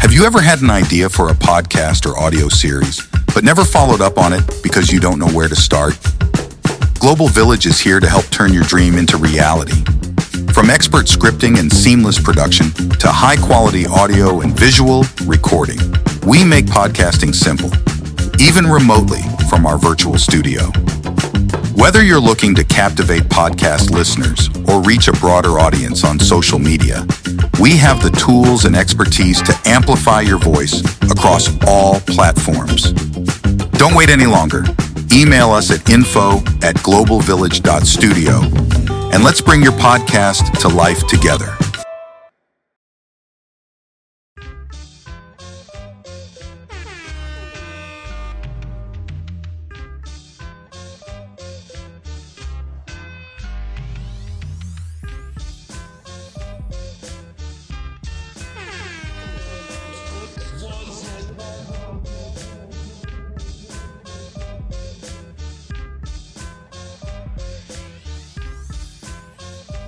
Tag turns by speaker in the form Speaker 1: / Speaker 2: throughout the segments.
Speaker 1: Have you ever had an idea for a podcast or audio series, but never followed up on it because you don't know where to start? Global Village is here to help turn your dream into reality. From expert scripting and seamless production to high quality audio and visual recording, we make podcasting simple, even remotely from our virtual studio. Whether you're looking to captivate podcast listeners or reach a broader audience on social media, we have the tools and expertise to amplify your voice across all platforms. Don't wait any longer. Email us at info at globalvillage.studio and let's bring your podcast to life together.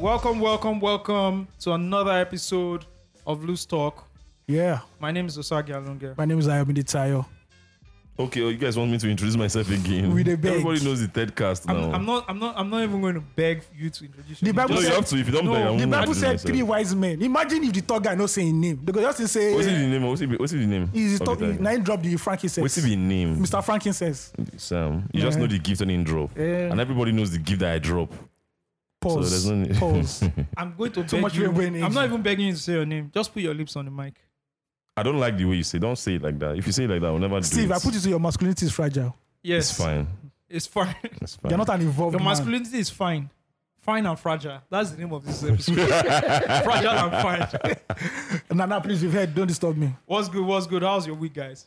Speaker 2: Welcome, welcome, welcome to another episode of Loose Talk.
Speaker 3: Yeah,
Speaker 2: My name is Osagi Alonge.
Speaker 3: my name is Ayomide Tayo.
Speaker 4: Okay, oh, you guys want me to introduce myself again?
Speaker 3: With a beg.
Speaker 4: Everybody knows the third cast
Speaker 2: I'm,
Speaker 4: now.
Speaker 2: I'm not, I'm not, I'm not even going to beg you to introduce
Speaker 3: The
Speaker 2: yourself.
Speaker 3: Bible
Speaker 4: no, you
Speaker 3: said-
Speaker 4: have to. If you don't
Speaker 2: No,
Speaker 4: beg, I
Speaker 2: the
Speaker 4: won't
Speaker 3: The Bible
Speaker 4: introduce
Speaker 3: said
Speaker 4: myself.
Speaker 3: three wise men. Imagine if the third guy no saying name. They go just say
Speaker 4: What's the
Speaker 3: eh,
Speaker 4: name? What's the, what's the name?
Speaker 3: he's the
Speaker 4: of the
Speaker 3: top.
Speaker 4: title?
Speaker 3: Nine drop the frankincense.
Speaker 4: What's the name?
Speaker 3: Mr. Frankincense.
Speaker 4: Sam, you just
Speaker 3: Yeah.
Speaker 4: know the gift and in drop,
Speaker 2: Yeah.
Speaker 4: and everybody knows the gift that I drop.
Speaker 3: Pause.
Speaker 4: So there's no-
Speaker 3: Pause.
Speaker 2: I'm going to
Speaker 3: Too
Speaker 2: beg
Speaker 3: much
Speaker 2: you.
Speaker 3: brain
Speaker 2: I'm not
Speaker 3: agency.
Speaker 2: even begging you to say your name. Just put your lips on the mic.
Speaker 4: I don't like the way you say. Don't say it like that. If you say it like that, I'll never
Speaker 3: Steve,
Speaker 4: do it.
Speaker 3: I put you to your masculinity is fragile.
Speaker 2: Yes,
Speaker 4: It's fine.
Speaker 2: It's fine.
Speaker 4: It's fine.
Speaker 3: You're not an evolved
Speaker 2: Your
Speaker 3: man.
Speaker 2: masculinity is fine, fine and fragile. That's the name of this episode. fragile and fragile.
Speaker 3: Nana, please, you've heard. Don't disturb me.
Speaker 2: What's good? What's good? How's your week, guys?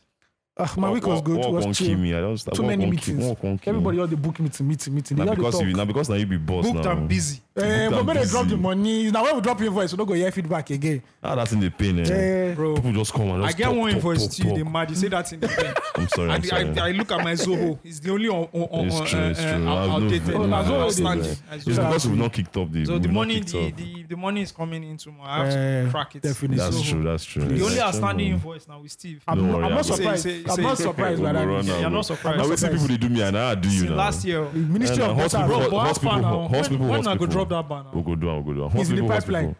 Speaker 3: Ah, my
Speaker 4: Walk-
Speaker 3: week was
Speaker 4: walk-
Speaker 3: good. It
Speaker 4: Walk
Speaker 3: was
Speaker 4: won't
Speaker 3: chill.
Speaker 4: kill me. I don't.
Speaker 3: Too many meetings. Everybody all the book meeting, meeting, meeting.
Speaker 4: Now
Speaker 3: They all dey
Speaker 4: because
Speaker 3: talk.
Speaker 4: you now because now you be boss
Speaker 2: Booked
Speaker 4: now.
Speaker 2: and busy.
Speaker 3: Eh,
Speaker 4: booked
Speaker 3: but
Speaker 4: and
Speaker 3: when they drop the
Speaker 4: busy.
Speaker 3: money, now when we drop invoice, we don't go hear feedback again.
Speaker 4: Ah, that's in the pain. Eh.
Speaker 3: Eh,
Speaker 2: Bro,
Speaker 4: People just come and
Speaker 2: I
Speaker 4: just
Speaker 2: get
Speaker 4: talk,
Speaker 2: one
Speaker 4: talk,
Speaker 2: invoice
Speaker 4: talk,
Speaker 2: to you,
Speaker 4: talk.
Speaker 2: they mad. You say that in the thing.
Speaker 4: I'm sorry. I'm
Speaker 2: And I,
Speaker 4: sorry.
Speaker 2: I, I look at my Zoho. It's the only on, on, on,
Speaker 4: It's
Speaker 2: on,
Speaker 4: true,
Speaker 2: uh,
Speaker 4: it's true.
Speaker 2: uh,
Speaker 4: I've
Speaker 2: out-
Speaker 4: no
Speaker 2: outdated,
Speaker 4: very
Speaker 3: Oh,
Speaker 2: uh,
Speaker 3: that's what it is.
Speaker 2: outstanding.
Speaker 4: Yeah.
Speaker 2: as
Speaker 4: It's
Speaker 2: well.
Speaker 4: because we've not kicked up the.
Speaker 2: So
Speaker 4: we've
Speaker 2: the
Speaker 4: not
Speaker 2: money,
Speaker 4: kicked
Speaker 2: the,
Speaker 4: up.
Speaker 2: the, the money is coming in tomorrow. I have to
Speaker 3: Eh,
Speaker 2: crack it.
Speaker 3: definitely.
Speaker 4: That's
Speaker 2: Zoho.
Speaker 4: true. That's true.
Speaker 2: The only
Speaker 4: Yeah.
Speaker 2: outstanding invoice now is Steve.
Speaker 3: I'm,
Speaker 4: Don't
Speaker 3: not-
Speaker 4: worry,
Speaker 3: I'm
Speaker 4: I'll
Speaker 3: not
Speaker 4: go.
Speaker 3: surprised.
Speaker 2: Say- say-
Speaker 3: I'm not
Speaker 2: say-
Speaker 3: surprised by
Speaker 4: We'll
Speaker 3: that.
Speaker 4: run
Speaker 3: issue.
Speaker 4: out.
Speaker 2: You're not
Speaker 4: Now
Speaker 2: surprised.
Speaker 4: wait till people they do me and now I do you
Speaker 2: Since
Speaker 4: now.
Speaker 2: last year,
Speaker 3: The Ministry
Speaker 4: And
Speaker 3: of
Speaker 4: horse
Speaker 3: Water,
Speaker 4: people-
Speaker 3: bro,
Speaker 2: bro, but
Speaker 4: horse
Speaker 2: how far
Speaker 4: people,
Speaker 2: now?
Speaker 4: horse
Speaker 2: When-
Speaker 4: people,
Speaker 2: when
Speaker 4: horse
Speaker 2: I go
Speaker 4: people.
Speaker 2: drop that banner?
Speaker 4: We'll Oh, go down. We'll go down.
Speaker 3: It's
Speaker 4: Horse
Speaker 3: in the
Speaker 4: people, horse
Speaker 3: pipeline.
Speaker 4: people.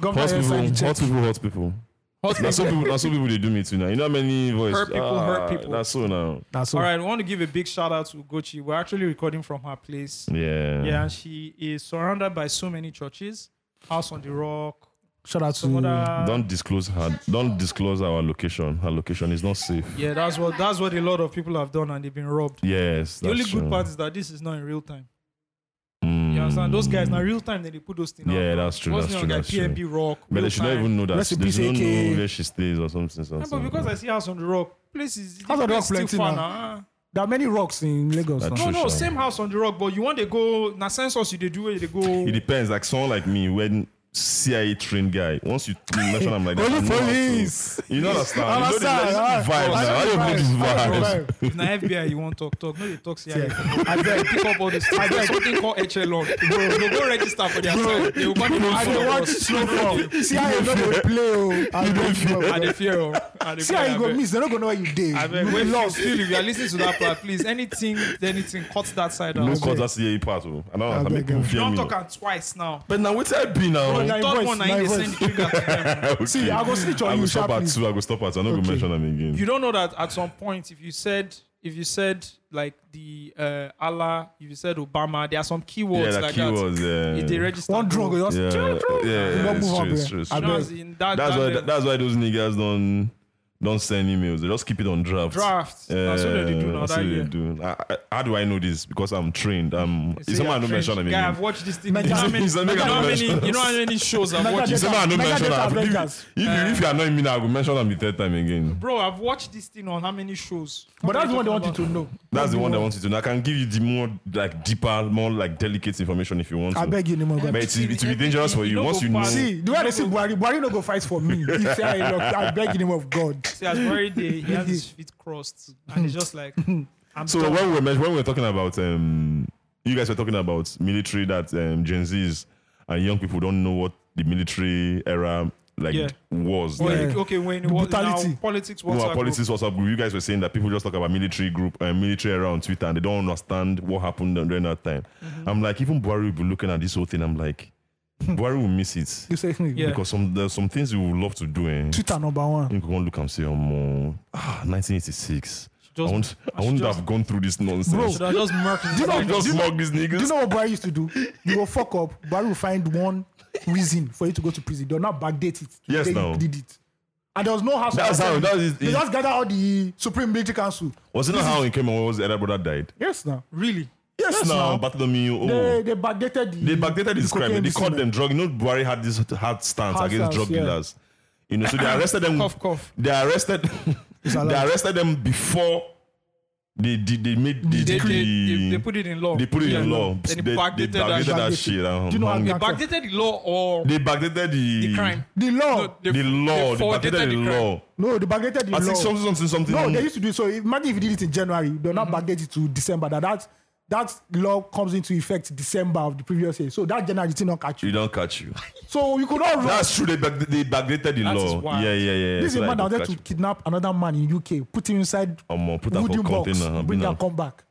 Speaker 3: Governor
Speaker 4: Horse
Speaker 3: has
Speaker 4: people,
Speaker 3: signed the check.
Speaker 4: horse people, horse people. Now some people, now some people they do me too now. You know how many voice. Ah,
Speaker 2: Hurt people, hurt people.
Speaker 4: That's so now.
Speaker 3: Nah, so-
Speaker 2: all right, I want to give a big shout out to Gochi. We're actually recording from her place.
Speaker 4: Yeah.
Speaker 2: Yeah, and she is surrounded by so many churches. House on the Rock,
Speaker 3: Shout out
Speaker 2: some
Speaker 3: to
Speaker 2: other.
Speaker 4: Don't disclose her. Don't disclose our location. Her location is not safe.
Speaker 2: Yeah, that's what that's what a lot of people have done, and they've been robbed.
Speaker 4: Yes.
Speaker 2: The only
Speaker 4: that's
Speaker 2: good
Speaker 4: true.
Speaker 2: part is that this is not in real time.
Speaker 4: Mm.
Speaker 2: You understand? Those guys, now real time, then they put those things out.
Speaker 4: Yeah, that's true,
Speaker 2: What's
Speaker 4: that's
Speaker 2: the name
Speaker 4: true,
Speaker 2: of
Speaker 4: that's
Speaker 2: the guy? PNB Rock.
Speaker 4: But
Speaker 2: Real
Speaker 4: they should not
Speaker 2: Time.
Speaker 4: even know that.
Speaker 3: Rest in
Speaker 4: They
Speaker 3: peace,
Speaker 4: should not
Speaker 3: AK.
Speaker 4: know where she stays or something.
Speaker 2: Yeah, but
Speaker 4: something.
Speaker 2: because I see House on the Rock, places.
Speaker 3: House on the Rock plenty now. there are many rocks in Lagos.
Speaker 4: That's
Speaker 3: now.
Speaker 2: ah. No, no,
Speaker 4: Sure.
Speaker 2: same House on the Rock, but you want to go, na census you they do where they go.
Speaker 3: Mm.
Speaker 4: It depends. Like someone like me, when CIA trained guy, once you mention I'm like that,
Speaker 3: Only
Speaker 4: I know how to-
Speaker 3: police.
Speaker 4: You know understand?
Speaker 3: I
Speaker 4: You know the-
Speaker 3: understand, Ah,
Speaker 4: you know
Speaker 3: alright.
Speaker 4: the
Speaker 3: I
Speaker 4: vibe now. How you
Speaker 3: understand.
Speaker 4: know
Speaker 3: I
Speaker 4: this vibe?
Speaker 3: understand.
Speaker 2: If na FBI, you want talk, talk. No, they talk CIA.
Speaker 3: I beg.
Speaker 2: Pick up all this. I do something called HLO. Bro, they go register for their side. They will come to
Speaker 3: I dey watch slow
Speaker 2: and
Speaker 3: form. See how you no dey play o. I beg you, bro.
Speaker 2: they fear. oh, and they
Speaker 3: See
Speaker 2: fear,
Speaker 3: how
Speaker 2: I
Speaker 3: you go
Speaker 2: beg.
Speaker 3: miss. They no go know where you dey.
Speaker 2: I
Speaker 3: You
Speaker 2: mean,
Speaker 3: be
Speaker 2: when you
Speaker 3: lost.
Speaker 2: feel if you are listening to that part, please, anything, anything, cut that side
Speaker 4: No
Speaker 2: out.
Speaker 4: cause that CIA part. oh. I know
Speaker 3: I
Speaker 4: I
Speaker 3: beg
Speaker 4: make people
Speaker 3: you.
Speaker 4: fear
Speaker 2: Don't
Speaker 4: me.
Speaker 2: talk
Speaker 4: now.
Speaker 2: am twice now.
Speaker 4: But now what I
Speaker 3: Bro,
Speaker 4: be now?
Speaker 3: now- My
Speaker 2: Third
Speaker 3: voice,
Speaker 2: one, na
Speaker 3: my
Speaker 2: him dey
Speaker 3: voice.
Speaker 2: send the trigger to them.
Speaker 4: Okay.
Speaker 3: See, I go snitch
Speaker 4: I
Speaker 3: on
Speaker 4: will
Speaker 3: you
Speaker 4: stop at
Speaker 3: sharply.
Speaker 4: two. I will stop at. two. I'm not
Speaker 3: Okay.
Speaker 4: gonna mention them again.
Speaker 2: You don't know that at some point, if you said, if you said like the uh, Allah, if you said Obama, there are some keywords
Speaker 4: yeah, that
Speaker 2: like
Speaker 4: keywords.
Speaker 2: that. If they
Speaker 4: Yeah.
Speaker 2: register,
Speaker 3: One drone go just.
Speaker 4: Yeah,
Speaker 3: You
Speaker 4: yeah,
Speaker 3: don't
Speaker 4: yeah, it's
Speaker 3: move
Speaker 4: true,
Speaker 3: up
Speaker 4: it's
Speaker 3: here.
Speaker 4: true, it's
Speaker 3: I
Speaker 4: true.
Speaker 2: You know,
Speaker 3: beg.
Speaker 2: as in that,
Speaker 4: That's why.
Speaker 2: that level.
Speaker 4: That's why those niggas don't don't send emails. They just keep it on draft.
Speaker 2: draft. That's what they do now
Speaker 4: that's
Speaker 2: that
Speaker 4: what they
Speaker 2: year.
Speaker 4: do. I, I, how do I know this? Because I'm trained. I'm.
Speaker 2: Say
Speaker 4: It's someone I
Speaker 2: I'm
Speaker 4: don't
Speaker 2: French.
Speaker 4: mention them
Speaker 2: Guy,
Speaker 4: again.
Speaker 2: I've watched this thing.
Speaker 3: Mega-
Speaker 2: You know how many-
Speaker 4: It's a
Speaker 2: you know
Speaker 4: mega
Speaker 2: how many?
Speaker 4: dimension.
Speaker 2: You know how many shows I've
Speaker 3: Mega
Speaker 2: watched.
Speaker 4: If
Speaker 3: dimension.
Speaker 4: someone I don't
Speaker 3: Mega
Speaker 4: mention them,
Speaker 3: data
Speaker 4: I believe-
Speaker 3: Avengers.
Speaker 4: if you if you are not in me, I will mention them the third time again.
Speaker 2: Bro, I've watched this thing on how many shows?
Speaker 3: But
Speaker 2: What
Speaker 3: that's
Speaker 2: are
Speaker 3: the
Speaker 2: you
Speaker 3: one they
Speaker 2: talking
Speaker 3: wanted to
Speaker 2: about?
Speaker 3: know.
Speaker 4: That's the one I want you to know. I can give you the more like deeper, more like delicate information if you want to.
Speaker 3: I beg you, Nimo. God.
Speaker 4: But it will be dangerous for
Speaker 2: You
Speaker 4: you
Speaker 2: don't
Speaker 4: once
Speaker 2: go
Speaker 4: you know.
Speaker 2: far.
Speaker 3: See, the way they say Buhari, Buhari no go fight for me. If I, look, I beg in the name of God.
Speaker 2: See, as very day, he has his feet crossed, and he's just like, I'm
Speaker 4: So
Speaker 2: done.
Speaker 4: when we were men- when we were talking about um, you guys were talking about military that um, Gen Zs and young people don't know what the military era like
Speaker 2: Yeah.
Speaker 4: wars.
Speaker 2: Well,
Speaker 4: like,
Speaker 2: you- okay, when it was now
Speaker 3: Brutality.
Speaker 2: politics was
Speaker 4: no,
Speaker 2: our
Speaker 4: our politics WhatsApp group. You guys were saying that people just talk about military group and military era on Twitter and they don't understand what happened during that time. I'm like, even Buhari will be looking at this whole thing. I'm like, Buhari will miss it
Speaker 3: You say me.
Speaker 2: Yeah.
Speaker 4: because some there's some things you would love to do. Eh?
Speaker 3: Twitter number one.
Speaker 4: You can go and look and say, um, ah, 1986.
Speaker 2: Just-
Speaker 4: I won't, I
Speaker 2: I should
Speaker 4: wouldn't
Speaker 2: just-
Speaker 4: have gone through this nonsense.
Speaker 2: Should I just mark it?
Speaker 3: Do you know-
Speaker 4: just mug these
Speaker 3: Do you
Speaker 4: niggas.
Speaker 3: know what Buhari used to do? You go fuck up. Buhari will find one reason for you to go to prison. They'll not backdate it. to the
Speaker 4: Yes,
Speaker 3: day
Speaker 4: no.
Speaker 3: You did it. And there was no house.
Speaker 4: That's
Speaker 3: arrest.
Speaker 4: how- that is-
Speaker 3: they just gather all the Supreme Military Council.
Speaker 4: Was it not how it came on? Was the elder brother died?
Speaker 3: Yes, now.
Speaker 2: Really?
Speaker 3: Yes,
Speaker 4: no,
Speaker 3: now.
Speaker 4: Bartholomew. Oh.
Speaker 3: They, they backdated the.
Speaker 4: They backdated his crime.
Speaker 3: cocaine
Speaker 4: They called
Speaker 3: business.
Speaker 4: them drug. You know, Buhari had this hard stance
Speaker 3: Hard
Speaker 4: against
Speaker 3: stance,
Speaker 4: drug
Speaker 3: yeah.
Speaker 4: dealers. You know, so they arrested them.
Speaker 2: Cough, cough.
Speaker 4: They arrested. they
Speaker 3: allowed.
Speaker 4: arrested them before they did. They made the,
Speaker 2: They,
Speaker 4: the-
Speaker 2: they, they, they put it in law.
Speaker 4: they put it in
Speaker 2: Yeah.
Speaker 4: law.
Speaker 2: Then
Speaker 4: They,
Speaker 2: they
Speaker 4: they
Speaker 2: backdated
Speaker 4: backdated
Speaker 2: that.
Speaker 4: that
Speaker 3: Backdated.
Speaker 4: shit. um,
Speaker 3: Do you know how
Speaker 4: man.
Speaker 2: They backdated the law or
Speaker 4: They backdated the,
Speaker 2: the crime?
Speaker 3: The law.
Speaker 2: No,
Speaker 4: The law. They
Speaker 2: forwarded
Speaker 4: backdated the
Speaker 2: crime.
Speaker 4: law.
Speaker 3: No, they backdated the
Speaker 4: I
Speaker 3: law.
Speaker 4: think something, something, something.
Speaker 3: No,
Speaker 4: um,
Speaker 3: they used to do it. So imagine if you did it in January, they'll not backdate it to December. That, that that law comes into effect December of the previous year. So that January thing not catch
Speaker 4: you
Speaker 3: you.
Speaker 4: don't catch you.
Speaker 3: So you could not run.
Speaker 4: That's true. They, back, they backdated the
Speaker 2: That is
Speaker 4: law.
Speaker 2: wild.
Speaker 4: Yeah, yeah, yeah.
Speaker 3: this is
Speaker 4: So
Speaker 3: a
Speaker 4: that
Speaker 3: man
Speaker 4: they
Speaker 3: that wanted
Speaker 4: catch
Speaker 3: to
Speaker 4: you.
Speaker 3: kidnap another man in UK, put him inside
Speaker 4: Omo, put that for
Speaker 3: wooden box,
Speaker 4: container. abi
Speaker 3: bring
Speaker 4: na.
Speaker 3: and come back.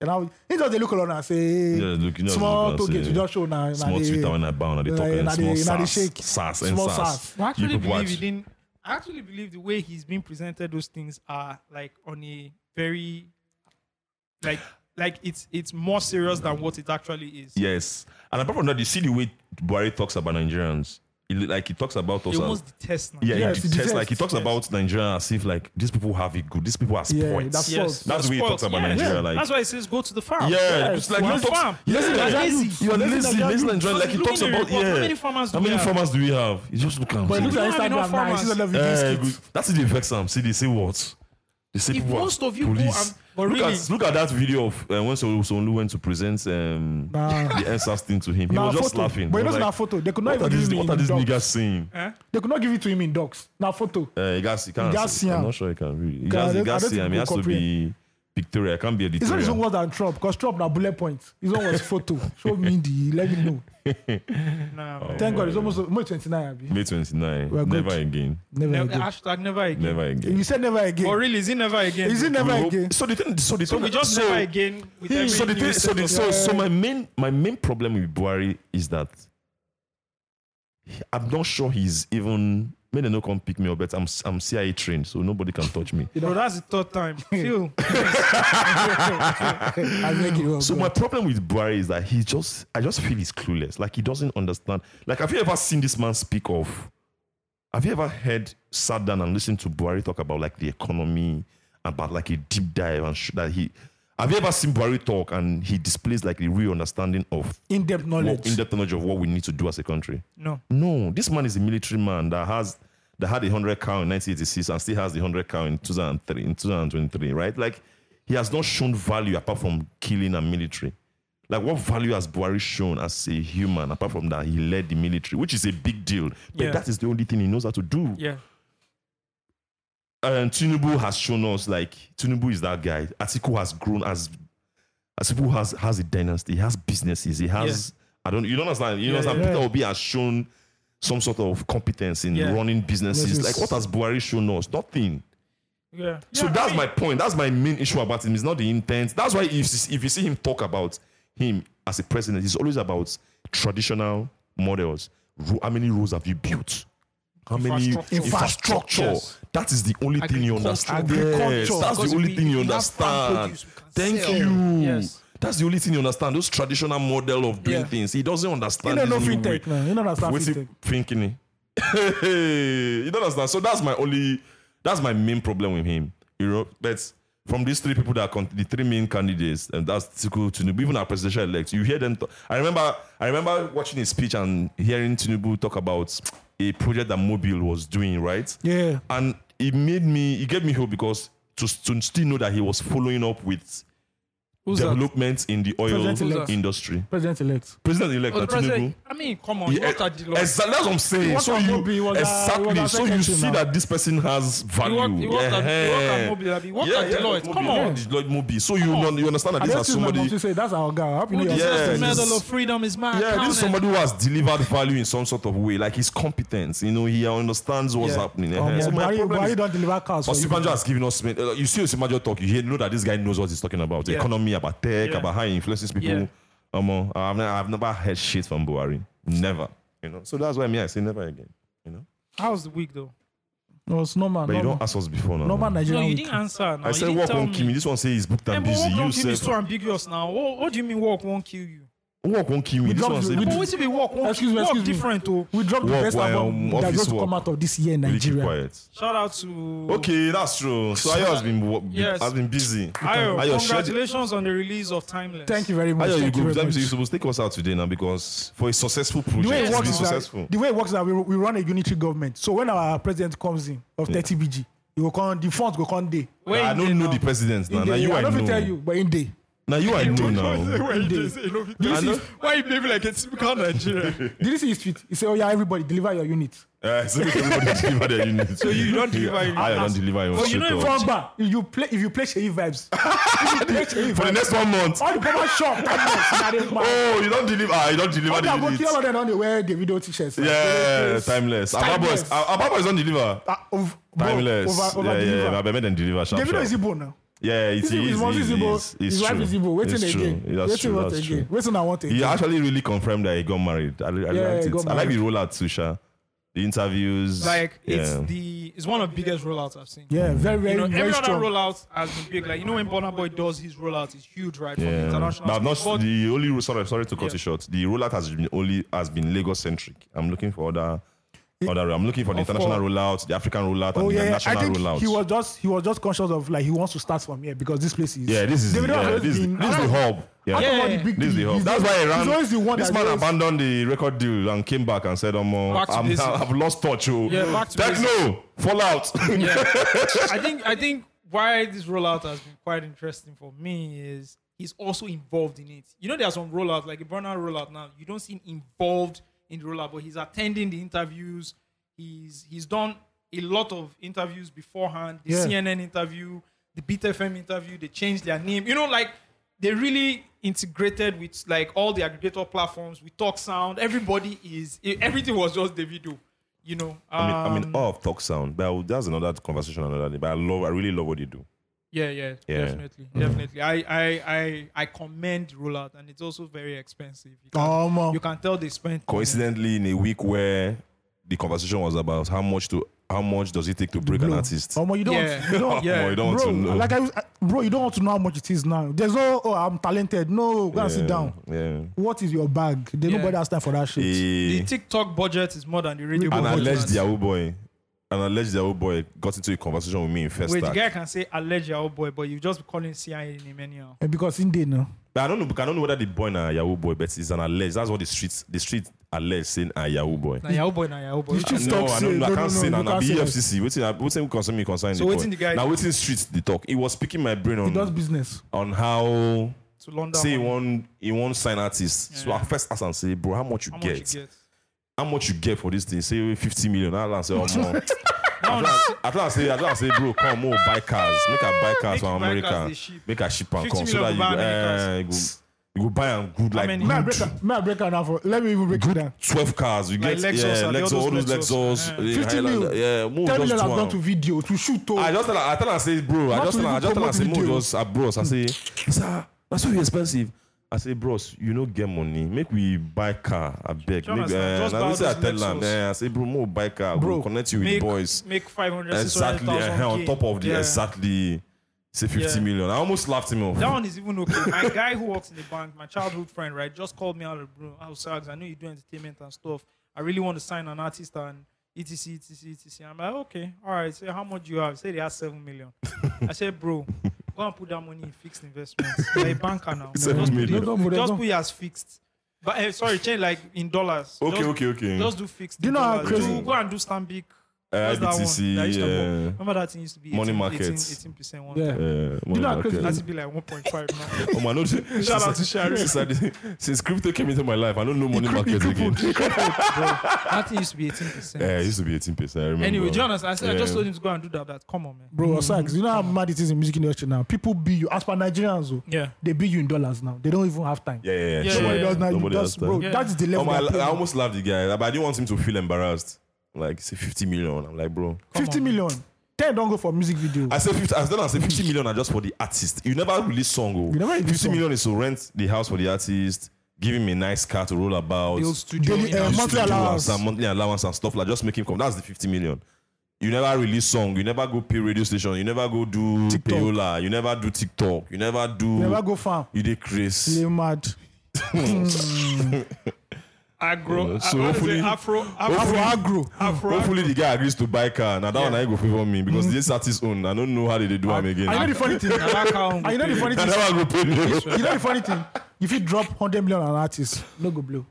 Speaker 3: And I, he just dey look around and say,
Speaker 4: Yeah, look, you know,
Speaker 3: small
Speaker 4: look and
Speaker 3: target,
Speaker 4: say,
Speaker 3: you just show now.
Speaker 4: small Twitter when I bound, they
Speaker 3: na
Speaker 4: talk
Speaker 3: they-
Speaker 4: and
Speaker 3: na
Speaker 4: small
Speaker 3: they- na they
Speaker 4: sass,
Speaker 3: Eh, shake.
Speaker 4: sass and
Speaker 3: Small
Speaker 4: sass.
Speaker 3: sass.
Speaker 2: I actually
Speaker 4: people
Speaker 2: believe
Speaker 4: watch.
Speaker 2: he didn't. I actually believe the way he's been presented, those things are like on a very, like, like it's it's more serious than what it actually is.
Speaker 4: Yes, and apart from that, you see the way Buhari talks about Nigerians. He, li- like he talks about us.
Speaker 2: They
Speaker 4: As,
Speaker 2: almost detest now.
Speaker 4: yeah,
Speaker 3: Yes,
Speaker 4: he
Speaker 3: he
Speaker 4: detests,
Speaker 3: detests.
Speaker 4: like he talks about Nigerians as if like these people have it good. These people are
Speaker 3: Yeah,
Speaker 4: spoiled.
Speaker 3: that's
Speaker 4: yeah,
Speaker 2: Yes,
Speaker 3: Yes,
Speaker 4: that's the way he talks about Nigeria, like-
Speaker 2: that's why he says go to the farm.
Speaker 4: it's like
Speaker 2: Well,
Speaker 4: he talks,
Speaker 2: farm.
Speaker 4: yeah,
Speaker 2: Lazy Nigerians.
Speaker 4: you are
Speaker 3: Lazy
Speaker 4: lazy,
Speaker 3: Nigerians.
Speaker 4: lazy Nigerians. Like he
Speaker 2: Look
Speaker 4: talks
Speaker 2: in the
Speaker 4: about
Speaker 2: report,
Speaker 4: yeah.
Speaker 2: how many farmers do
Speaker 4: How
Speaker 2: we
Speaker 4: many
Speaker 2: have?
Speaker 4: farmers do we have? You just look at
Speaker 3: But
Speaker 4: him.
Speaker 3: look
Speaker 2: don't
Speaker 3: at
Speaker 2: have enough
Speaker 3: Instagram now. You see
Speaker 2: farmers.
Speaker 3: all of you
Speaker 4: Eh,
Speaker 3: biscuits.
Speaker 4: good. That's the vex am. See, they say what? They say
Speaker 2: If
Speaker 4: people
Speaker 2: most
Speaker 4: are
Speaker 2: of you go
Speaker 4: police.
Speaker 2: and- but
Speaker 4: look,
Speaker 2: really-
Speaker 4: at, look at that video of uh, when Solu Sonlu went to present um,
Speaker 3: Nah.
Speaker 4: the NSAS thing to him. He
Speaker 3: Nah,
Speaker 4: was just
Speaker 3: photo.
Speaker 4: laughing.
Speaker 3: But
Speaker 4: He
Speaker 3: it
Speaker 4: was
Speaker 3: wasn't a photo. They could not
Speaker 4: what are
Speaker 3: even
Speaker 4: these,
Speaker 3: give him
Speaker 4: What are these
Speaker 3: in
Speaker 4: niggas saying?
Speaker 2: Huh?
Speaker 3: They could not give it to him in docs. Now photo.
Speaker 4: Uh, you guys, you can't,
Speaker 3: You guys see
Speaker 4: I'm
Speaker 3: am.
Speaker 4: not sure you can read. You
Speaker 3: God,
Speaker 4: guys,
Speaker 3: I
Speaker 4: you
Speaker 3: don't- I
Speaker 4: guys
Speaker 3: don't
Speaker 4: see him.
Speaker 3: think
Speaker 4: He has
Speaker 3: people
Speaker 4: to be pictorial. It can't be
Speaker 3: It's not his own
Speaker 4: editorial.
Speaker 3: words than Trump, because Trump now bullet points. His own was photo. Show me the, let me know.
Speaker 2: Nah,
Speaker 4: Oh.
Speaker 2: man.
Speaker 3: Thank God, it's almost, almost 29, Abi.
Speaker 4: May 29.
Speaker 3: We're good.
Speaker 4: Never again.
Speaker 3: Never
Speaker 2: Ne-
Speaker 3: again.
Speaker 2: hashtag never again.
Speaker 4: Never again.
Speaker 3: You said never
Speaker 2: But
Speaker 3: again.
Speaker 2: really, is it never again?
Speaker 3: Is it
Speaker 4: We
Speaker 3: never
Speaker 4: hope-
Speaker 3: again?
Speaker 4: So the thing, so the
Speaker 2: so
Speaker 4: thing-
Speaker 2: we just
Speaker 4: so- hmm.
Speaker 2: never again. With every
Speaker 4: So the
Speaker 2: new
Speaker 4: thing, so,
Speaker 2: set
Speaker 4: the,
Speaker 2: of-
Speaker 4: so, so my main my main problem with Buhari is that he- I'm not sure he's even. May they no come pick me up, but I'm I'm CIA trained, so nobody can touch me.
Speaker 2: Bro, that's the third time. Phil,
Speaker 3: I beg you, oh
Speaker 4: So
Speaker 3: God.
Speaker 4: my problem with Buhari is that he just I just feel he's clueless. Like he doesn't understand. Like have you ever seen this man speak of? Have you ever heard sat down and listened to Buhari talk about like the economy, about like a deep dive and sh- that he? Have you ever seen Buhari talk and he displays like the real understanding of
Speaker 3: in-depth knowledge.
Speaker 4: what, in-depth knowledge of what we need to do as a country.
Speaker 2: no.
Speaker 4: No, this man is a military man that has that had a hundred cow in 1986 and still has the hundred cow in 2003 in 2023, right? Like he has not shown value apart from killing a military. Like what value has Buhari shown as a human apart from that he led the military, which is a big deal. But
Speaker 2: Yeah.
Speaker 4: that is the only thing he knows how to do.
Speaker 2: Yeah.
Speaker 4: And Tinubu has shown us like Tinubu is that guy. Atiku has grown as Atiku has has a dynasty. He has businesses. He has I don't you don't understand.
Speaker 2: Yeah,
Speaker 4: You know understand.
Speaker 3: yeah.
Speaker 4: Peter Obi has shown some sort of competence in
Speaker 2: Yeah.
Speaker 4: running businesses.
Speaker 3: Yes, yes.
Speaker 4: Like what has Buhari shown us? Nothing.
Speaker 2: Yeah.
Speaker 4: So
Speaker 2: Yeah, I
Speaker 4: that's
Speaker 2: mean,
Speaker 4: my point. That's my main issue about him. It's not the intent. That's why if, if you see him talk about him as a president, it's always about traditional models. Ro- How many roads have you built? How many
Speaker 2: Infrastructure.
Speaker 4: infrastructure?
Speaker 2: Yes.
Speaker 4: That is the only thing you understand.
Speaker 3: Agriculture.
Speaker 4: Yes, that's
Speaker 2: Because
Speaker 4: the only
Speaker 2: we-
Speaker 4: thing you
Speaker 2: we have farm
Speaker 4: understand.
Speaker 2: produce, we can
Speaker 4: Thank
Speaker 2: sell.
Speaker 4: you.
Speaker 2: Yes.
Speaker 4: That's the only thing you understand. Those traditional model of doing
Speaker 2: Yeah.
Speaker 4: things. He doesn't
Speaker 3: You
Speaker 4: understand.
Speaker 3: don't know
Speaker 4: this new way.
Speaker 3: fintech now. You don't understand
Speaker 4: What's
Speaker 3: fintech.
Speaker 4: he thinking? you don't understand. So that's my only, that's my main problem with him. You know, but from these three people that are con- the three main candidates, and that's Tiku Tinubu, even our presidential elect, you hear them. Talk. I remember, I remember watching his speech and hearing Tinubu talk about a project that Mobile was doing, right?
Speaker 3: Yeah.
Speaker 4: and it made me, it gave me hope because to, to still know that he was following up with
Speaker 2: Who's that?
Speaker 4: development in the oil
Speaker 3: President-elect.
Speaker 4: industry.
Speaker 3: President elect.
Speaker 4: President elect
Speaker 2: Oh, the
Speaker 4: Tinubu.
Speaker 2: president. I mean, come on.
Speaker 4: Yeah,
Speaker 2: What are the laws?
Speaker 4: exactly, e- that's what I'm saying.
Speaker 3: What
Speaker 4: so
Speaker 3: about
Speaker 4: you
Speaker 3: Mobi? Was that-
Speaker 4: exactly,
Speaker 3: was that
Speaker 4: so you
Speaker 3: secretary
Speaker 4: see
Speaker 3: now?
Speaker 4: that this person has value.
Speaker 2: worked- he worked at- he worked at
Speaker 4: Eh-heh.
Speaker 2: Mobi, Abi. He worked at Deloitte.
Speaker 4: Mobi,
Speaker 2: Come
Speaker 4: he
Speaker 2: on.
Speaker 4: worked at Deloitte Mobi. So you, know, you understand that
Speaker 3: I
Speaker 4: this
Speaker 3: don't
Speaker 4: is
Speaker 3: choose my mom
Speaker 4: somebody.
Speaker 3: to say that's our guy. I hope you Um,
Speaker 2: Who
Speaker 3: know your
Speaker 2: deserves
Speaker 4: Yeah,
Speaker 2: the
Speaker 4: this-
Speaker 2: medal of freedom is my
Speaker 4: Yeah, this is
Speaker 2: accountant.
Speaker 4: somebody who has delivered value in some sort of way. Like he's competent. You know, he understands what's
Speaker 2: Yeah.
Speaker 4: happening. eh-heh.
Speaker 3: Um,
Speaker 4: so my
Speaker 3: Buhari,
Speaker 4: problem
Speaker 3: Buhari
Speaker 4: is-
Speaker 3: don't deliver cars. for you.
Speaker 4: Osibanjo has given us. uh, You see Osibanjo talk, you hear, know that this guy knows what he's talking about. The
Speaker 2: Yeah.
Speaker 4: economy, about tech,
Speaker 2: Yeah.
Speaker 4: about how he influences people.
Speaker 2: Yeah.
Speaker 4: Um, uh, I've, ne- I've never heard shit from Buhari. Never. You know. So that's why me I say never again. You know.
Speaker 2: How's the week though?
Speaker 3: No, it's normal.
Speaker 4: But you
Speaker 3: normal-
Speaker 4: don't ask us before Ah, now.
Speaker 3: Normal
Speaker 2: No,
Speaker 3: Nigerian.
Speaker 2: you
Speaker 3: week.
Speaker 2: didn't answer. No.
Speaker 4: I said work won't kill me. This one says he's booked
Speaker 2: Yeah,
Speaker 4: and
Speaker 2: but
Speaker 4: busy.
Speaker 2: work
Speaker 4: You
Speaker 2: won't kill me is
Speaker 4: said
Speaker 2: so ambiguous now. What, what do you mean work won't kill you?
Speaker 4: work won't kill me.
Speaker 3: We
Speaker 4: This
Speaker 3: dropped
Speaker 4: one
Speaker 3: you-
Speaker 4: says
Speaker 3: we
Speaker 2: But
Speaker 4: be
Speaker 3: dropped
Speaker 2: wait till be work won't
Speaker 3: Excuse
Speaker 2: kill
Speaker 3: me,
Speaker 2: work
Speaker 3: excuse me.
Speaker 2: different oh.
Speaker 3: We dropped the
Speaker 4: Work,
Speaker 3: best
Speaker 4: well,
Speaker 3: album
Speaker 4: office
Speaker 3: that just
Speaker 4: work.
Speaker 3: come out of this year in Nigeria.
Speaker 4: quiet.
Speaker 2: Shout out to
Speaker 4: Okay, that's true. So Ayo has been wo-
Speaker 2: Yes.
Speaker 4: has been busy.
Speaker 2: Ayo,
Speaker 4: Ayo, share the-
Speaker 2: congratulations on the release of Timeless.
Speaker 3: Thank you very much.
Speaker 4: Ayo, you
Speaker 3: Thank you
Speaker 4: go. That
Speaker 3: very
Speaker 4: means you're
Speaker 3: much.
Speaker 4: supposed to take us out today now because for a successful project,
Speaker 3: The way it
Speaker 4: to
Speaker 3: works
Speaker 4: be
Speaker 3: is
Speaker 4: successful.
Speaker 3: that, the way it works is that we, we run a unitary government. So when our president comes in of 30 BG, he will come, the funds go come day.
Speaker 2: Where
Speaker 4: I
Speaker 2: you
Speaker 4: don't
Speaker 2: dey
Speaker 4: know
Speaker 2: now?
Speaker 4: the presidents now.
Speaker 3: In
Speaker 4: Now
Speaker 3: day.
Speaker 4: you
Speaker 3: I
Speaker 4: I
Speaker 3: don't fit tell
Speaker 4: know.
Speaker 3: you, but in day.
Speaker 4: Now you I know now.
Speaker 2: Where you dey say, you know, this
Speaker 4: know.
Speaker 2: is- Why you behave like a typical Nigerian?
Speaker 3: Did you see his tweet? He said, Oh, yeah, everybody, deliver your unit.
Speaker 4: Uh, so make everybody deliver their unit. So
Speaker 2: you don't deliver your
Speaker 4: I
Speaker 2: unit.
Speaker 4: don't deliver your
Speaker 2: you know if
Speaker 4: shit, oh.
Speaker 3: From bar, if you play, if you play Sheyi vibes, if you play Sheyi
Speaker 4: for the
Speaker 3: vibes,
Speaker 4: next one month.
Speaker 3: all the people shop, timeless, na they
Speaker 4: Oh, you don't deliver. Ah, you don't deliver
Speaker 3: They are going to kill all
Speaker 4: the
Speaker 3: of them on the wear the video t-shirts.
Speaker 4: unit. Yeah, timeless. Ababa boys,
Speaker 3: Timeless.
Speaker 4: Ababa boys don't deliver.
Speaker 3: Uh, ov- bro,
Speaker 4: Timeless.
Speaker 3: Over, over
Speaker 4: yeah,
Speaker 3: deliver.
Speaker 4: yeah. I made them deliver. Sharp,
Speaker 3: The video is
Speaker 4: sharp.
Speaker 3: Igbo now.
Speaker 4: Yeah, it is.
Speaker 3: His, his
Speaker 4: It's
Speaker 3: mom is Igbo. His wife
Speaker 4: true.
Speaker 3: is Igbo. Waiting
Speaker 4: It's true.
Speaker 3: again.
Speaker 4: That's
Speaker 3: Waiting
Speaker 4: true.
Speaker 3: what
Speaker 4: That's
Speaker 3: again?
Speaker 4: true.
Speaker 3: Waiting I want
Speaker 4: He
Speaker 3: again.
Speaker 4: actually really confirmed that he got married. I, I liked
Speaker 3: he
Speaker 4: it.
Speaker 3: got
Speaker 4: I like the
Speaker 3: married.
Speaker 4: rollout, Susha. The interviews.
Speaker 2: like
Speaker 4: yeah.
Speaker 2: it's the it's one of the biggest rollouts I've seen.
Speaker 3: Yeah, very, very,
Speaker 2: You know, every
Speaker 3: very
Speaker 2: other
Speaker 3: strong.
Speaker 2: rollout has been big. Like you know when Burna Boy does his rollout, it's huge, right? From
Speaker 4: Yeah.
Speaker 2: international.
Speaker 4: But I've not
Speaker 2: stage.
Speaker 4: the only ro- sorry sorry to cut
Speaker 2: Yeah.
Speaker 4: it short. The rollout has been only has been Lagos centric. I'm looking for other other. I'm looking for the
Speaker 2: Of
Speaker 4: international rollout, the African rollout,
Speaker 3: Oh
Speaker 4: and
Speaker 3: yeah,
Speaker 4: the
Speaker 3: yeah. I
Speaker 4: national
Speaker 3: think
Speaker 4: rollout.
Speaker 3: he was just he was just conscious of like he wants to start from here because this place is
Speaker 4: yeah, this is the,
Speaker 3: Davido has
Speaker 4: yeah,
Speaker 3: always
Speaker 4: this, is the-
Speaker 3: been-
Speaker 4: this is the hub. Yeah.
Speaker 2: Yeah.
Speaker 3: All the big
Speaker 4: This is the hub.
Speaker 3: he's
Speaker 4: That's why I
Speaker 3: always-
Speaker 4: ran.
Speaker 3: He's always the one
Speaker 4: this
Speaker 3: that
Speaker 4: man
Speaker 3: goes-
Speaker 4: abandoned the record deal and came back and said, "I'm, uh,
Speaker 2: Back to
Speaker 4: I'm
Speaker 2: basics.
Speaker 4: I've lost touch. Oh.
Speaker 2: Yeah, back to
Speaker 4: Techno Fallout."
Speaker 2: I think I think why this rollout has been quite interesting for me is he's also involved in it. You know, there are some rollouts like a burnout rollout now. You don't see him involved in the rollout, but he's attending the interviews. He's he's done a lot of interviews beforehand. The
Speaker 3: Yeah.
Speaker 2: CNN interview, the Beat FM interview. They changed their name. You know, like they really integrated with like all the aggregator platforms. We talk sound. Everybody is everything was just the video. You know,
Speaker 4: I mean, I mean,
Speaker 2: Um,
Speaker 4: all of talk sound. But I would- that's another conversation another day. But I love, I really love what they do.
Speaker 2: Yeah, yeah,
Speaker 4: Yeah. Mm.
Speaker 2: definitely, definitely. I, I, I, I commend rollout, and it's also very expensive. You can,
Speaker 3: Oh man.
Speaker 2: you can tell they spent.
Speaker 4: coincidentally in a week where the conversation was about how much to how much does it take to break an artist.
Speaker 3: Oh man, you don't
Speaker 2: Yeah.
Speaker 3: you don't
Speaker 2: Yeah.
Speaker 4: Omo, you don't want
Speaker 3: bro,
Speaker 4: to know.
Speaker 3: like I, was- I- bro, you don't want to know how much it is now. There's no, oh, I'm talented. No, go and sit down.
Speaker 4: Yeah.
Speaker 3: What is your bag? There
Speaker 2: Yeah.
Speaker 3: nobody has time for that shit.
Speaker 2: The
Speaker 4: He,
Speaker 2: TikTok budget is more than the radio.
Speaker 4: an
Speaker 3: Oh,
Speaker 2: budget.
Speaker 4: alleged Yahoo boy, an alleged Yahoo boy got into a conversation with me in first
Speaker 2: Wait, the
Speaker 4: act.
Speaker 2: guy can say alleged Yahoo boy, but you just be calling CIA name anyhow.
Speaker 3: And Eh, because in there now,
Speaker 4: But I don't know. I don't know whether the boy na Yahoo boy, but it's an alleged. That's what the streets the street alleged saying a Yahoo boy.
Speaker 2: Na Yahoo boy, na Yahoo boy.
Speaker 3: Did you-
Speaker 4: no,
Speaker 3: talk
Speaker 4: I
Speaker 3: say-
Speaker 4: don't know. I
Speaker 3: no,
Speaker 4: can't
Speaker 3: no,
Speaker 4: say
Speaker 3: no,
Speaker 4: now.
Speaker 3: you
Speaker 4: Now
Speaker 3: can't say that.
Speaker 4: BFCC. Waiting, waiting, concern me concern the
Speaker 2: So wetin
Speaker 4: boy.
Speaker 2: the guy
Speaker 4: Now
Speaker 2: do?
Speaker 4: waiting streets the talk. It was picking my brain
Speaker 3: he does
Speaker 4: on
Speaker 3: business.
Speaker 4: on how
Speaker 2: To London.
Speaker 4: say he
Speaker 2: man.
Speaker 4: won't he won't sign artists. So
Speaker 2: Yeah.
Speaker 4: I first ask and say, bro, how much you
Speaker 2: How much
Speaker 4: get?
Speaker 2: you get?
Speaker 4: how much you get for this thing? Say 50 million. I'll answer oh, more. I try and say, I try and say, bro, come on, buy cars. Make her buy cars
Speaker 2: Make
Speaker 4: from
Speaker 2: you buy cars,
Speaker 4: America.
Speaker 2: they ship.
Speaker 4: Make her ship and
Speaker 2: 50
Speaker 4: come so that
Speaker 2: million go buy American
Speaker 4: you go, eh, you go, you go buy and good like
Speaker 2: many?
Speaker 3: May I
Speaker 4: good
Speaker 3: break her- may I break her now for let me even break it down.
Speaker 4: 12 cars. You
Speaker 2: Like
Speaker 4: get
Speaker 2: Lexus
Speaker 4: yeah,
Speaker 2: and the
Speaker 4: Lexus,
Speaker 2: others
Speaker 4: all those
Speaker 2: Lexus.
Speaker 4: Lexus.
Speaker 2: Eh.
Speaker 4: yeah,
Speaker 3: 50
Speaker 4: Highlander,
Speaker 3: million.
Speaker 4: Yeah, move
Speaker 3: 10
Speaker 4: Oh, just
Speaker 3: million have
Speaker 4: do
Speaker 3: gone
Speaker 4: am.
Speaker 3: to video to shoot. oh.
Speaker 4: I just tell her, I tell her, I say, bro, I
Speaker 3: Not
Speaker 4: just
Speaker 3: to Hmm.
Speaker 4: tell her, I
Speaker 3: even
Speaker 4: just tell her, I
Speaker 3: promote
Speaker 4: say,
Speaker 3: the
Speaker 4: move
Speaker 3: video.
Speaker 4: just, ah, bros, I say, sir, that's so expensive. I say, bros, you know, get money. Make we buy car. I beg.
Speaker 2: Do you
Speaker 4: Make,
Speaker 2: understand?
Speaker 4: eh,
Speaker 2: Just
Speaker 4: and I
Speaker 2: buy
Speaker 4: say, I
Speaker 2: all these
Speaker 4: tell them,
Speaker 2: Lexus.
Speaker 4: eh, I say, bro, more buy car.
Speaker 3: Bro,
Speaker 4: We'll connect you with
Speaker 2: Make,
Speaker 4: boys.
Speaker 2: make 500,
Speaker 4: Exactly.
Speaker 2: 600,000
Speaker 4: eh, on
Speaker 2: gain.
Speaker 4: top of the
Speaker 2: Yeah.
Speaker 4: exactly, say fifty
Speaker 2: Yeah.
Speaker 4: million. I almost laughed him off.
Speaker 2: That one is even okay. My guy who works in the bank, my childhood friend, right, just called me out of the blue. Oh, Sags, I know you do entertainment and stuff. I really want to sign an artist and etc, etc, etc. I'm like, okay, all right. So how much do you have? Say they have seven million. I said, bro, go and put that money in fixed investments. You're a banker now.
Speaker 4: Seven
Speaker 2: just
Speaker 4: million.
Speaker 3: No,
Speaker 2: Put
Speaker 3: no,
Speaker 2: it,
Speaker 3: no,
Speaker 2: just
Speaker 3: no.
Speaker 2: put it as fixed. But eh, sorry, change like in dollars.
Speaker 4: Okay,
Speaker 2: just,
Speaker 4: okay, okay.
Speaker 2: Just do fixed.
Speaker 3: Do you
Speaker 2: in
Speaker 3: know how
Speaker 2: dollars.
Speaker 3: crazy-
Speaker 2: Do- Go and do Stambic
Speaker 4: Uh,
Speaker 2: What's that one? That used to
Speaker 4: IBTC,
Speaker 2: work? Remember that thing used to be
Speaker 4: Money
Speaker 2: 18,
Speaker 4: market.
Speaker 2: 18, percent one.
Speaker 3: Yeah.
Speaker 2: time.
Speaker 4: uh, uh,
Speaker 3: you know how
Speaker 4: money
Speaker 3: crazy
Speaker 2: That
Speaker 4: market.
Speaker 2: should be like 1.5 now.
Speaker 4: Oh my lord!
Speaker 2: Shout out to Sharif.
Speaker 4: Since, I- since crypto came into my life, I don't know money markets again.
Speaker 2: that thing used to be 18%.
Speaker 4: Yeah, it used to be eighteen percent. I remember.
Speaker 2: Anyway, Jonas, I said I just
Speaker 4: Mm, Yeah.
Speaker 2: told him to go and do that. That come on, man.
Speaker 3: Bro, Osags, you know how mad it is in music industry now. People be you. As for Nigerians, oh,
Speaker 2: Yeah.
Speaker 3: they be you in dollars now. They don't even have time.
Speaker 4: Yeah, yeah, yeah.
Speaker 2: Yeah,
Speaker 4: Nobody-
Speaker 2: yeah, yeah.
Speaker 3: That's not-
Speaker 4: nobody
Speaker 3: that's-
Speaker 4: has
Speaker 3: bro,
Speaker 4: time.
Speaker 2: Yeah.
Speaker 3: that's the
Speaker 4: Oh
Speaker 3: level.
Speaker 4: my,
Speaker 3: they're
Speaker 4: I
Speaker 3: paying.
Speaker 4: almost laughed the guy, but I didn't want him to feel embarrassed. Like, say 50 million. I'm like, bro.
Speaker 2: Come
Speaker 3: 50
Speaker 2: on, man.
Speaker 3: million. 10 don't go for music video.
Speaker 4: I said 50, I said, I said 50 million are just for the artist. You never release song. Oh.
Speaker 3: You never release
Speaker 4: 50
Speaker 3: song.
Speaker 4: million is to rent the house for the artist, give him a nice car to roll about,
Speaker 2: Build studio.
Speaker 3: Daily,
Speaker 2: in
Speaker 3: uh,
Speaker 2: house.
Speaker 4: use
Speaker 3: monthly
Speaker 4: studio
Speaker 3: allowance.
Speaker 4: and monthly allowance and stuff like just make him come. That's the 50 million. You never release song. You never go pay radio station. You never go do
Speaker 3: TikTok.
Speaker 4: payola. You never do TikTok. You never do.
Speaker 3: You never go farm.
Speaker 4: You did Chris.
Speaker 3: They mad.
Speaker 2: Agro.
Speaker 4: Yeah, so
Speaker 2: I- I
Speaker 4: hopefully-
Speaker 2: say Afro.
Speaker 3: Afro
Speaker 2: Afro.
Speaker 3: agro.
Speaker 2: Afro.
Speaker 4: Hopefully the guy agrees to buy car. Now that one I go favor me because this artist own. I don't know how they dey do am again.
Speaker 3: Mm. I know the funny thing.
Speaker 2: Now that count
Speaker 3: I know the
Speaker 2: with
Speaker 3: funny
Speaker 4: I
Speaker 3: thing.
Speaker 4: never go pay you.
Speaker 3: You know the funny thing. If you drop 100 million on an artist, no go blow.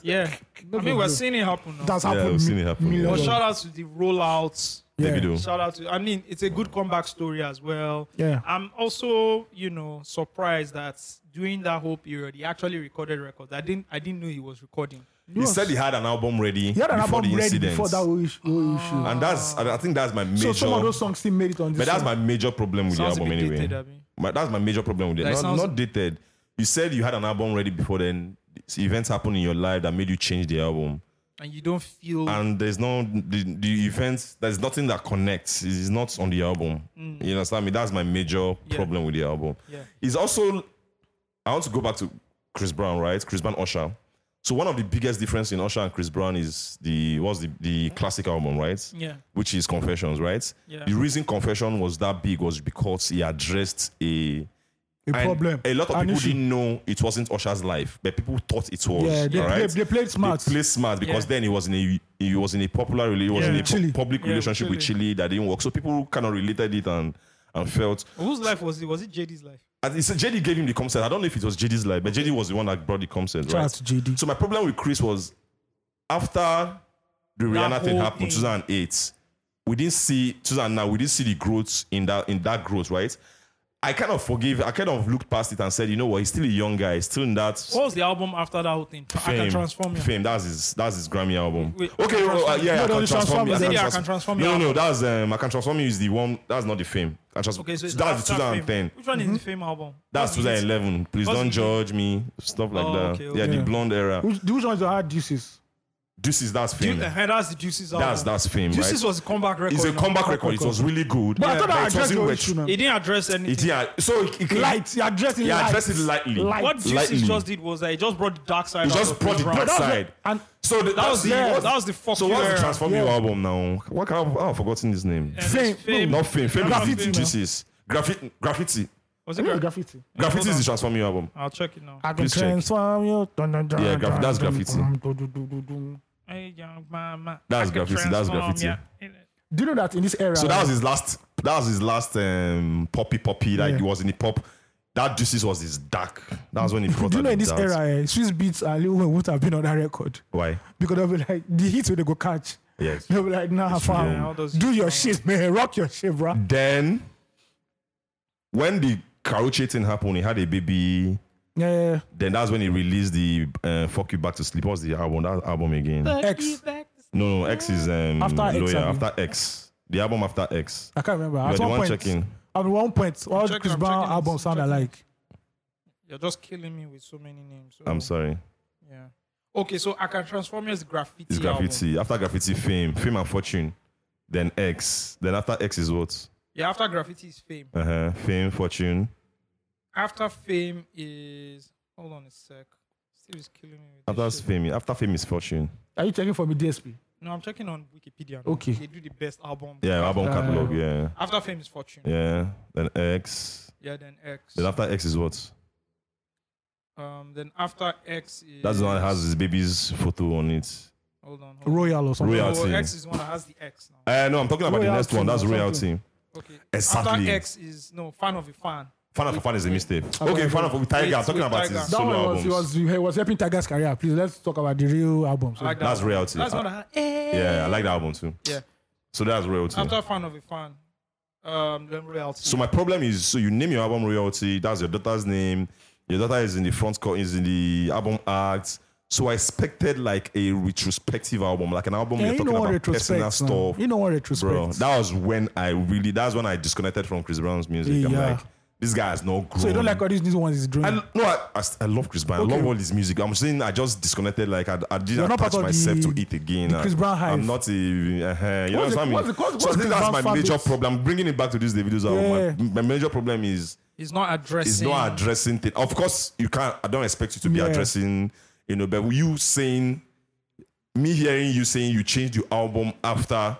Speaker 2: Yeah. I mean, we're seeing it happen now.
Speaker 3: That's
Speaker 4: Yeah,
Speaker 3: happened.
Speaker 4: I've seen it happen,
Speaker 3: Million.
Speaker 2: But shout out to the rollouts.
Speaker 4: Davido.
Speaker 2: Shout out to. I mean, it's a good comeback story as well.
Speaker 3: Yeah.
Speaker 2: I'm also, you know, surprised that during that whole period, he actually recorded records. I didn't. I didn't know he was recording.
Speaker 4: He said he had an album ready.
Speaker 3: He had an
Speaker 4: before
Speaker 3: album
Speaker 4: the
Speaker 3: ready
Speaker 4: incident.
Speaker 3: before that whole issue. whole issue.
Speaker 4: And that's I I think that's my
Speaker 3: so
Speaker 4: major.
Speaker 3: some of those songs still made it on this.
Speaker 4: but that's
Speaker 3: song.
Speaker 4: my major problem with
Speaker 2: Sounds a
Speaker 4: the album
Speaker 2: bit
Speaker 4: anyway.
Speaker 2: dated, Abi.
Speaker 4: My- that's my major problem with it.
Speaker 2: That
Speaker 4: not,
Speaker 2: sounds-
Speaker 4: not dated. You said you had an album ready before then. s- Events happened in your life that made you change the album,
Speaker 2: And you don't feel.
Speaker 4: and there's no the, the events. There's nothing that connects. It's not on the album. You understand me? That's my major
Speaker 2: Mm. Yeah.
Speaker 4: problem with the album.
Speaker 2: Yeah.
Speaker 4: It's also I want to go back to Chris Brown, right? Chris Brown, Usher. So one of the biggest difference in Usher and Chris Brown is the what's the the classic album, right?
Speaker 2: Yeah.
Speaker 4: Which is Confessions, right?
Speaker 2: Yeah.
Speaker 4: The reason Confession was that big was because he addressed a
Speaker 3: a
Speaker 4: and
Speaker 3: problem.
Speaker 4: A lot of
Speaker 3: An
Speaker 4: people
Speaker 3: issue.
Speaker 4: didn't know it wasn't Usher's life, but people thought it was.
Speaker 3: Yeah, they,
Speaker 4: all
Speaker 3: play,
Speaker 4: right?
Speaker 3: they played smart.
Speaker 4: They played smart because
Speaker 2: Yeah.
Speaker 4: then he was in a he was in a popular rela- he was in
Speaker 2: Yeah.
Speaker 4: a pu-
Speaker 3: Chile.
Speaker 4: public
Speaker 2: Yeah,
Speaker 4: relationship with
Speaker 2: Chile.
Speaker 4: Chile that didn't work. So people kind of related it and and felt
Speaker 2: Whose life was it? Was it JD's life?
Speaker 4: and it's, JD gave him the concept. I don't know if it was JD's life, but JD was the one that brought the concept,
Speaker 3: Shout
Speaker 4: right?
Speaker 3: out to JD.
Speaker 4: So my problem with Chris was after the Rihanna thing
Speaker 2: whole
Speaker 4: happened,
Speaker 2: thing.
Speaker 4: 2008, we didn't see 2009. We didn't see the growth in that in that growth, right? I kind of forgave. I kind of looked past it and said, you know what? He's still a young guy. He's still in that
Speaker 2: What was the album after that whole thing? Oh, I
Speaker 4: fame.
Speaker 2: can transform you.
Speaker 4: Fame. That's his. That's his Grammy album.
Speaker 2: Wait, I
Speaker 4: okay.
Speaker 2: Can
Speaker 4: oh, uh,
Speaker 2: Transform You.
Speaker 3: No, no,
Speaker 4: yeah. I
Speaker 3: the Transform- is it
Speaker 4: can transform. you.
Speaker 2: the I Can Transform You
Speaker 4: No, no.
Speaker 2: album?
Speaker 4: That's um. I can transform you is the one. That's not the fame. I can transform.
Speaker 2: Okay, so it's
Speaker 4: that's
Speaker 2: after
Speaker 4: 2010.
Speaker 2: Fame. Which one is the Fame album?
Speaker 4: That's
Speaker 2: What's it?
Speaker 4: 2011. Please
Speaker 2: What's
Speaker 4: don't
Speaker 2: it?
Speaker 4: judge me. Stuff like
Speaker 2: Oh,
Speaker 4: that.
Speaker 2: okay, okay.
Speaker 4: Yeah, the
Speaker 3: Yeah.
Speaker 4: blonde era.
Speaker 3: Which, which ones are hard uses?
Speaker 4: This is that's
Speaker 2: Ju-
Speaker 4: fame.
Speaker 2: uh, that's the Juices
Speaker 3: Oh.
Speaker 2: album.
Speaker 4: That's that's fame, right?
Speaker 2: Juices was a comeback record.
Speaker 4: it's a
Speaker 2: now.
Speaker 4: comeback record. It was really good.
Speaker 3: But I thought I
Speaker 4: it
Speaker 3: addressed
Speaker 4: wasn't
Speaker 3: your
Speaker 4: wet.
Speaker 3: issue now.
Speaker 2: It didn't address
Speaker 4: It,
Speaker 2: anything.
Speaker 4: yeah. So it, it,
Speaker 3: Light. You're addressing
Speaker 4: Yeah,
Speaker 3: light.
Speaker 4: address it lightly.
Speaker 3: Light.
Speaker 2: What Juices
Speaker 4: Lightly.
Speaker 2: just did was that it just brought the dark side.
Speaker 4: It
Speaker 2: out
Speaker 4: just
Speaker 2: of
Speaker 4: brought
Speaker 2: Chris
Speaker 4: the
Speaker 2: Brown.
Speaker 4: dark
Speaker 3: was
Speaker 4: side.
Speaker 3: the- and-
Speaker 4: so the,
Speaker 2: That was the
Speaker 4: what's-
Speaker 2: that was the fuck.
Speaker 4: So what's the transform you
Speaker 3: Yeah.
Speaker 4: album now? What kind of, oh, I've forgotten his name.
Speaker 2: And
Speaker 3: Fame.
Speaker 2: it's Fame.
Speaker 4: Not fame. Fame
Speaker 3: Graffiti,
Speaker 4: graffiti.
Speaker 3: man.
Speaker 4: Juices. Graffi- graffiti.
Speaker 2: Was it
Speaker 3: Yeah,
Speaker 2: gra-
Speaker 3: graffiti.
Speaker 4: Graffiti
Speaker 2: hold
Speaker 4: is
Speaker 2: on.
Speaker 4: the transform you album.
Speaker 2: I'll check it now.
Speaker 3: I
Speaker 4: Please check.
Speaker 3: transform you.
Speaker 4: Yeah, graf- that's graffiti.
Speaker 2: Hey, young mama.
Speaker 4: That's
Speaker 2: I can
Speaker 4: graffiti, that's
Speaker 2: transform
Speaker 4: graffiti.
Speaker 2: ya.
Speaker 3: Do you know that in this era?
Speaker 4: So that was his last. That was his last um, poppy poppy. Like
Speaker 3: Yeah.
Speaker 4: he was in the pop. That Juices was his dark. That was when he brought.
Speaker 3: Do you know
Speaker 4: out
Speaker 3: in
Speaker 4: the
Speaker 3: this
Speaker 4: dark.
Speaker 3: era, eh, Swiss Beats and Lil Wayne would have been on that record
Speaker 4: Why?
Speaker 3: because they'll be like the hits will they go catch.
Speaker 4: Yes.
Speaker 3: They'll be like, nah,
Speaker 2: Yeah, all
Speaker 3: fam,
Speaker 2: those-
Speaker 3: do your shit, man, rock your shit, bro.
Speaker 4: Then, when the Karuche thing happened, he had a baby.
Speaker 3: Yeah, yeah, yeah.
Speaker 4: Then that's when he released the uh, "Fuck You Back to Sleep." What's the album? That album again?
Speaker 3: X.
Speaker 4: No, no, X is um,
Speaker 3: After X,
Speaker 4: Lawyer,
Speaker 3: I mean.
Speaker 4: after X. The album after X.
Speaker 3: I can't remember.
Speaker 4: You're
Speaker 3: At
Speaker 4: the
Speaker 3: one
Speaker 4: one
Speaker 3: point,
Speaker 4: checking.
Speaker 3: I mean, one point, all
Speaker 2: checking,
Speaker 3: Chris
Speaker 2: I'm
Speaker 3: Brown
Speaker 2: checking, I'm
Speaker 3: albums sound
Speaker 2: checking.
Speaker 3: alike.
Speaker 2: You're just killing me with so many names. so-
Speaker 4: I'm sorry.
Speaker 2: Yeah. Okay, so I can transform you as graffiti.
Speaker 4: It's graffiti. After graffiti, fame, fame and fortune. Then X. Then after X is what?
Speaker 2: Yeah, after graffiti is fame.
Speaker 4: Uh huh. Fame, fortune.
Speaker 2: After fame is hold on a sec. Steve is killing me. With
Speaker 4: After
Speaker 2: this shit.
Speaker 4: fame, after fame is fortune.
Speaker 3: Are you checking for me, DSP?
Speaker 2: No, I'm checking on Wikipedia. Now.
Speaker 3: Okay.
Speaker 2: They do the best album.
Speaker 4: Yeah, album
Speaker 3: Uh,
Speaker 4: catalog. Yeah,
Speaker 2: After fame is fortune. Yeah,
Speaker 4: yeah. Then X.
Speaker 2: then X.
Speaker 4: Then after X is what?
Speaker 2: um, then after X is.
Speaker 4: That's the one that has his baby's photo on it.
Speaker 2: Hold on. Hold on.
Speaker 3: Royal or something.
Speaker 4: Royal.
Speaker 2: Oh,
Speaker 4: Royalty.
Speaker 2: X is the one that has the X now.
Speaker 4: Uh, no, I'm talking about the next
Speaker 3: Royalty
Speaker 4: one. That's
Speaker 3: or something.
Speaker 4: royalty.
Speaker 2: Okay.
Speaker 4: Exactly.
Speaker 2: After X is no fan of a fan.
Speaker 4: Fan of Fan is a mistake. Okay, Fan of with Tiger. I'm talking
Speaker 2: with
Speaker 4: about
Speaker 2: Tiger.
Speaker 4: his
Speaker 2: That
Speaker 3: That
Speaker 4: solo
Speaker 3: one was,
Speaker 4: albums.
Speaker 3: he was he was helping Tiger's career. Please let's talk about the real album. So.
Speaker 2: I like that
Speaker 4: That's
Speaker 2: one.
Speaker 4: royalty.
Speaker 2: That's
Speaker 4: Uh,
Speaker 2: not a, eh.
Speaker 4: yeah, I like that album too.
Speaker 2: Yeah.
Speaker 4: So that's royalty.
Speaker 2: I'm not a fan of a fan. Um, then royalty.
Speaker 4: So my problem is, so you name your album royalty. That's your daughter's name. Your daughter is in the front cover, is in the album art. So I expected like a retrospective album, like an album
Speaker 3: Yeah,
Speaker 4: where
Speaker 3: you
Speaker 4: you're
Speaker 3: know
Speaker 4: talking
Speaker 3: what
Speaker 4: about personal
Speaker 3: retrospects. man.
Speaker 4: stuff.
Speaker 3: You know what retrospects.
Speaker 4: Bro, that was when I really. That's when I disconnected from Chris Brown's music. I'm
Speaker 3: Yeah.
Speaker 4: like, this guy has no grown.
Speaker 3: so you don't like all these new ones he's doing.
Speaker 4: I, no, I, I, s- I love Chris Brown. I
Speaker 3: Okay.
Speaker 4: love all his music. I'm saying I just disconnected. Like I, I
Speaker 3: You're
Speaker 4: didn't
Speaker 3: not part
Speaker 4: attach
Speaker 3: of
Speaker 4: myself
Speaker 3: the-
Speaker 4: to it again.
Speaker 3: the Chris Brown
Speaker 4: I'm
Speaker 3: hype.
Speaker 4: not a. Uh, you know
Speaker 3: What's
Speaker 4: what
Speaker 3: the-
Speaker 4: I mean?
Speaker 3: what's the- what's-
Speaker 4: so I
Speaker 3: what's
Speaker 4: think
Speaker 3: Chris
Speaker 4: that's
Speaker 3: Brown
Speaker 4: my
Speaker 3: fan
Speaker 4: major
Speaker 3: base?
Speaker 4: problem. I'm bringing it back to this Davido's album.
Speaker 3: Yeah.
Speaker 4: My, my major problem is
Speaker 2: It's not addressing.
Speaker 4: is not addressing things. Of course, you can't. I don't expect you to be
Speaker 3: Yeah.
Speaker 4: addressing. You know, but you saying, me hearing you saying you changed your album after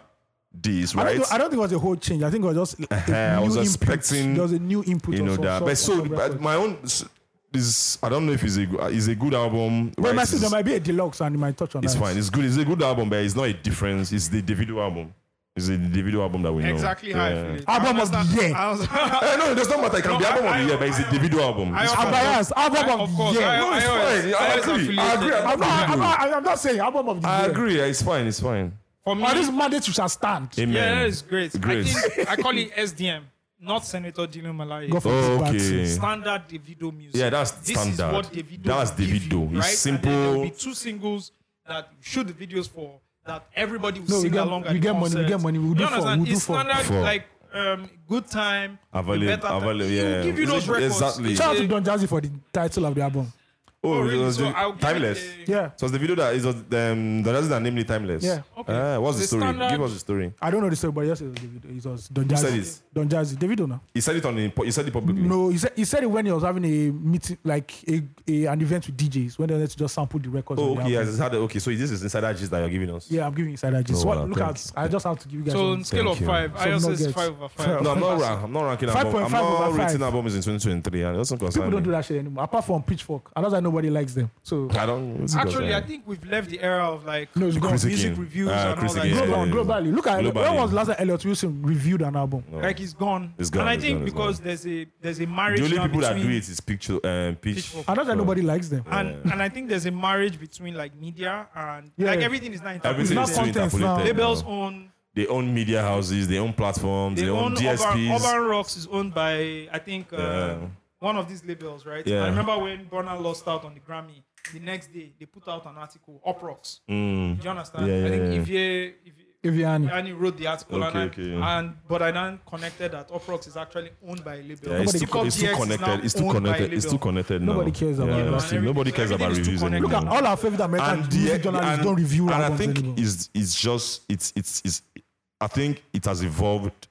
Speaker 4: this,
Speaker 3: I
Speaker 4: right?
Speaker 3: don't, think- I don't think it was a whole change. I think it was just a
Speaker 4: I
Speaker 3: new
Speaker 4: was
Speaker 3: input.
Speaker 4: expecting,
Speaker 3: there was a new input.
Speaker 4: you
Speaker 3: of
Speaker 4: know
Speaker 3: some sort
Speaker 4: that. But so,
Speaker 3: on the
Speaker 4: but
Speaker 3: record.
Speaker 4: my own s- is I don't know if it's a go- is a good album.
Speaker 3: but
Speaker 4: right?
Speaker 3: my sister
Speaker 4: It's-
Speaker 3: there might be a deluxe and it might touch on
Speaker 4: it's
Speaker 3: that.
Speaker 4: fine. It's good. It's a good album, but it's not a difference. It's the Davido album. It's the Davido album that we know.
Speaker 2: exactly how I feel. It.
Speaker 3: Album of the year.
Speaker 2: I was, I,
Speaker 4: Eh, no, it does not matter. It can
Speaker 2: No,
Speaker 4: be album
Speaker 2: I-
Speaker 4: of the year, but it's a
Speaker 2: I-
Speaker 4: Davido album. It's
Speaker 3: I'm
Speaker 4: fine.
Speaker 3: biased. Album
Speaker 2: of
Speaker 3: of the
Speaker 2: course. I,
Speaker 3: year.
Speaker 4: No, it's
Speaker 2: I always-
Speaker 4: fine. I
Speaker 2: always
Speaker 4: agree. I
Speaker 2: affiliated.
Speaker 4: agree.
Speaker 3: I'm not, I'm, not, I'm not saying album of the
Speaker 4: I
Speaker 3: year.
Speaker 4: agree. It's fine. It's fine.
Speaker 2: For me,
Speaker 3: But this mandate shall stand.
Speaker 4: Amen.
Speaker 2: yeah, that is great.
Speaker 4: Great.
Speaker 2: I, think, I call it SDM, not Senator Dylan Malaya.
Speaker 3: Go for this
Speaker 4: Oh,
Speaker 3: back.
Speaker 4: okay.
Speaker 2: standard Davido music.
Speaker 4: Yeah, that's
Speaker 2: this
Speaker 4: standard.
Speaker 2: Is what Davido
Speaker 4: That's
Speaker 2: will give
Speaker 4: Davido.
Speaker 2: You,
Speaker 4: It's
Speaker 2: right? And then there will be
Speaker 4: simple.
Speaker 2: two singles that you shoot the videos for that everybody will
Speaker 3: No, we
Speaker 2: sing
Speaker 3: get-
Speaker 2: along at
Speaker 3: we
Speaker 2: the
Speaker 3: get money, we
Speaker 2: concert.
Speaker 3: get money, we'll
Speaker 2: You
Speaker 3: do for,
Speaker 2: understand?
Speaker 3: we'll do
Speaker 2: it's
Speaker 3: for.
Speaker 2: standard
Speaker 4: For.
Speaker 2: like um, good time.
Speaker 4: Available-
Speaker 2: the better time.
Speaker 4: available,
Speaker 2: He will
Speaker 4: yeah.
Speaker 2: give you those
Speaker 4: Exactly.
Speaker 2: records.
Speaker 4: Exactly.
Speaker 3: Shout out to Don Jazzy for the title of the album.
Speaker 4: Oh,
Speaker 2: really?
Speaker 4: it was
Speaker 2: So
Speaker 4: the-
Speaker 2: I'll give it
Speaker 4: timeless.
Speaker 2: a-
Speaker 3: Yeah.
Speaker 4: So it's the video that is um, the reason that namely timeless.
Speaker 3: Yeah.
Speaker 2: Okay.
Speaker 4: Ah, what's the,
Speaker 2: The
Speaker 4: story?
Speaker 2: standard-
Speaker 4: Give us the story.
Speaker 3: I don't know the story, but yes, it was Davido. It was Don
Speaker 4: said
Speaker 3: Jazzy.
Speaker 4: this?
Speaker 3: Don Jazzy. Davido now.
Speaker 4: He said it on the. He said it publicly.
Speaker 3: No, he said he said it when he was having a meeting, like a, a an event with DJs, when they wanted to just sample the records. on
Speaker 4: Oh,
Speaker 3: the
Speaker 4: okay.
Speaker 3: album.
Speaker 4: Yes, it's had, okay. So this is insider gist that you're giving us.
Speaker 3: Yeah, I'm giving insider gist.
Speaker 4: Oh,
Speaker 3: What
Speaker 4: wow,
Speaker 3: look
Speaker 4: thank
Speaker 3: at? I just have to give you guys.
Speaker 2: So
Speaker 3: one.
Speaker 2: on scale of
Speaker 4: you.
Speaker 2: five, I
Speaker 3: Some
Speaker 2: also is
Speaker 3: nuggets.
Speaker 2: five over
Speaker 3: Fair.
Speaker 2: five.
Speaker 4: No, I'm not, rank, I'm not ranking album. I'm
Speaker 3: 5.5
Speaker 4: not
Speaker 3: over
Speaker 4: rating
Speaker 3: five.
Speaker 4: albums in 2023. and It doesn't concern
Speaker 3: People don't do
Speaker 4: me.
Speaker 3: that shit anymore. Apart from Pitchfork, and that's why nobody likes them. So
Speaker 4: I don't. it doesn't concern
Speaker 2: Actually, I
Speaker 4: me.
Speaker 2: think we've left the era of like
Speaker 3: no, it's gone.
Speaker 4: Chris
Speaker 2: music
Speaker 4: Again.
Speaker 2: reviews
Speaker 4: Ah,
Speaker 2: and
Speaker 4: Chris
Speaker 2: all that.
Speaker 4: Again.
Speaker 2: It's
Speaker 3: Global,
Speaker 4: Yeah.
Speaker 3: globally, look at
Speaker 4: Globally.
Speaker 3: when was the last time Elliot Wilson reviewed an album?
Speaker 4: No.
Speaker 2: Like it's gone.
Speaker 4: It's gone,
Speaker 2: And I
Speaker 4: it's
Speaker 2: think
Speaker 4: gone, it's
Speaker 2: because there's a there's a marriage
Speaker 4: the only
Speaker 2: now
Speaker 4: people that do
Speaker 2: between-
Speaker 4: it is picture um, pitch.
Speaker 2: Pitchfork.
Speaker 3: And that's why
Speaker 4: So,
Speaker 3: nobody likes them.
Speaker 2: and and I think there's a marriage between like media and
Speaker 3: Yeah.
Speaker 2: like everything is not interpreted.
Speaker 4: Everything
Speaker 3: not
Speaker 4: is too
Speaker 3: content now.
Speaker 4: interpolated.
Speaker 2: labels
Speaker 4: now.
Speaker 2: own
Speaker 4: They own media houses. They own platforms. They,
Speaker 2: they
Speaker 4: own
Speaker 2: own Urban,
Speaker 4: DSPs.
Speaker 2: Urban Rocks is owned by I think uh,
Speaker 4: Yeah.
Speaker 2: one of these labels, right?
Speaker 4: Yeah.
Speaker 2: I remember when Burna lost out on the Grammy. The next day they put out an article, Up Rocks.
Speaker 4: Mm.
Speaker 2: Do you understand?
Speaker 4: Yeah, yeah,
Speaker 2: I think
Speaker 4: yeah.
Speaker 2: if you if you
Speaker 3: Evian.
Speaker 2: and he wrote the article
Speaker 4: Okay,
Speaker 2: and, I-
Speaker 4: okay, yeah.
Speaker 2: and but I then connected that Oprox is actually owned by a label.
Speaker 4: Yeah, it's,
Speaker 3: Nobody
Speaker 4: too,
Speaker 2: Hip Hop
Speaker 4: it's
Speaker 2: DX
Speaker 4: too
Speaker 2: is now
Speaker 4: connected. It's too
Speaker 2: owned by a
Speaker 4: connected. It's
Speaker 2: label.
Speaker 4: too connected now.
Speaker 3: Nobody cares about
Speaker 4: yeah,
Speaker 3: that.
Speaker 4: that's it. Nobody cares about
Speaker 2: Everything is too
Speaker 4: reviews
Speaker 2: connected.
Speaker 4: anymore.
Speaker 3: Look at all our favorite American
Speaker 4: Mm. and
Speaker 3: music
Speaker 4: the-
Speaker 3: journalists
Speaker 4: and-
Speaker 3: don't review
Speaker 4: and I
Speaker 3: albums
Speaker 4: think
Speaker 3: anymore.
Speaker 4: it's it's just it's it's it's I think it has evolved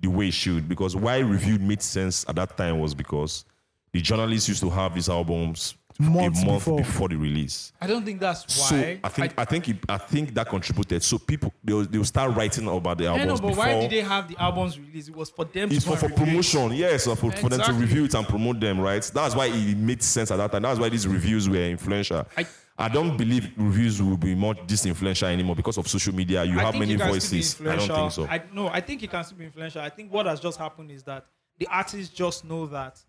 Speaker 4: the way it should because why review made sense at that time was because the journalists used to have these albums
Speaker 3: Months
Speaker 4: a month
Speaker 3: before.
Speaker 4: before. the release.
Speaker 2: I don't think that's
Speaker 4: So
Speaker 2: why.
Speaker 4: I think I, think it, I think that contributed. So people they'll, they'll start writing about the
Speaker 2: I know,
Speaker 4: albums
Speaker 2: but
Speaker 4: before.
Speaker 2: why did they have the albums released? It was for them
Speaker 4: it's
Speaker 2: to
Speaker 4: for, for promotion, yes, for, for them to
Speaker 2: Exactly.
Speaker 4: review it and promote them, right? That's why it made sense at that time. That's why these reviews were influential. I,
Speaker 2: I-
Speaker 4: don't believe reviews will be much this influential anymore because of social media. You have many voices. I don't think so.
Speaker 2: I, no, I think it can still be influential. I think what has just happened is that the artists just know that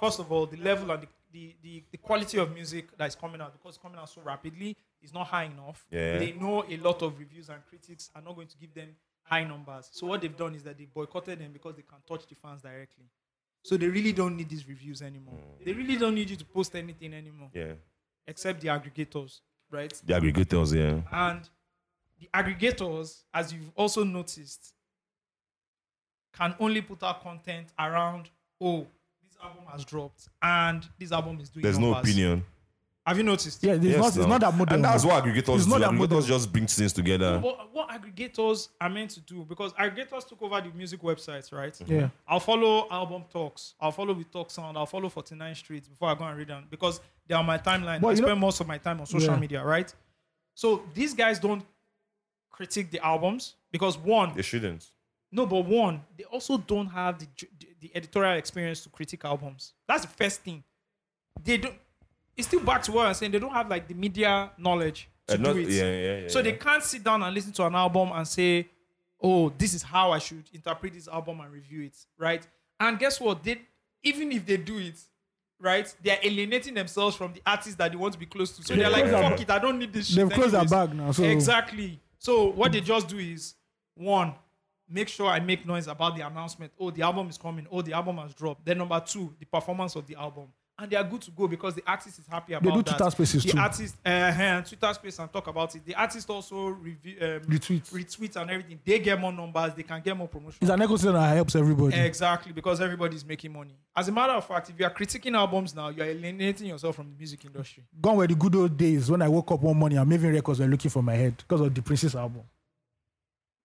Speaker 2: first of all the level and the the, the, the quality of music that is coming out because it's coming out so rapidly is not high enough.
Speaker 4: Yeah.
Speaker 2: They know a lot of reviews and critics are not going to give them high numbers. So what they've done is that they boycotted them because they can touch the fans directly. So they really don't need these reviews anymore. They really don't need you to post anything anymore
Speaker 4: Mm. yeah,
Speaker 2: except the aggregators, right?
Speaker 4: the aggregators. Yeah,
Speaker 2: And the aggregators, as you've also noticed, can only put out content around, oh, this album has dropped and this album is doing
Speaker 4: there's no
Speaker 2: numbers."
Speaker 4: opinion.
Speaker 2: Have you noticed?
Speaker 3: yeah, it's,
Speaker 4: Yes,
Speaker 3: not, it's
Speaker 4: no.
Speaker 3: not that model.
Speaker 4: And that's
Speaker 3: now.
Speaker 4: what aggregators
Speaker 3: It's
Speaker 4: do.
Speaker 3: not that model.
Speaker 4: Aggregators just bring things together.
Speaker 2: What, what aggregators are meant to do because aggregators took over the music websites, right? Mm-hmm.
Speaker 3: Yeah.
Speaker 2: I'll follow album talks. I'll follow with talk sound. I'll follow 49 Streets before I go and read them because they are my timeline.
Speaker 3: But
Speaker 2: I
Speaker 3: you
Speaker 2: spend
Speaker 3: know-
Speaker 2: most of my time on social
Speaker 3: Yeah.
Speaker 2: media, right? So these guys don't critique the albums because one,
Speaker 4: They shouldn't.
Speaker 2: no, but one, they also don't have the ju- the- the editorial experience to critique albums. That's the first thing. They don't. It's still back to what I'm saying. They don't have like the media knowledge to
Speaker 4: Uh, not-
Speaker 2: do it.
Speaker 4: yeah, yeah, yeah,
Speaker 2: so they
Speaker 4: yeah.
Speaker 2: can't sit down and listen to an album and say, "Oh, this is how I should interpret this album and review it." Right? And guess what? They even if they do it, right, they're alienating themselves from the artists that they want to be close to. So
Speaker 4: Yeah.
Speaker 2: they're like,
Speaker 4: They've closed
Speaker 2: fuck it, I don't need this shit.
Speaker 3: They've closed their
Speaker 2: anyways."
Speaker 3: bag now, so-
Speaker 2: Exactly. So what they just do is one, make sure I make noise about the announcement. Oh, the album is coming. Oh, the album has dropped. Then number two, the performance of the album. And they are good to go because the artist is happy about
Speaker 3: do
Speaker 2: that.
Speaker 3: Twitter Spaces
Speaker 2: the
Speaker 3: too.
Speaker 2: artist, uh, uh, Twitter space and talk about it. The artist also review, um,
Speaker 3: Retweet.
Speaker 2: retweet and everything. They get more numbers. They can get more promotion.
Speaker 3: It's an ecosystem that helps everybody.
Speaker 2: Exactly, because everybody's making money. As a matter of fact, if you are critiquing albums now, you are alienating yourself from the music industry.
Speaker 3: Gone were the good old days when I woke up one morning, I'm making records and looking for my head because of the Princess album.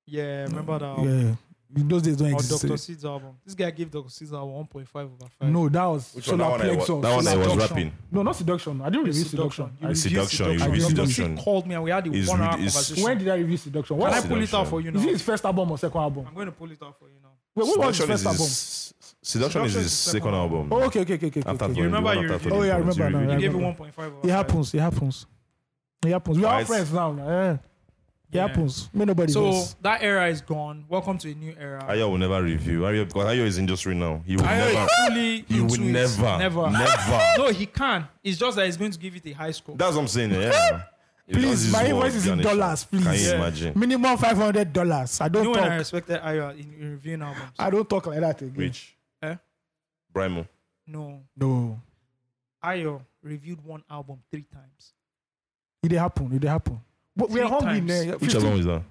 Speaker 2: Yeah, remember that album?
Speaker 3: Yeah. In those days don't
Speaker 2: Or
Speaker 3: exist.
Speaker 2: Oh. Dr. Seed's album. This guy gave Dr. Seed's album 1.5 over 5.
Speaker 3: No, that was
Speaker 4: Which one? That
Speaker 3: Solar
Speaker 4: one I
Speaker 3: Plexus.
Speaker 4: wa- that one I was
Speaker 3: Seduction.
Speaker 4: rapping.
Speaker 3: No, not seduction. I didn't review
Speaker 2: Seduction.
Speaker 3: seduction.
Speaker 2: You
Speaker 3: I
Speaker 2: reviewed
Speaker 4: Seduction, you
Speaker 2: Seduction.
Speaker 3: reviewed
Speaker 2: Dr.
Speaker 4: Seduction.
Speaker 2: Seed called me and we had a
Speaker 4: It's
Speaker 2: one hour
Speaker 4: really- it's-
Speaker 2: conversation.
Speaker 3: When did I review seduction?
Speaker 2: Can
Speaker 3: What
Speaker 2: I
Speaker 3: was,
Speaker 4: Seduction.
Speaker 2: pull it out for you now?
Speaker 3: is it his first album or second album?
Speaker 2: I'm going to pull it out for you now.
Speaker 3: Wait, what was his
Speaker 4: Seduction is
Speaker 3: first album?
Speaker 4: his- Seduction is his second album.
Speaker 3: Oh, okay, okay, okay, okay.
Speaker 4: After
Speaker 3: okay.
Speaker 4: Tony,
Speaker 2: remember
Speaker 4: one
Speaker 2: you
Speaker 4: after
Speaker 2: reviewed
Speaker 4: Tony
Speaker 3: it. Oh, yeah, I
Speaker 4: Jones, he
Speaker 3: remember now,
Speaker 4: reviewed
Speaker 3: I
Speaker 2: He
Speaker 4: it.
Speaker 2: gave it
Speaker 3: remember.
Speaker 2: 1.5 over 5.
Speaker 3: It happens. It happens. It happens. We are
Speaker 4: Alright.
Speaker 3: friends now. now, Yeah. It
Speaker 2: Yeah.
Speaker 3: happens. May nobody
Speaker 2: So
Speaker 3: knows.
Speaker 2: that era is gone. Welcome to a new era.
Speaker 4: Ayo will never review. Ayo, because Ayo is industry now. He will
Speaker 2: Ayo is
Speaker 4: never.
Speaker 2: fully
Speaker 4: He will
Speaker 2: into it.
Speaker 4: never.
Speaker 2: Never.
Speaker 4: Never.
Speaker 2: No, he can. It's just that he's going to give it a high score.
Speaker 4: That's what I'm saying. Yeah.
Speaker 3: Please, my invoice is in dollars,
Speaker 4: Can
Speaker 3: please.
Speaker 4: you
Speaker 2: Yeah.
Speaker 4: imagine?
Speaker 3: Minimum five hundred dollars. I
Speaker 2: You
Speaker 3: don't
Speaker 2: know when I
Speaker 3: talk.
Speaker 2: respected Ayo in, in reviewing albums?
Speaker 3: I don't talk like that again.
Speaker 4: Which?
Speaker 2: Eh?
Speaker 4: Brimo.
Speaker 2: No.
Speaker 3: No,
Speaker 2: Ayo reviewed one album three times.
Speaker 3: it did happen. It did happen. But we are
Speaker 2: Three
Speaker 3: hungry.
Speaker 2: times.
Speaker 3: man.
Speaker 4: Which
Speaker 3: 15
Speaker 4: album is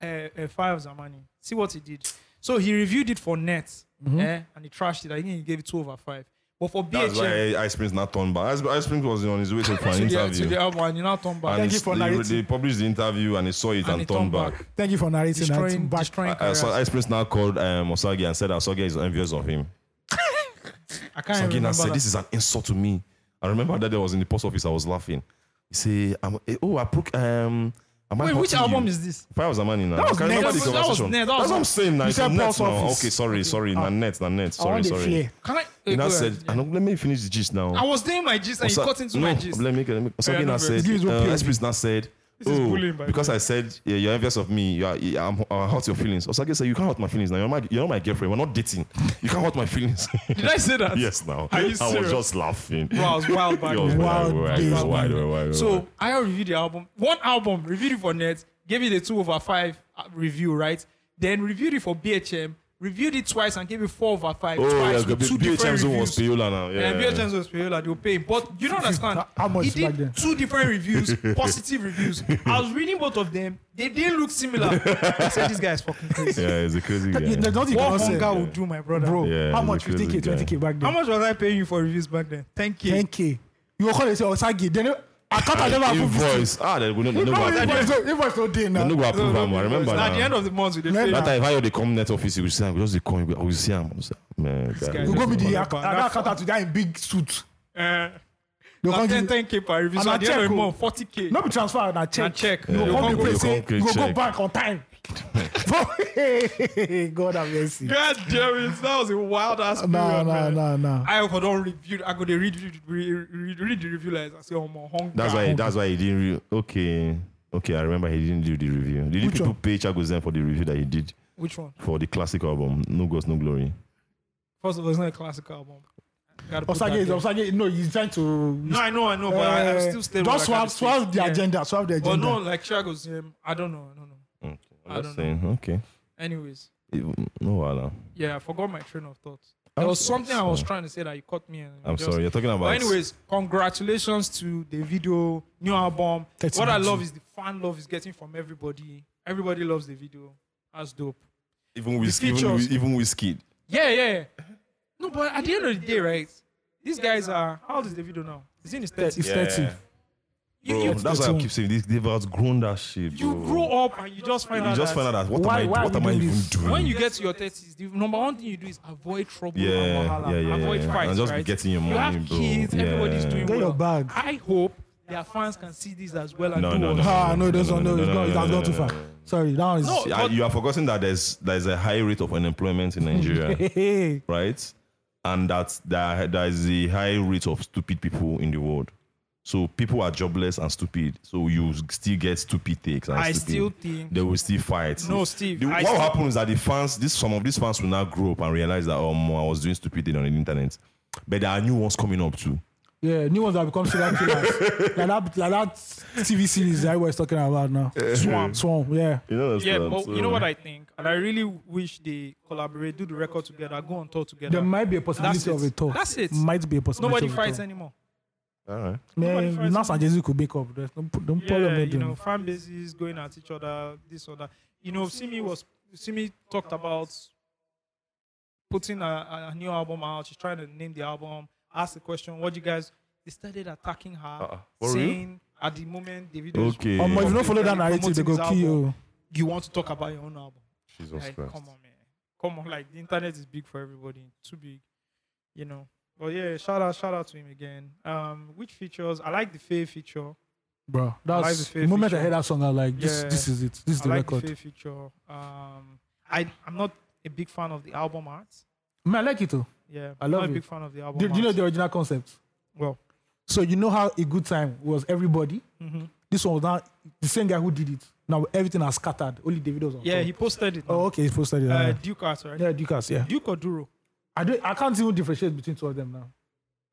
Speaker 4: that?
Speaker 2: Uh, uh, Fire of Zamani. See what he did. So he reviewed it for Net, eh, and he trashed it. I think he gave it two over five. But for
Speaker 4: That's
Speaker 2: BHM,
Speaker 4: why Ice Prince not turned back. Ice- Ice Prince was on his way to for an
Speaker 2: to the, to
Speaker 4: interview.
Speaker 2: the album, and you now turn back
Speaker 4: And
Speaker 3: Thank
Speaker 4: he,
Speaker 3: you for
Speaker 4: they,
Speaker 3: narrating.
Speaker 4: they published the interview and he saw it and,
Speaker 2: he
Speaker 4: turned
Speaker 2: turned
Speaker 4: back.
Speaker 3: Thank you for narrating
Speaker 2: destroying,
Speaker 3: that. Back.
Speaker 2: destroying
Speaker 4: I, I
Speaker 2: careers.
Speaker 4: saw Ice Prince now called um, Osage and said Osage is envious of him.
Speaker 2: I can't even
Speaker 4: Osage now
Speaker 2: remember.
Speaker 4: said,
Speaker 2: that.
Speaker 4: This is an insult to me. I remember that day I was in the post office, I was laughing. He said, I'm, eh, Oh, I broke. Um, am I
Speaker 2: Wait, which
Speaker 4: hurting you?"
Speaker 2: album is this?
Speaker 4: Five was a man in
Speaker 3: That was
Speaker 4: I can remember
Speaker 3: Ned.
Speaker 4: the
Speaker 2: That was-
Speaker 4: conversation.
Speaker 2: that was Ned. That
Speaker 4: That's
Speaker 2: was-
Speaker 4: what I'm saying. Now.
Speaker 3: You
Speaker 4: It's
Speaker 3: said
Speaker 4: on net
Speaker 3: post
Speaker 4: now.
Speaker 3: office.
Speaker 4: Okay, sorry, sorry.
Speaker 2: Ah.
Speaker 4: Now net, now net.
Speaker 3: I
Speaker 4: Sorry,
Speaker 3: want the
Speaker 4: sorry.
Speaker 3: fear.
Speaker 2: Can I?
Speaker 4: He
Speaker 2: eh, go
Speaker 4: now
Speaker 2: ahead.
Speaker 4: said, I know, let me finish the gist now.
Speaker 2: I was doing my gist and you
Speaker 4: Osa-
Speaker 2: cut into
Speaker 4: no,
Speaker 2: my gist. eh.
Speaker 4: Let me let me. Osage
Speaker 2: no,
Speaker 4: now
Speaker 2: bro.
Speaker 4: said,
Speaker 3: Give us one
Speaker 4: uh,
Speaker 3: POV.
Speaker 4: Esprit now said,
Speaker 2: is
Speaker 4: oh,
Speaker 2: bullying, by
Speaker 4: because I said yeah, you're envious of me. You are, you- I'm, I hurt your feelings. Osage said, you can't hurt my feelings now. You're my, you're not my girlfriend. We're not dating. You can't hurt my feelings.
Speaker 2: Did I say that?
Speaker 4: yes, now.
Speaker 2: Are you
Speaker 4: I was
Speaker 2: serious?
Speaker 4: just laughing.
Speaker 2: Bro, I was wild back
Speaker 4: It
Speaker 2: then.
Speaker 4: was
Speaker 3: Wild
Speaker 4: wild, wild,
Speaker 3: days,
Speaker 4: wild, wild,
Speaker 3: man.
Speaker 4: wild, wild.
Speaker 2: So I reviewed the album. One album, reviewed it for Net, gave it a two over five uh, review, right? Then reviewed it for BHM, reviewed it twice and gave it four over five.
Speaker 4: oh
Speaker 2: twice
Speaker 4: yeah,
Speaker 2: with two
Speaker 4: BHM
Speaker 2: different
Speaker 4: zone was
Speaker 2: reviews.
Speaker 4: Piola now. Yeah,
Speaker 2: And BHM zone was Payola, they will pay. But you don't understand.
Speaker 3: How much
Speaker 2: he
Speaker 3: back then?
Speaker 2: did two different reviews, positive reviews. I was reading both of them. They didn't look similar. I said this guy is fucking crazy.
Speaker 4: yeah, it's a crazy guy.
Speaker 3: Yeah, There's nothing you
Speaker 2: What
Speaker 3: cannot say.
Speaker 2: hunger would do, my brother?
Speaker 3: Bro,
Speaker 4: Yeah,
Speaker 3: how
Speaker 4: he's a
Speaker 3: much?
Speaker 4: crazy
Speaker 3: 15k,
Speaker 4: guy.
Speaker 3: 20k back
Speaker 2: How
Speaker 3: then.
Speaker 2: much was I paying you for reviews back then? Thank you.
Speaker 3: 10k. You were calling say Osagi. Then account I never approve. this.
Speaker 4: Invoice. Ah, they will not- they
Speaker 3: No,
Speaker 4: no go
Speaker 3: invoice
Speaker 4: approve.
Speaker 3: no- invoice no day
Speaker 4: They
Speaker 3: now.
Speaker 4: no go approve am. I remember
Speaker 2: At the end
Speaker 4: now.
Speaker 2: of the month, we dey
Speaker 3: Remember-
Speaker 2: pay.
Speaker 4: That time, if I dey come net office, you see am. Just dey come. you be- I will see am. I will see am. "Ah, Man, guy.
Speaker 2: guy
Speaker 3: You go be the
Speaker 2: Yeah.
Speaker 3: another counter to that in big suit.
Speaker 2: Eh.
Speaker 3: They
Speaker 2: Now
Speaker 3: come give
Speaker 2: 10,
Speaker 3: you-
Speaker 2: 10k per review.
Speaker 3: And
Speaker 2: So
Speaker 3: I
Speaker 2: at the end
Speaker 3: check,
Speaker 2: of the
Speaker 3: oh.
Speaker 2: month, 40k.
Speaker 3: No be transfer na check.
Speaker 2: Na check.
Speaker 3: You
Speaker 4: Yeah,
Speaker 3: go come
Speaker 4: you
Speaker 3: dey play
Speaker 4: go
Speaker 3: say
Speaker 4: come
Speaker 3: you go go
Speaker 4: check.
Speaker 3: bank on time. God have mercy.
Speaker 2: God damn it. That was a wild ass period.
Speaker 3: Nah, nah,
Speaker 2: man.
Speaker 3: nah, nah.
Speaker 2: I for don't review. I go to read, read, read, read, read the review like I say, oh, my hunger.
Speaker 4: That's why. That's why he didn't. Re- okay. Okay, I remember he didn't do the review. Did
Speaker 3: Which
Speaker 4: people
Speaker 3: one?
Speaker 4: pay Chagozen for the review that he did
Speaker 2: Which one?
Speaker 4: for the classic album No Ghost No Glory?
Speaker 2: First of all, it's not a classic album. Gotta put
Speaker 3: Osage
Speaker 2: that
Speaker 3: is
Speaker 2: there.
Speaker 3: Osage. No, he's trying to.
Speaker 2: No, I know, I know, but I, I'm
Speaker 3: Eh,
Speaker 2: still stable.
Speaker 3: Just
Speaker 2: like I
Speaker 3: swap,
Speaker 2: just said.
Speaker 3: swap the
Speaker 2: Yeah.
Speaker 3: agenda. Swap the
Speaker 2: But
Speaker 3: agenda.
Speaker 2: no, like Chago's um, I don't know. I don't know.
Speaker 4: Okay.
Speaker 2: I
Speaker 4: I'm just
Speaker 2: don't know.
Speaker 4: saying. Okay.
Speaker 2: Anyways,
Speaker 4: Even- No, Wala.
Speaker 2: yeah, I forgot my train of thought.
Speaker 4: I'm
Speaker 2: There was
Speaker 4: so
Speaker 2: something I
Speaker 4: sorry. Oh.
Speaker 2: was trying to say that you caught me. And
Speaker 4: I'm
Speaker 2: just-
Speaker 4: sorry. You're talking about.
Speaker 2: But anyways, congratulations to the video, new album.
Speaker 3: That's
Speaker 2: what I
Speaker 3: amazing.
Speaker 2: love is the fan love is getting from everybody. Everybody loves the video. That's dope.
Speaker 4: even with
Speaker 2: the
Speaker 4: even
Speaker 2: features.
Speaker 4: with, even with Skid.
Speaker 2: Yeah, yeah. No, but at the end of the day, right? These guys are how old is the video now? He's in his
Speaker 3: He's
Speaker 2: thirties.
Speaker 4: Yeah.
Speaker 3: 30.
Speaker 2: You,
Speaker 4: Bro,
Speaker 2: you-
Speaker 4: that's why I
Speaker 3: 31.
Speaker 4: keep saying this. They've outgrown that shit.
Speaker 2: you
Speaker 4: bro.
Speaker 2: grow up and you just find
Speaker 4: You
Speaker 2: out.
Speaker 4: just
Speaker 2: that
Speaker 4: find out that what
Speaker 3: Why-
Speaker 4: am
Speaker 3: why
Speaker 4: I?
Speaker 3: are
Speaker 4: What
Speaker 3: we
Speaker 4: am I
Speaker 3: doing
Speaker 4: even
Speaker 3: this?
Speaker 4: doing?
Speaker 2: When you get to your thirties, the number one thing you do is avoid trouble
Speaker 4: Yeah,
Speaker 2: and wahala.
Speaker 4: yeah, yeah,
Speaker 2: avoid
Speaker 4: yeah, yeah.
Speaker 2: fights,
Speaker 4: And just be
Speaker 2: right?
Speaker 4: getting your
Speaker 2: you
Speaker 4: money,
Speaker 2: have
Speaker 4: bro.
Speaker 2: kids, everybody's
Speaker 4: Yeah.
Speaker 2: doing
Speaker 3: Get
Speaker 2: well.
Speaker 3: your bag.
Speaker 2: I hope their fans can see this as well and
Speaker 4: No,
Speaker 2: do
Speaker 4: no,
Speaker 2: what
Speaker 4: no.
Speaker 3: Ah, no, this one, no, it's gone, it has
Speaker 4: no,
Speaker 3: gone
Speaker 4: no,
Speaker 3: too
Speaker 4: no,
Speaker 3: far.
Speaker 4: no, no.
Speaker 3: Sorry, that one is.
Speaker 2: No.
Speaker 4: Yeah, you are forgetting that there's there's a high rate of unemployment in Nigeria,
Speaker 3: Hey,
Speaker 4: right? And that there, there is a high rate of stupid people in the world. So people are jobless and stupid. So you still get stupid takes. And
Speaker 2: I
Speaker 4: stupid.
Speaker 2: still think-
Speaker 4: they will still fight.
Speaker 2: No, Steve,
Speaker 4: The,
Speaker 2: I
Speaker 4: what
Speaker 2: still-
Speaker 4: will happen is that the fans, this some of these fans will now grow up and realize that oh, mo, I was doing stupid thing on the internet. But there are new ones coming up too.
Speaker 3: Yeah, new ones that become serial killers. like that, like that TV series that we're talking about now.
Speaker 2: Swamp.
Speaker 3: Swamp, yeah.
Speaker 4: You know that's
Speaker 2: Yeah, but you know what I think, and I really wish they collaborate, do the record together, go on tour together.
Speaker 3: There might be a possibility
Speaker 2: That's it.
Speaker 3: of a tour.
Speaker 2: That's it.
Speaker 3: Might be a possibility.
Speaker 2: Nobody
Speaker 3: of a
Speaker 2: fights
Speaker 3: tour.
Speaker 2: anymore.
Speaker 4: All right.
Speaker 2: nobody
Speaker 3: Man,
Speaker 2: fights
Speaker 3: Nas and Jesus could make up. There's no, no problem
Speaker 2: yeah,
Speaker 3: with
Speaker 2: you know,
Speaker 3: them.
Speaker 2: fan bases going at each other, this or that. You know, Simi was Simi talked about putting a, a new album out. She's trying to name the album. Asked the question, "What do you guys?" They started attacking her,
Speaker 4: Uh-uh. For real?
Speaker 2: saying at the moment David
Speaker 4: Okay.
Speaker 3: Um, if you don't follow that
Speaker 2: Promoting
Speaker 3: narrative, they
Speaker 2: his
Speaker 3: go kill
Speaker 2: album.
Speaker 3: you.
Speaker 2: you want to talk about your own album.
Speaker 4: Jesus
Speaker 2: like,
Speaker 4: Christ.
Speaker 2: come on, man. Come on, like the internet is big for everybody. Too big, you know. But yeah, shout out, shout out to him again. Um, which features? I like the Faye feature.
Speaker 3: Bro,
Speaker 2: like
Speaker 3: that's
Speaker 2: the
Speaker 3: the moment I
Speaker 2: feature.
Speaker 3: heard that song, I was like, this,
Speaker 2: Yeah.
Speaker 3: this is it. This is
Speaker 2: I
Speaker 3: the
Speaker 2: like
Speaker 3: record.
Speaker 2: the Faye feature. Um, I I'm not a big fan of the album art.
Speaker 3: Man, I like it though.
Speaker 2: Yeah,
Speaker 3: I love
Speaker 2: not a
Speaker 3: it.
Speaker 2: big fan of the album.
Speaker 3: Do, do you know
Speaker 2: art.
Speaker 3: the original concept?
Speaker 2: well,
Speaker 3: So you know how a good time was everybody.
Speaker 2: Mm-hmm.
Speaker 3: This one was now the same guy who did it. Now everything has scattered. Only David was on
Speaker 2: yeah,
Speaker 3: top.
Speaker 2: he posted it.
Speaker 3: oh, okay. He posted it.
Speaker 2: uh,
Speaker 3: Uh,
Speaker 2: Duke art, right?
Speaker 3: yeah, Dukas. Yeah.
Speaker 2: Duke or Duro?
Speaker 3: I don't. I can't even differentiate between two of them now.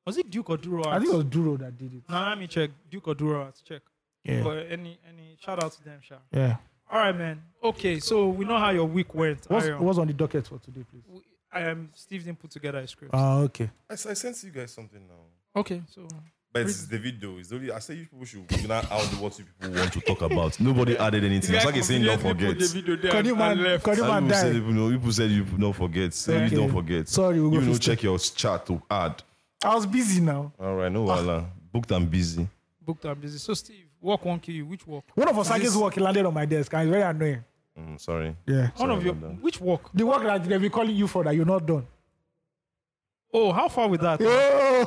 Speaker 2: Was it Duke or Duro?
Speaker 3: I
Speaker 2: Art?
Speaker 3: think it was Duro that did it.
Speaker 2: Now let me check. Duke or Duro art? Check.
Speaker 3: Yeah.
Speaker 2: But any any shout out to them, sure.
Speaker 3: Yeah.
Speaker 2: All right, man. Okay, so we know how your week went.
Speaker 3: What's,
Speaker 2: Iron.
Speaker 3: what's on the docket for today, please?
Speaker 2: We- I am Steve didn't put together a script.
Speaker 3: Ah, okay.
Speaker 5: I, s- I sent you guys something now.
Speaker 2: okay, so
Speaker 5: But it's the video. It's the only, I say you people should figure out what you people
Speaker 4: We want to talk about. Nobody added anything. It's like a saying, don't forget.
Speaker 3: Can you man? Can you
Speaker 4: Some
Speaker 3: man
Speaker 4: people said
Speaker 3: die?
Speaker 4: people, know- people said you don't forget. Say
Speaker 3: Okay.
Speaker 4: you don't forget.
Speaker 3: Sorry, we'll go
Speaker 4: you know,
Speaker 3: first.
Speaker 4: check your chat to add.
Speaker 3: I was busy now.
Speaker 4: All right,
Speaker 2: Ah.
Speaker 4: no wahala. Booked and busy.
Speaker 2: booked and busy. So Steve, work won't kill you. Which work?
Speaker 3: One of Osage's work landed on my desk and it's very annoying.
Speaker 4: Mm, sorry.
Speaker 3: Yeah.
Speaker 2: One of your
Speaker 4: about that.
Speaker 2: which work?
Speaker 3: The work that they be calling you for that you're not done.
Speaker 2: Oh, how far with that?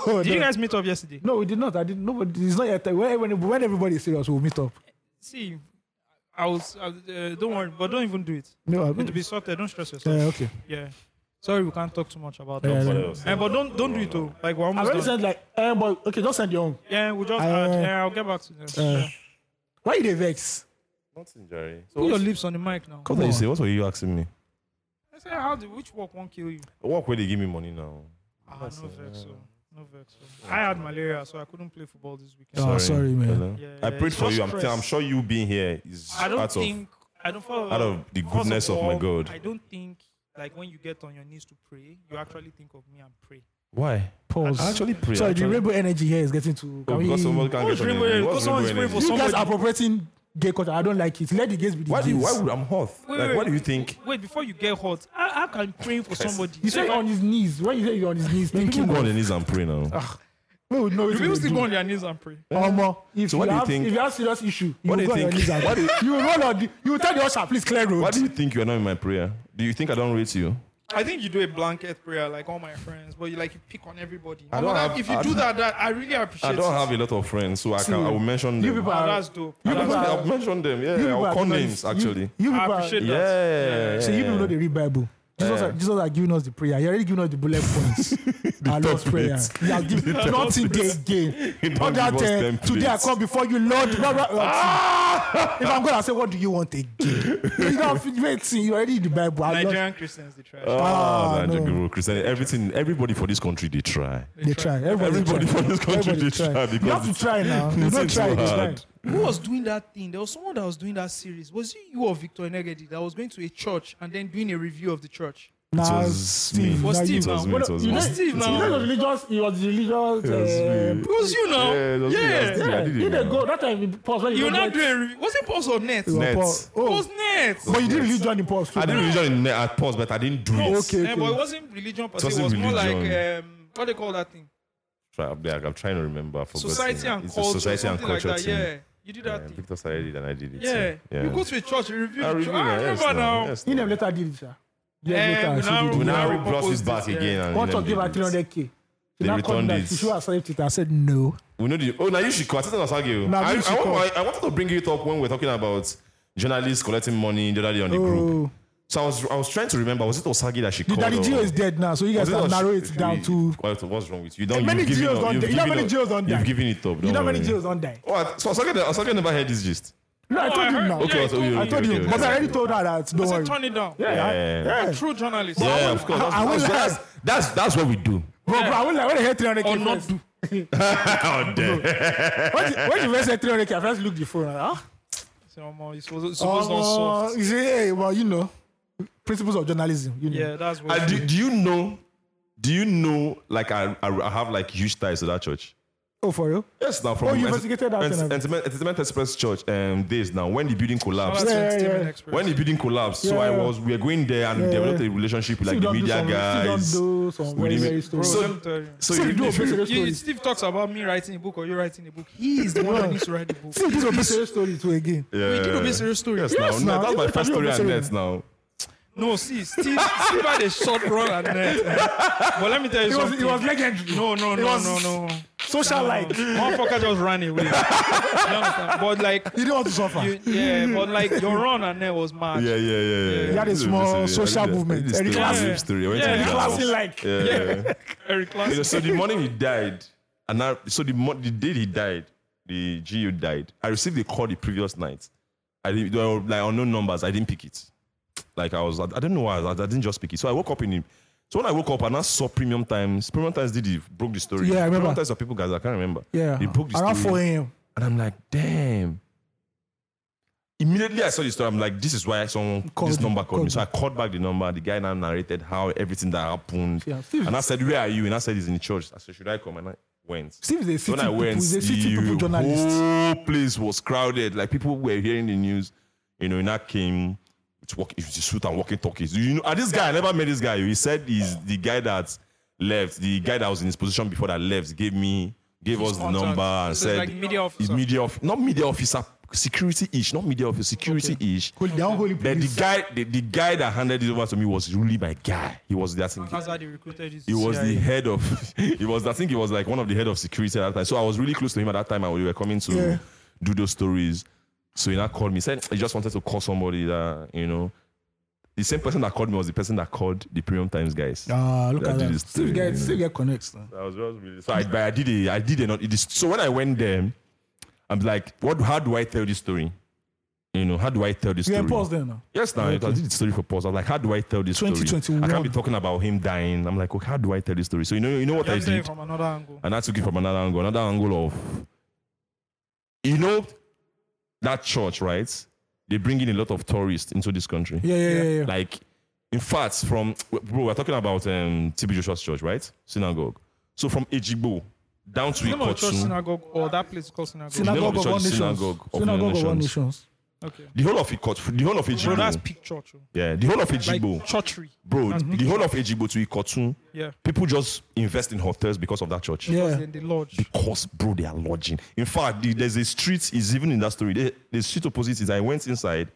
Speaker 3: Oh,
Speaker 2: Did
Speaker 3: no.
Speaker 2: you guys meet up yesterday?
Speaker 3: No, we did not. I did nobody. It's not yet. When, when, when everybody is serious, we'll meet up.
Speaker 2: See, I was. I, was- uh, don't worry, but don't even do it.
Speaker 3: No, I
Speaker 2: It will be sorted. Don't stress yourself.
Speaker 3: Yeah, uh, okay.
Speaker 2: Yeah. Sorry, we can't talk too much about
Speaker 3: Yeah,
Speaker 2: that.
Speaker 3: yeah.
Speaker 2: Eh, but don't don't do it though. Like we're
Speaker 3: I
Speaker 2: almost
Speaker 3: already
Speaker 2: done.
Speaker 3: sent like, eh, but okay, just send your own.
Speaker 2: Yeah, we just.
Speaker 3: I-
Speaker 2: had- yeah, I'll get back to them.
Speaker 3: Uh,
Speaker 2: Yeah.
Speaker 3: why you they vex?
Speaker 4: Nothing, Jerry.
Speaker 2: Put your lips on the mic now.
Speaker 4: What did you say? What were you asking me?
Speaker 2: I said, how did which work won't kill you?
Speaker 4: Walk where they give me money now.
Speaker 2: Ah, no vex,
Speaker 4: uh,
Speaker 2: so. No vex. So. I had malaria, so I couldn't play football this weekend.
Speaker 3: Oh, sorry, man.
Speaker 4: Hello?
Speaker 2: Yeah,
Speaker 4: I
Speaker 2: yeah,
Speaker 4: prayed
Speaker 2: it's
Speaker 4: for
Speaker 2: just
Speaker 4: you. I'm,
Speaker 2: stress.
Speaker 4: i I'm sure you being here is
Speaker 2: I don't
Speaker 4: out
Speaker 2: think I don't follow
Speaker 4: out of the
Speaker 2: first
Speaker 4: goodness of my God.
Speaker 2: I don't think like when you get on your knees to pray, you actually think of me and pray.
Speaker 4: of why.
Speaker 3: Pause.
Speaker 4: I actually prayed.
Speaker 3: Sorry, the
Speaker 4: actually.
Speaker 3: rainbow energy here is getting to.
Speaker 4: Oh,
Speaker 3: can
Speaker 4: because
Speaker 3: we,
Speaker 4: someone can't
Speaker 2: What's
Speaker 4: get on
Speaker 2: rainbow-
Speaker 4: the-
Speaker 2: because
Speaker 4: what's
Speaker 2: someone is praying
Speaker 4: rainbow
Speaker 2: for
Speaker 4: energy?
Speaker 3: you guys
Speaker 2: somebody-
Speaker 3: are appropriating gay culture. I don't like it. Let the gays be the
Speaker 4: Why, do,
Speaker 3: gays.
Speaker 4: you- why would I'm hot?
Speaker 2: Wait,
Speaker 4: like,
Speaker 2: wait,
Speaker 4: what do you think?
Speaker 2: Wait, before you get hot, how, how can praying for somebody?
Speaker 3: you say on his knees. When you say you're on his knees, thinking
Speaker 4: Go on
Speaker 3: about
Speaker 4: your knees and pray now. Eh?
Speaker 3: we would know
Speaker 2: do
Speaker 3: it.
Speaker 2: people still go on their knees and pray?
Speaker 3: Omo, if
Speaker 4: So
Speaker 3: you
Speaker 4: what do you
Speaker 3: have
Speaker 4: think-
Speaker 3: if you have serious issue, you
Speaker 4: what do
Speaker 3: will
Speaker 4: you
Speaker 3: go on your
Speaker 4: think-
Speaker 3: knees and
Speaker 4: what do you-
Speaker 3: you will roll on the you will tell the usher please clear
Speaker 4: Why
Speaker 3: road.
Speaker 4: do you think you're not in my prayer? Do you think I don't rate you?
Speaker 2: I think you do a blanket prayer like all my friends, but you like you pick on everybody.
Speaker 4: I don't
Speaker 2: But, like,
Speaker 4: have-
Speaker 2: if you
Speaker 4: I
Speaker 2: do
Speaker 4: don't-
Speaker 2: that, that I really appreciate.
Speaker 4: I don't
Speaker 2: it.
Speaker 4: have a lot of friends, so I can I will mention them.
Speaker 3: You people
Speaker 2: Oh,
Speaker 3: are
Speaker 2: that's dope.
Speaker 3: you
Speaker 2: That's
Speaker 3: people
Speaker 2: dope.
Speaker 3: are-
Speaker 4: I'll mention them.
Speaker 3: you
Speaker 4: Yeah,
Speaker 3: people
Speaker 4: I'll
Speaker 3: are
Speaker 4: call
Speaker 3: ignorant.
Speaker 4: names
Speaker 3: You-
Speaker 4: actually.
Speaker 3: You
Speaker 2: I
Speaker 3: people are-
Speaker 2: appreciate
Speaker 4: Yeah.
Speaker 2: that.
Speaker 3: So you
Speaker 4: Eh.
Speaker 3: people know the read Bible. Jesus, are, Jesus are giving us the prayer. He already given us the bullet points. Our Lord's prayer. He has given nothing they gain.
Speaker 4: He don't
Speaker 3: Not that
Speaker 4: give us
Speaker 3: uh,
Speaker 4: templates.
Speaker 3: today I come before you, Lord. Ra- ra-
Speaker 4: Ah!
Speaker 3: ra- if I'm going to say, what do you want again? you don't wait. see, You already in the Bible. Our Lord,
Speaker 2: Nigerian Christians, they try.
Speaker 4: Ah,
Speaker 3: Ah,
Speaker 4: Niger
Speaker 3: no.
Speaker 4: Guru, Christian, everything, everybody for this country, they try.
Speaker 3: they try. Everybody,
Speaker 4: Everybody
Speaker 3: try.
Speaker 4: for this country,
Speaker 3: Everybody
Speaker 4: they try. because
Speaker 3: You have to
Speaker 4: it's-
Speaker 3: try now. You
Speaker 4: it's
Speaker 3: don't
Speaker 4: too
Speaker 3: try. It's
Speaker 4: hard.
Speaker 3: fine.
Speaker 2: Who was doing that thing? There was someone that was doing that series. Was it you or Victor Negedi that was going to a church and then doing a review of the church?
Speaker 3: Nah,
Speaker 4: was me.
Speaker 3: Steve.
Speaker 4: It
Speaker 2: was
Speaker 3: now you-
Speaker 2: Steve now.
Speaker 4: me, it was
Speaker 3: You
Speaker 4: me.
Speaker 3: know,
Speaker 2: was Steve
Speaker 3: you
Speaker 2: now.
Speaker 3: know the religious. He was the religious.
Speaker 4: It
Speaker 3: Uh,
Speaker 4: was
Speaker 2: It was you now.
Speaker 4: Yeah, it was me. I was
Speaker 3: yeah,
Speaker 4: Yeah, I did it
Speaker 3: you didn't
Speaker 4: now.
Speaker 3: eh, go that time. in Pause when you
Speaker 2: You were
Speaker 3: don't
Speaker 2: not
Speaker 3: like-
Speaker 2: doing a review. Was it Pulse or Net?
Speaker 3: You were
Speaker 4: Net.
Speaker 3: pause.
Speaker 2: It
Speaker 3: Oh,
Speaker 2: was Net.
Speaker 3: But you did religion in Paul's too.
Speaker 4: I didn't religion in at pause, but I didn't do it.
Speaker 3: Okay,
Speaker 2: Eh,
Speaker 3: okay.
Speaker 2: but it wasn't religion per se. It was
Speaker 4: wasn't
Speaker 2: more
Speaker 4: religion.
Speaker 2: like um, what they call that thing?
Speaker 4: Try, I'm, like, I'm trying to remember. I forgot.
Speaker 2: Society and
Speaker 4: It's a
Speaker 2: culture.
Speaker 4: Society and
Speaker 2: something
Speaker 4: culture
Speaker 2: like that.
Speaker 4: team.
Speaker 2: Yeah, you did that
Speaker 4: Yeah,
Speaker 2: thing.
Speaker 4: Victor started it and I did it.
Speaker 2: Yeah.
Speaker 4: so, yeah.
Speaker 2: You go to a church, you review.
Speaker 4: I
Speaker 2: the
Speaker 4: review
Speaker 2: church. I
Speaker 4: now, yes,
Speaker 2: remember
Speaker 4: now,
Speaker 2: now.
Speaker 4: yes,
Speaker 3: He
Speaker 4: now.
Speaker 3: never later did it, sir.
Speaker 2: Eh,
Speaker 3: Yeah,
Speaker 2: we now-
Speaker 3: later.
Speaker 4: We
Speaker 3: She did
Speaker 4: now
Speaker 2: Now
Speaker 3: it.
Speaker 4: replaced
Speaker 2: repurposed
Speaker 4: it back
Speaker 2: it, yeah.
Speaker 4: again. and
Speaker 3: Want
Speaker 4: then
Speaker 3: to give her
Speaker 4: did it.
Speaker 3: 300k. She
Speaker 4: They
Speaker 3: now
Speaker 4: returned
Speaker 3: come back.
Speaker 4: it.
Speaker 3: She should have saved it. I said no.
Speaker 4: We know the. Oh, now you should call. Tell us how you-
Speaker 3: Now
Speaker 4: I,
Speaker 3: you should
Speaker 4: I,
Speaker 3: call.
Speaker 2: Oh.
Speaker 4: want- I, I wanted to bring it up when we we're talking about journalists collecting money the other day on the group. So I was I was trying to remember. Was it Osagi that she
Speaker 3: Oh. The
Speaker 4: called?
Speaker 3: Daddy
Speaker 4: or-
Speaker 3: Gio is dead now, so you guys
Speaker 4: was it
Speaker 3: can
Speaker 4: Osh-
Speaker 3: narrow it down
Speaker 4: Wait,
Speaker 3: to.
Speaker 4: What, what's wrong with you? you don't,
Speaker 3: many
Speaker 4: you've given
Speaker 3: Gios
Speaker 4: up,
Speaker 3: don't
Speaker 4: you've
Speaker 3: die. You know how
Speaker 4: given
Speaker 3: many
Speaker 4: up-
Speaker 3: Gios don't die?
Speaker 4: You've given it up.
Speaker 3: You know
Speaker 4: don't
Speaker 3: how many
Speaker 4: worry.
Speaker 3: Gios don't die?
Speaker 4: Oh, I- so Osagi, Osagi never heard this gist.
Speaker 3: No, I told you now.
Speaker 4: Okay, Oh, I told you.
Speaker 3: I told
Speaker 4: okay,
Speaker 3: you,
Speaker 4: okay,
Speaker 3: but
Speaker 4: okay.
Speaker 3: I already told her that.
Speaker 2: I
Speaker 3: Don't
Speaker 2: said,
Speaker 3: worry.
Speaker 2: turn it down.
Speaker 4: Yeah, yeah,
Speaker 3: Yeah.
Speaker 2: True journalist.
Speaker 4: yeah, of course.
Speaker 3: I- I
Speaker 4: That's,
Speaker 3: will
Speaker 4: that's, that's, that's what we do.
Speaker 3: Bro, bro, I will like when I hear 300
Speaker 4: Oh,
Speaker 2: Or
Speaker 3: k
Speaker 2: not
Speaker 3: first. When the- when the first said 300 k, I first looked the phone. Ah,
Speaker 2: Say, "Omo, it's supposed, it's supposed not
Speaker 3: oh,
Speaker 2: soft.
Speaker 3: you say, hey, well, you know, principles of journalism. You know,
Speaker 2: Yeah, that's what.
Speaker 4: And do, do you know? Do you know? Like I, I, I have like huge ties to that church.
Speaker 3: oh, for real.
Speaker 4: Yes, now from
Speaker 3: Oh, you investigated that
Speaker 4: Ent-
Speaker 3: kind of-
Speaker 4: Entertainment Entertainment Express Church um, days now when the building collapsed.
Speaker 2: That's
Speaker 3: Yeah, yeah,
Speaker 2: entertainment
Speaker 3: yeah.
Speaker 2: expert.
Speaker 4: When the building collapsed, so I
Speaker 3: Yeah.
Speaker 4: was we were going there and we developed a relationship with like the
Speaker 3: don't do
Speaker 4: media
Speaker 3: some,
Speaker 4: guys.
Speaker 3: Still don't do some
Speaker 4: We
Speaker 3: very,
Speaker 4: didn't-
Speaker 3: very
Speaker 2: Bro,
Speaker 3: stories.
Speaker 4: So-
Speaker 2: let me tell you.
Speaker 4: So
Speaker 3: Still
Speaker 4: you,
Speaker 3: do
Speaker 4: if
Speaker 3: some
Speaker 4: you-
Speaker 3: serious
Speaker 2: You-
Speaker 3: stories.
Speaker 2: Steve talks about me writing a book or you writing a book. He is the one that needs to write the book.
Speaker 3: Still do some serious story too again.
Speaker 4: yeah.
Speaker 2: We did a serious story.
Speaker 4: Yes,
Speaker 3: Yes,
Speaker 4: now,
Speaker 3: now.
Speaker 4: that's
Speaker 3: You
Speaker 4: my
Speaker 3: can
Speaker 4: first
Speaker 3: do
Speaker 4: story and
Speaker 3: observation.
Speaker 4: net now.
Speaker 2: No, see, Steve, Steve had a short run at net. But let me tell you
Speaker 3: It was,
Speaker 2: something.
Speaker 3: it was legendary.
Speaker 2: no, no, no,
Speaker 3: was-
Speaker 2: no, no.
Speaker 3: Social life. You
Speaker 2: Motherfucker just ran away. you understand? But like,
Speaker 3: didn't want to suffer.
Speaker 2: you, yeah, but like your run at net was mad.
Speaker 4: Yeah, yeah, yeah. yeah.
Speaker 2: You
Speaker 3: had a
Speaker 4: This is
Speaker 3: small
Speaker 4: this is- I
Speaker 3: social
Speaker 4: did a- I
Speaker 3: movement.
Speaker 4: did a
Speaker 3: Eric
Speaker 4: story,
Speaker 2: Clapton.
Speaker 4: a story. I went
Speaker 2: Yeah,
Speaker 4: to
Speaker 2: Eric
Speaker 4: the
Speaker 3: Classy
Speaker 4: house.
Speaker 3: like.
Speaker 4: Yeah, yeah.
Speaker 2: Very classic.
Speaker 4: So the morning he died, and I, so the, mo- the day he died, the GU died. I received a call the previous night. I didn't, there were like unknown numbers. I didn't pick it. Like I was, I, I don't know why. I, I didn't just pick it. So I woke up in him. So when I woke up and I saw Premium Times, Premium Times did it, broke the story.
Speaker 3: Yeah, I remember.
Speaker 4: Premium Times of people guys, I can't remember.
Speaker 3: Yeah.
Speaker 4: they broke the
Speaker 3: Around
Speaker 4: story.
Speaker 3: 4 a.m.
Speaker 4: And I'm like, damn. Immediately I saw the story. I'm like, this is why someone
Speaker 3: Called
Speaker 4: this
Speaker 3: you,
Speaker 4: number called me.
Speaker 3: called
Speaker 4: So I called back the number. The guy now narrated how everything that happened.
Speaker 3: Yeah, Steve-
Speaker 4: and I said, Where are you? And I said he's in the church. I said, Should I come? And I went.
Speaker 3: Steve is a city
Speaker 4: So when I
Speaker 3: people,
Speaker 4: went,
Speaker 3: he's a city people
Speaker 4: the
Speaker 3: journalist.
Speaker 4: whole place was crowded. Like people were hearing the news. You know, and I came with walk with the suit and walking talkies. You know, and this guy, I never met this guy. He said he's the guy that left, the guy that was in his position before that left, gave me gave us the
Speaker 2: Contact.
Speaker 4: number and
Speaker 2: So it's
Speaker 4: said
Speaker 2: like media
Speaker 4: is
Speaker 2: officer.
Speaker 4: media of not media officer security ish not media officer security ish
Speaker 3: Holy, they are holy
Speaker 4: but the
Speaker 3: police.
Speaker 4: guy the, the guy that handed it over to me was really my guy he was that thing
Speaker 2: That's how they recruited this.
Speaker 4: he was the
Speaker 2: CIA.
Speaker 4: head of he was i think he was like one of the head of security at that time so i was really close to him at that time and we were coming to
Speaker 3: Yeah.
Speaker 4: do those stories so he now called me said he just wanted to call somebody that you know the same person that called me was the person that called the premium times guys
Speaker 3: Ah, look
Speaker 4: that
Speaker 3: at
Speaker 4: did
Speaker 3: that.
Speaker 4: this
Speaker 3: Steve
Speaker 4: thing,
Speaker 3: get,
Speaker 4: you
Speaker 3: Steve get connects. man.
Speaker 4: I was just really so I, but I did it. I did it. Not, it is, so when I went there, I'm like, what? How do I tell this story? You know, how do I tell this
Speaker 3: You
Speaker 4: story?
Speaker 3: impulse them now.
Speaker 4: Yes, now I did the story for pause. I'm like, how do I tell this story?
Speaker 3: 2021.
Speaker 4: I can't be talking about him dying. I'm like, okay, how do I tell this story? So you know, you know what
Speaker 2: You
Speaker 4: I
Speaker 2: understand
Speaker 4: did,
Speaker 2: it from another angle.
Speaker 4: and I took it from another angle, another angle of, you know, that church, right? They bring in a lot of tourists into this country.
Speaker 3: Yeah, yeah, yeah. yeah.
Speaker 4: Like, in fact, from bro, we're talking about um, TB Joshua's church, right? Synagogue. So from Ejigbo down to
Speaker 2: The name of the church
Speaker 4: Ikotsu,
Speaker 2: synagogue or that place called synagogue.
Speaker 4: Synagogue.
Speaker 3: Synagogue of
Speaker 4: church
Speaker 3: all
Speaker 4: is
Speaker 3: nations.
Speaker 4: Synagogue of
Speaker 3: Synagogue of all
Speaker 4: Nations.
Speaker 3: nations.
Speaker 2: Okay.
Speaker 4: the whole of Ikotsu, the whole of
Speaker 2: Bro, that's
Speaker 4: Ejigbo,
Speaker 2: peak church. oh.
Speaker 4: yeah, the whole of
Speaker 2: Like Mm-hmm.
Speaker 4: Ejigbo,
Speaker 2: churchery.
Speaker 4: bro, the whole of Ejigbo to Ikotsu,
Speaker 2: Yeah.
Speaker 4: people just invest in hotels because of that church.
Speaker 2: Because
Speaker 3: Yeah.
Speaker 2: then they lodge.
Speaker 4: Because bro, they are lodging. In fact, the, there's a street is even in that story. The, the street opposite is I went inside,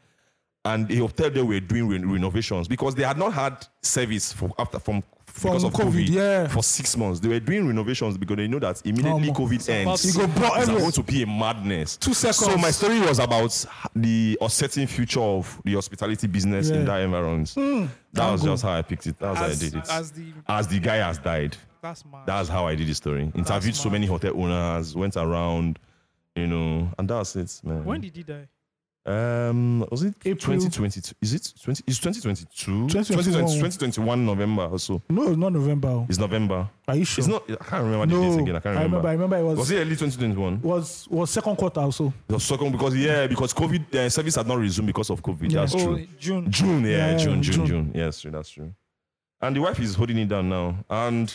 Speaker 4: and the hotel they were doing re- renovations because they had not had service for after from. because
Speaker 3: From
Speaker 4: of
Speaker 3: COVID,
Speaker 4: COVID,
Speaker 3: yeah.
Speaker 4: for six months, they were doing renovations because they know that immediately
Speaker 3: Um,
Speaker 4: COVID ends,
Speaker 2: to- You go
Speaker 3: blow
Speaker 4: it's
Speaker 3: everywhere.
Speaker 4: going to be a madness.
Speaker 3: Two seconds.
Speaker 4: So my story was about the uncertain future of the hospitality business
Speaker 3: Yeah. Hmm.
Speaker 4: in that environment. that was
Speaker 3: Angle.
Speaker 4: just how I picked it. That's
Speaker 2: As,
Speaker 4: how I did it.
Speaker 2: as the
Speaker 4: as the guy has died.
Speaker 2: that's mad.
Speaker 4: That's how I did the story. Interviewed so
Speaker 2: mad.
Speaker 4: many hotel owners, went around, you know, and that's it, man.
Speaker 2: when did he die?
Speaker 4: um was it
Speaker 3: April.
Speaker 4: 2022? Is it 20 it's 2022?
Speaker 3: 2021.
Speaker 4: 2021 November or so.
Speaker 3: No, it's not November. oh.
Speaker 4: It's November.
Speaker 3: Are you sure?
Speaker 4: It's not I can't remember
Speaker 3: no,
Speaker 4: the date again. I can't
Speaker 3: I remember.
Speaker 4: remember.
Speaker 3: I remember it was
Speaker 4: was it early 2021?
Speaker 3: was was second quarter also.
Speaker 4: It was second because yeah, because COVID uh, service had not resumed because of COVID. That's
Speaker 2: oh,
Speaker 4: true.
Speaker 2: June.
Speaker 4: June, yeah,
Speaker 3: Yeah,
Speaker 4: June, June,
Speaker 3: June.
Speaker 4: June, Yes, true, that's true. And the wife is holding it down now. And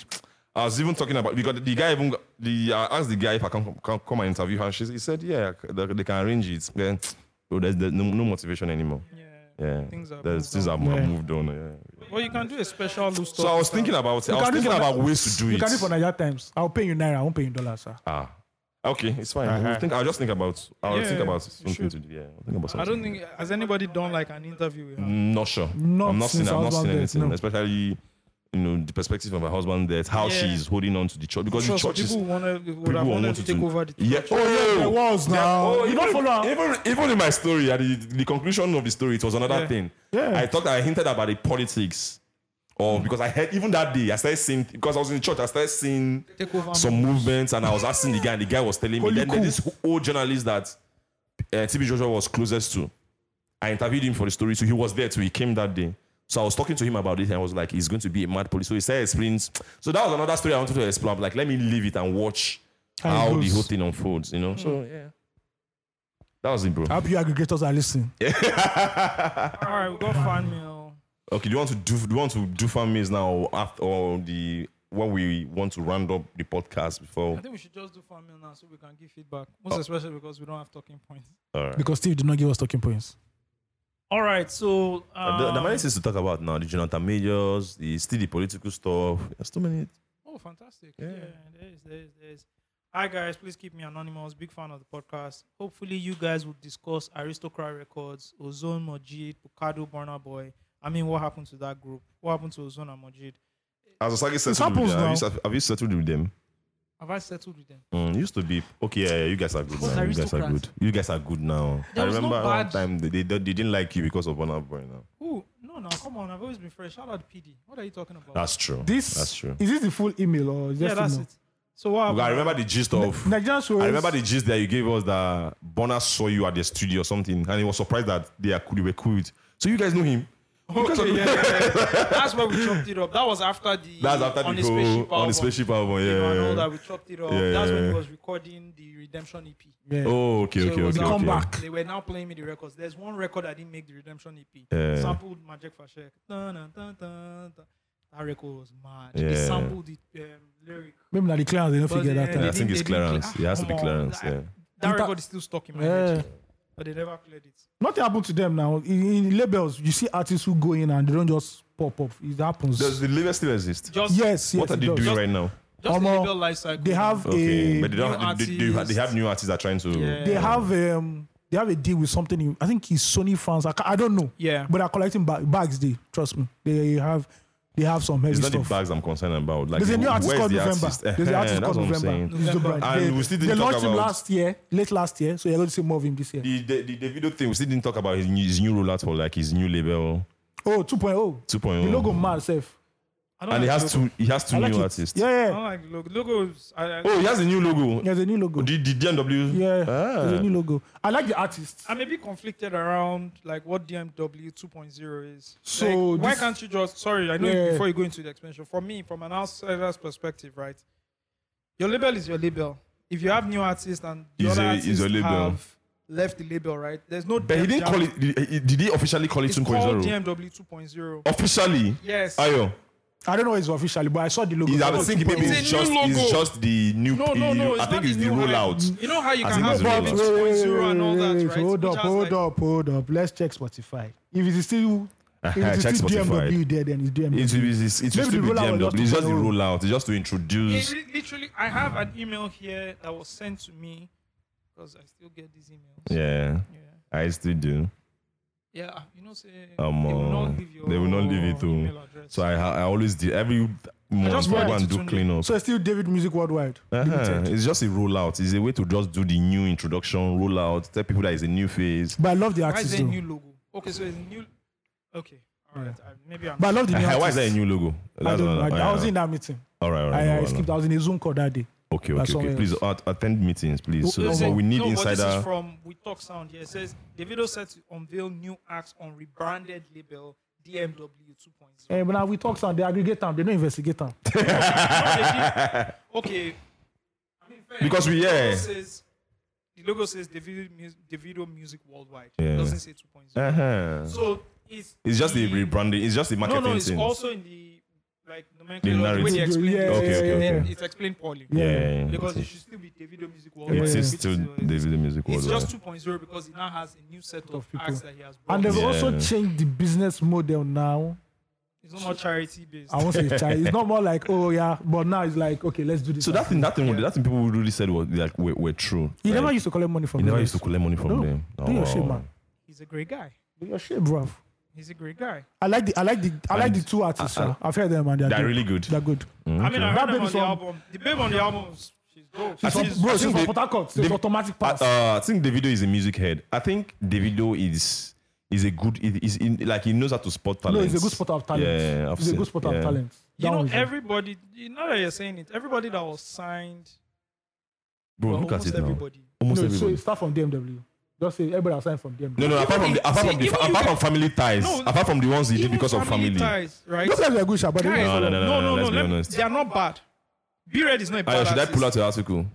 Speaker 4: I was even talking about because the guy even got- the I asked the guy if I can, can come and interview her. And she he said, yeah, they, they can arrange it. Then oh, there's, there's no, no motivation anymore.
Speaker 2: Yeah.
Speaker 4: Yeah,
Speaker 2: Things have
Speaker 4: there's
Speaker 2: moved
Speaker 4: things have
Speaker 2: on.
Speaker 4: have
Speaker 3: Yeah.
Speaker 4: moved on. Yeah.
Speaker 2: Well, you can do a special loose
Speaker 4: So I was thinking about it. I was
Speaker 3: can do
Speaker 4: thinking
Speaker 3: for
Speaker 4: about ways to do
Speaker 3: You can do it for
Speaker 4: it.
Speaker 3: Nigeria times. I'll pay you naira. I won't pay you dollars, sir.
Speaker 4: Ah, okay, it's
Speaker 3: Uh,
Speaker 4: fine. We'll think, I'll just think about. I'll
Speaker 2: Yeah,
Speaker 4: think about
Speaker 2: you
Speaker 4: something
Speaker 2: should.
Speaker 4: to do. Yeah, I'll think about something.
Speaker 2: I don't think has anybody done like an interview with her.
Speaker 4: Not sure.
Speaker 3: Not
Speaker 4: I'm not
Speaker 3: since
Speaker 4: seeing.
Speaker 3: I
Speaker 4: I'm
Speaker 3: was back
Speaker 4: not seeing
Speaker 3: there,
Speaker 4: anything,
Speaker 3: no.
Speaker 4: especially you know, the perspective of her husband death, how
Speaker 2: Yeah.
Speaker 4: she's holding on to the church because
Speaker 2: Sure,
Speaker 4: the
Speaker 2: some
Speaker 4: church is.
Speaker 2: people wanted, would
Speaker 4: people
Speaker 2: have wanted
Speaker 4: want
Speaker 2: to
Speaker 4: to
Speaker 2: take
Speaker 4: do-
Speaker 2: over the
Speaker 4: Yeah.
Speaker 2: church.
Speaker 4: Oh, yeah.
Speaker 3: There was now.
Speaker 4: Oh,
Speaker 3: you don't
Speaker 4: even,
Speaker 3: follow.
Speaker 4: even even in my story, at the, the conclusion of the story, it was another
Speaker 2: Yeah.
Speaker 4: thing.
Speaker 3: Yeah.
Speaker 4: I thought I hinted about the politics. Or because I heard even that day, I started seeing because I was in church, I started seeing
Speaker 2: Take over.
Speaker 4: some movements, and I was asking the guy, and the guy was telling me.
Speaker 3: Holy
Speaker 4: Then
Speaker 3: cool.
Speaker 4: there's this old journalist that uh, TB Joshua was closest to. I interviewed him for the story, so he was there too. He came that day. So I was talking to him about it, and I was like, he's going to be a mad police. So he said, explains. So that was another story I wanted to explore. I'm like, let me leave it and watch
Speaker 3: it
Speaker 4: how the
Speaker 3: goes.
Speaker 4: whole thing unfolds, you know? So,
Speaker 2: Hmm.
Speaker 4: yeah. That was it, bro.
Speaker 3: I hope you aggregators are listening.
Speaker 2: All right, we got fan mail.
Speaker 4: Okay, do you want to do, do you want to do fan mails now or after or the when we want to round up the podcast before?
Speaker 2: I think we should just do fan mail now so we can give feedback.
Speaker 4: Oh.
Speaker 2: Most especially because we don't have talking points.
Speaker 4: All right.
Speaker 3: Because Steve did not give us talking points.
Speaker 2: All right, so um,
Speaker 4: Uh, the, the many things to talk about now, the Jonathan Majors, the still the political stuff. There's too many.
Speaker 2: Oh, fantastic. Yeah. there is, there is, there is. Hi, guys. Please keep me anonymous. Big fan of the podcast. Hopefully, you guys will discuss Aristocrat Records, Ozone, Majid, Pocado, Burner Boy. I mean, what happened to that group? What happened to Ozone and Majid?
Speaker 4: As Osage settled
Speaker 3: happens
Speaker 4: with them, have, uh, you,
Speaker 3: now.
Speaker 4: have- have you settled with them?
Speaker 2: Have I settled with them?
Speaker 4: Mm, it used to be okay. Yeah, yeah, you guys are good
Speaker 2: What's
Speaker 4: now. You guys are
Speaker 2: aristocrat?
Speaker 4: good. You guys are good now.
Speaker 2: There
Speaker 4: I
Speaker 2: was no
Speaker 4: remember one
Speaker 2: bad-
Speaker 4: time they, they, they didn't like you because of Burna Boy. Now
Speaker 2: Oh, no, no. Come on. I've always been fresh. Shout out PD. What are you talking about?
Speaker 4: that's true.
Speaker 3: This
Speaker 4: that's true.
Speaker 3: Is this the full email or just
Speaker 2: yeah, that's
Speaker 3: email?
Speaker 2: it. So, what happened?
Speaker 4: I remember the gist of.
Speaker 3: Nigerian stories.
Speaker 4: I remember the gist that you gave us that Bonner saw you at the studio or something, and he was surprised that they are cool, they were cool. with- So you guys know him.
Speaker 2: Okay, yeah, yeah, yeah. That's where we chopped it up. That was after the
Speaker 4: That's after
Speaker 2: on
Speaker 4: the whole on the
Speaker 2: album.
Speaker 4: spaceship album.
Speaker 2: You know, and all
Speaker 4: Yeah.
Speaker 2: that we chopped it up.
Speaker 4: Yeah,
Speaker 2: That's when
Speaker 4: yeah.
Speaker 2: he was recording the Redemption E EP.
Speaker 3: Yeah.
Speaker 4: Oh, okay,
Speaker 2: So
Speaker 4: okay,
Speaker 2: it was
Speaker 4: okay.
Speaker 3: the
Speaker 2: out.
Speaker 4: okay.
Speaker 3: comeback.
Speaker 2: They were now playing me the records. There's one record I didn't make the Redemption EP.
Speaker 4: Yeah.
Speaker 2: Sampled Magic Fashek. Dun, dun, dun, dun, dun. That record was mad. They
Speaker 4: Yeah.
Speaker 2: sampled the um, lyric.
Speaker 3: Maybe not the clients, they don't
Speaker 2: but
Speaker 3: figure
Speaker 2: they-
Speaker 3: that
Speaker 2: they
Speaker 4: Yeah, I
Speaker 3: out.
Speaker 4: think
Speaker 2: didn't-
Speaker 4: it's
Speaker 2: they didn't
Speaker 4: Clarence.
Speaker 2: clear-
Speaker 4: It
Speaker 2: ah,
Speaker 4: has to be
Speaker 2: come on.
Speaker 4: Clarence,
Speaker 2: That-
Speaker 4: yeah.
Speaker 2: That
Speaker 3: Inter-
Speaker 2: record is still stuck in my
Speaker 3: Yeah.
Speaker 2: head. But they never cleared it.
Speaker 3: Nothing happened to them now. In, in labels, you see artists who go in and they don't just pop up. It happens.
Speaker 4: Does the label still exist?
Speaker 2: Just,
Speaker 3: yes, yes.
Speaker 4: What are
Speaker 3: it
Speaker 4: they
Speaker 3: does.
Speaker 4: doing right now?
Speaker 2: just the
Speaker 3: Omo,
Speaker 2: label life cycle.
Speaker 3: They have
Speaker 4: Okay,
Speaker 3: a
Speaker 4: but they don't.
Speaker 2: New
Speaker 4: Have, they, they, they
Speaker 2: artists.
Speaker 4: have new artists that are trying to.
Speaker 2: Yeah.
Speaker 3: they have um they have a deal with something. in- I think it's Sony France. I, ca- I don't know.
Speaker 2: Yeah.
Speaker 3: But they're collecting ba- bags. They trust me. They have they have some heavy
Speaker 4: It's not the
Speaker 3: stuff.
Speaker 4: bags I'm concerned about. Like,
Speaker 3: There's a new
Speaker 4: who-
Speaker 3: artist
Speaker 4: where's
Speaker 3: called
Speaker 4: the
Speaker 3: November.
Speaker 4: artist?
Speaker 3: There's an
Speaker 4: Eh,
Speaker 3: artist
Speaker 4: that's
Speaker 3: called
Speaker 4: what I'm
Speaker 3: November.
Speaker 4: saying.
Speaker 3: It's the brand.
Speaker 4: And
Speaker 3: they,
Speaker 4: we still
Speaker 3: they
Speaker 4: didn't talk
Speaker 3: launched him
Speaker 4: about-
Speaker 3: last year, late last year. So you're going to see more of him this year.
Speaker 4: The, the, the, the video thing, we still didn't talk about his new, his new rollout for like his new label
Speaker 3: oh, 2.0.
Speaker 4: 2.0.
Speaker 3: The logo mad self.
Speaker 2: I don't
Speaker 4: And he
Speaker 2: like
Speaker 4: has
Speaker 2: the logo.
Speaker 4: two. He has two
Speaker 3: I like
Speaker 4: Mm. new
Speaker 3: it.
Speaker 4: artists.
Speaker 3: Yeah,
Speaker 2: I
Speaker 3: yeah.
Speaker 2: don't like the logo. Logos. I, I,
Speaker 4: Oh, he has a new logo. Oh,
Speaker 3: There's a new logo.
Speaker 4: The, the DNW.
Speaker 3: Yeah,
Speaker 4: Ah.
Speaker 3: there's a new logo. I like the artist.
Speaker 2: I'm a bit conflicted around like what DMW 2.0 is.
Speaker 3: So
Speaker 2: Like, why
Speaker 3: this-
Speaker 2: can't you just? Sorry, I know you-
Speaker 3: Yeah.
Speaker 2: before you go into the explanation. For me, from an outsider's perspective, right? Your label is your label. If you have new artists and the
Speaker 4: Is
Speaker 2: other
Speaker 4: a- is
Speaker 2: artists
Speaker 4: a label.
Speaker 2: have left the label, right? There's no.
Speaker 4: But he didn't call it. Did he- did he officially call it
Speaker 2: It's called
Speaker 4: 2.0?
Speaker 2: DMW 2.0.
Speaker 4: Officially.
Speaker 2: Yes.
Speaker 4: Ayo.
Speaker 3: I don't know it's officially, but I saw the logo.
Speaker 4: He's, I
Speaker 3: Oh,
Speaker 4: think maybe
Speaker 3: 2.0.
Speaker 2: It's a
Speaker 4: it's
Speaker 2: new
Speaker 4: just,
Speaker 2: logo.
Speaker 4: it's just the new.
Speaker 2: No, no, no. It's
Speaker 4: I think
Speaker 2: not
Speaker 4: it's the
Speaker 2: new hype.
Speaker 4: rollout.
Speaker 2: You know how you
Speaker 4: I
Speaker 2: can
Speaker 4: think
Speaker 2: have
Speaker 4: it's the
Speaker 2: DMW
Speaker 4: rollout.
Speaker 2: 2.0 and all that,
Speaker 3: Wait,
Speaker 2: right?
Speaker 3: Hold
Speaker 2: Which
Speaker 3: up,
Speaker 2: has,
Speaker 3: hold
Speaker 2: like-
Speaker 3: up, hold up. Let's check Spotify. If it is still, if it is
Speaker 4: Ah, Check
Speaker 3: still
Speaker 4: Spotify.
Speaker 3: DMW there, then it's DMW.
Speaker 4: It will be- it's, it's
Speaker 3: Maybe
Speaker 4: still
Speaker 3: the
Speaker 4: be
Speaker 3: rollout was
Speaker 4: DMW. It's
Speaker 3: just
Speaker 4: just the
Speaker 3: to-
Speaker 4: rollout. It's just to introduce.
Speaker 2: Yeah, li- literally, I have an email here that was sent to me because I still get these emails.
Speaker 4: Yeah,
Speaker 2: Yeah.
Speaker 4: I still do.
Speaker 2: Yeah, you know, say
Speaker 4: Um,
Speaker 2: they will
Speaker 4: uh,
Speaker 2: not leave your
Speaker 4: they will not leave it to-
Speaker 2: email address.
Speaker 4: So I ha- I always do every month
Speaker 2: just
Speaker 4: I go
Speaker 2: wanted
Speaker 4: and
Speaker 2: to
Speaker 4: do
Speaker 2: tune
Speaker 4: cleanup.
Speaker 3: So it's still David Music Worldwide.
Speaker 4: Uh-huh.
Speaker 3: Limited.
Speaker 4: It's just a rollout. It's a way to just do the new introduction rollout. Tell people that it's a new phase.
Speaker 3: But I love the
Speaker 2: Why is
Speaker 3: artist.
Speaker 2: there a
Speaker 3: though.
Speaker 2: new logo? Okay, so it's new. Okay, all right. I, maybe I'm.
Speaker 3: But I love the new
Speaker 4: Uh-huh.
Speaker 3: artist.
Speaker 4: Why is that a new logo?
Speaker 3: I,
Speaker 4: That's
Speaker 3: don't,
Speaker 4: another-
Speaker 3: know. I, I was
Speaker 4: uh,
Speaker 3: in that meeting.
Speaker 4: All right, all right.
Speaker 3: I, I
Speaker 4: no,
Speaker 3: skipped.
Speaker 4: no.
Speaker 3: I was in a Zoom call that day.
Speaker 4: Okay,
Speaker 3: That's
Speaker 4: okay, okay.
Speaker 3: somewhere
Speaker 4: Please
Speaker 3: else.
Speaker 4: at- attend meetings, please. So,
Speaker 2: It
Speaker 4: but
Speaker 2: says-
Speaker 4: we need
Speaker 2: no, but This
Speaker 4: insider.
Speaker 2: is from We Talk Sound here. It says the video set to unveil new acts on rebranded label DMW 2.0.
Speaker 3: Eh, but now we talk some. They aggregate them. They don't investigate them.
Speaker 2: okay. I mean, fair.
Speaker 4: Because we-
Speaker 2: The logo
Speaker 4: yeah.
Speaker 2: says- The logo says the video, mus- the video music worldwide.
Speaker 4: Yeah.
Speaker 2: It doesn't say 2.0.
Speaker 4: Uh-huh.
Speaker 2: So it's
Speaker 4: It's just the
Speaker 2: the
Speaker 4: rebranding. It's just the
Speaker 2: No,
Speaker 4: marketing
Speaker 2: no, it's
Speaker 4: things.
Speaker 2: also in the like nomenclature the, way
Speaker 4: narrative.
Speaker 2: they explain
Speaker 3: Yeah,
Speaker 2: it.
Speaker 4: Okay, okay,
Speaker 2: They-
Speaker 4: okay.
Speaker 2: It's explained poorly.
Speaker 4: yeah,
Speaker 3: Yeah.
Speaker 4: yeah, yeah.
Speaker 2: Because it should still be Davido Music Worldwide.
Speaker 4: it
Speaker 3: Yeah.
Speaker 4: is
Speaker 2: which
Speaker 4: still
Speaker 2: uh,
Speaker 4: David the Music
Speaker 2: It's
Speaker 4: Worldwide.
Speaker 2: just 2.0 because it now has a new set of,
Speaker 3: Of people.
Speaker 2: acts that he has
Speaker 3: And
Speaker 2: brought.
Speaker 3: they've
Speaker 4: Yeah.
Speaker 3: also changed the business model now.
Speaker 2: It's not more charity based.
Speaker 3: I won't say it's It's not more like oh yeah, but now it's like okay, let's do this.
Speaker 4: So that thing, that thing, that thing people really said was like were, were true.
Speaker 3: He never
Speaker 4: right?
Speaker 3: used to collect money from.
Speaker 4: He never
Speaker 3: them.
Speaker 4: used to collect money from
Speaker 3: No.
Speaker 4: them.
Speaker 3: Do your shit, man.
Speaker 2: He's a great guy.
Speaker 3: Do your shit, bro.
Speaker 2: He's a great guy.
Speaker 3: I like the I like the I like the two artists. sha. I've heard them and they're,
Speaker 4: They're
Speaker 3: good.
Speaker 4: really good.
Speaker 3: They're good.
Speaker 2: I mean, I heard
Speaker 3: That
Speaker 2: him
Speaker 3: baby
Speaker 2: on the
Speaker 3: song-
Speaker 2: album. The babe on the album, is- she's dope.
Speaker 4: I
Speaker 3: From,
Speaker 4: think-
Speaker 3: bro,
Speaker 4: I
Speaker 3: she's
Speaker 4: think
Speaker 3: from
Speaker 4: they-
Speaker 3: Port Harcourt. It's
Speaker 4: they-
Speaker 3: automatic
Speaker 4: I,
Speaker 3: pass.
Speaker 4: uh, I think Davido is a music head. I think Davido is is a good is in, like he knows how to spot
Speaker 3: no,
Speaker 4: talent.
Speaker 3: he's a good spotter of talent.
Speaker 4: Yeah, I've
Speaker 3: he's a
Speaker 4: seen-
Speaker 3: good spotter
Speaker 4: yeah.
Speaker 3: of talent.
Speaker 2: You
Speaker 3: That
Speaker 2: know,
Speaker 3: one's-
Speaker 2: everybody, you know that you're saying it, everybody that was signed,
Speaker 4: Bro,
Speaker 2: well,
Speaker 4: look at
Speaker 2: almost
Speaker 4: it now.
Speaker 2: everybody.
Speaker 4: Almost
Speaker 3: no, so
Speaker 4: everybody.
Speaker 3: it start from DMW. Just say everybody assigned from DMW.
Speaker 4: No, no. Apart from the, apart
Speaker 2: See,
Speaker 4: from the,
Speaker 2: even you
Speaker 4: apart
Speaker 2: can-
Speaker 4: from family ties,
Speaker 2: No,
Speaker 4: apart from the ones he did
Speaker 2: Even
Speaker 4: because of family.
Speaker 2: ties, right?
Speaker 3: Those guys are good, sha, but they
Speaker 2: Guys,
Speaker 3: don't
Speaker 4: No, no, no,
Speaker 3: follow.
Speaker 4: no, no, let's be
Speaker 2: let me-
Speaker 4: honest.
Speaker 2: They are not bad. B Red is not a bad
Speaker 4: Ah, should I
Speaker 2: artist.
Speaker 4: pull out your article?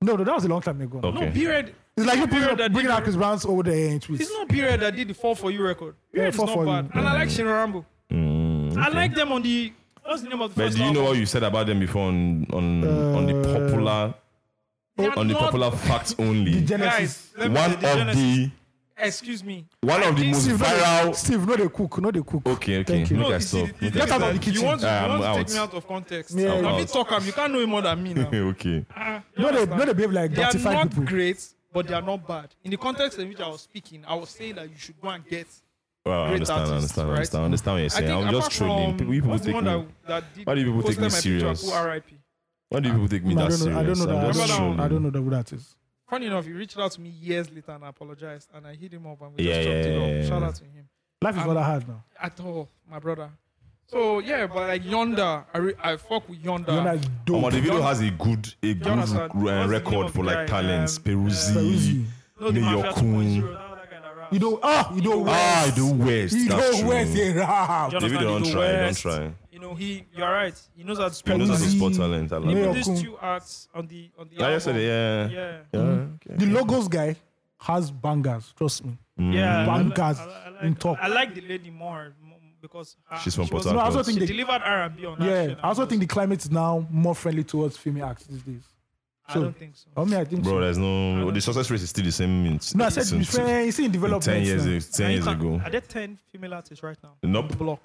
Speaker 3: no, no, that was a long time ago.
Speaker 4: Okay.
Speaker 2: No, B Red.
Speaker 3: It's like you
Speaker 2: B Red
Speaker 3: bringing,
Speaker 2: that
Speaker 3: bringing
Speaker 2: did-
Speaker 3: out Chris Brown's uh, over there in tweets.
Speaker 2: It's not B Red that did the Fall For You record. B
Speaker 3: Yeah,
Speaker 2: Red is
Speaker 3: Fall
Speaker 2: not
Speaker 3: For
Speaker 2: bad.
Speaker 3: You.
Speaker 2: And I like Shinorambo.
Speaker 4: Mm,
Speaker 2: I
Speaker 4: okay.
Speaker 2: like them on the. What's the name of the
Speaker 4: But
Speaker 2: first
Speaker 4: do you know what
Speaker 2: album?
Speaker 4: you said about them before on on, on the
Speaker 3: Uh,
Speaker 4: popular
Speaker 2: They are
Speaker 4: on the
Speaker 2: not-
Speaker 4: popular facts only?
Speaker 3: the Genesis.
Speaker 2: Guys, let me
Speaker 4: one
Speaker 2: say, the
Speaker 4: of
Speaker 2: Genesis-
Speaker 4: the
Speaker 2: Excuse me.
Speaker 4: one of the most
Speaker 3: Steve, no, they,
Speaker 4: viral.
Speaker 3: Steve, no, they cook, no, they cook.
Speaker 4: Okay, okay.
Speaker 3: Thank you.
Speaker 4: Make
Speaker 2: No,
Speaker 4: I
Speaker 2: you see,
Speaker 4: stop.
Speaker 2: the-
Speaker 4: Make
Speaker 2: the-
Speaker 4: I
Speaker 3: Get out
Speaker 4: stop.
Speaker 3: of the kitchen.
Speaker 2: You want to,
Speaker 4: Ah,
Speaker 2: you
Speaker 4: I'm
Speaker 2: want to
Speaker 4: out.
Speaker 2: take me out of context.
Speaker 3: Yeah. I'm
Speaker 2: If you
Speaker 4: out.
Speaker 2: talk, am, you can't know him more than me now.
Speaker 4: okay.
Speaker 2: Ah, you
Speaker 3: No, they,
Speaker 2: understand?
Speaker 3: no, they behave like
Speaker 2: they are
Speaker 3: gratified
Speaker 2: not
Speaker 3: people.
Speaker 2: great, but they are not bad. In the context in which I was speaking, I was saying that you should go and get.
Speaker 4: Well, I
Speaker 2: Great
Speaker 4: understand,
Speaker 2: artists,
Speaker 4: understand,
Speaker 2: right?
Speaker 4: understand, understand what you're saying. I'm just
Speaker 2: apart
Speaker 4: trolling.
Speaker 2: from-
Speaker 4: People, you people
Speaker 2: what's the
Speaker 4: take
Speaker 2: one
Speaker 4: me.
Speaker 2: That, that did,
Speaker 4: Why do you people
Speaker 2: posted
Speaker 4: take me
Speaker 2: my picture and
Speaker 4: serious?
Speaker 2: put RIP.
Speaker 4: Why do people take me
Speaker 3: I
Speaker 4: that
Speaker 3: don't know.
Speaker 4: serious?
Speaker 3: I don't know
Speaker 4: I'm
Speaker 3: that. I
Speaker 4: just
Speaker 3: don't
Speaker 4: trolling.
Speaker 3: know, I don't know that who that is.
Speaker 2: Funny enough, he reached out to me years later and I apologized, and I hit him up and we
Speaker 4: Yeah,
Speaker 2: just chopped
Speaker 4: yeah,
Speaker 2: it
Speaker 4: yeah,
Speaker 2: up. Shout
Speaker 4: yeah.
Speaker 2: out to him.
Speaker 3: Life is
Speaker 2: I'm-
Speaker 3: not that hard now.
Speaker 2: At all, my brother. So yeah, but like Yonder, I, re- I fuck with Yonder.
Speaker 3: You're not
Speaker 4: Omo,
Speaker 3: dope.
Speaker 4: Davido has a good, a good
Speaker 2: Jonathan,
Speaker 4: rec-
Speaker 2: what's the
Speaker 4: uh,
Speaker 2: name
Speaker 4: record
Speaker 2: of
Speaker 4: for
Speaker 2: the
Speaker 4: like
Speaker 2: guy?
Speaker 4: talents.
Speaker 2: Um,
Speaker 4: Peruzzi,
Speaker 3: Peruzzi.
Speaker 2: No, the
Speaker 4: New
Speaker 2: Mafia
Speaker 4: York
Speaker 2: 2.0,
Speaker 4: Kun.
Speaker 2: that was like an arouse.
Speaker 3: You don't, ah, you don't
Speaker 4: Ah,
Speaker 3: West.
Speaker 4: the West.
Speaker 3: You
Speaker 4: that's
Speaker 3: don't
Speaker 4: true.
Speaker 3: West, they rap.
Speaker 2: Jonathan
Speaker 4: Davido, don't
Speaker 2: Ido
Speaker 4: try, don't
Speaker 2: West.
Speaker 4: try.
Speaker 2: You know he. You're right. He knows how to
Speaker 4: He
Speaker 2: spell.
Speaker 4: knows how to
Speaker 3: Peruzzi,
Speaker 4: spot talent. I like
Speaker 3: New
Speaker 4: that.
Speaker 3: York
Speaker 2: These
Speaker 3: Kun.
Speaker 2: two arts on the on the.
Speaker 4: Yeah,
Speaker 2: album.
Speaker 4: yesterday, yeah.
Speaker 2: Yeah.
Speaker 4: Yeah, okay.
Speaker 3: The logos guy has bangers, trust me.
Speaker 2: Yeah, I
Speaker 3: Bangers
Speaker 2: like- I like-
Speaker 3: Mm. in talk.
Speaker 2: I like the lady more mo- because her,
Speaker 4: She's from
Speaker 2: she
Speaker 4: Port
Speaker 2: was-
Speaker 3: No, I also
Speaker 4: Harcourt.
Speaker 2: She
Speaker 3: think they,
Speaker 2: delivered R and B on that.
Speaker 3: yeah,
Speaker 2: shit
Speaker 3: I also
Speaker 2: and
Speaker 3: think the climate is now more friendly towards female acts these days.
Speaker 2: I don't think so.
Speaker 3: I mean, I think
Speaker 4: Bro,
Speaker 3: so.
Speaker 4: there's no. The success rate is still the same. in-
Speaker 3: No, I said
Speaker 4: since-
Speaker 3: different. You see in development.
Speaker 4: Ten years,
Speaker 3: now.
Speaker 4: ago- ten
Speaker 2: And you
Speaker 4: years
Speaker 2: can-
Speaker 4: ago.
Speaker 2: Are there ten female artists right now?
Speaker 4: Nope.
Speaker 2: Block.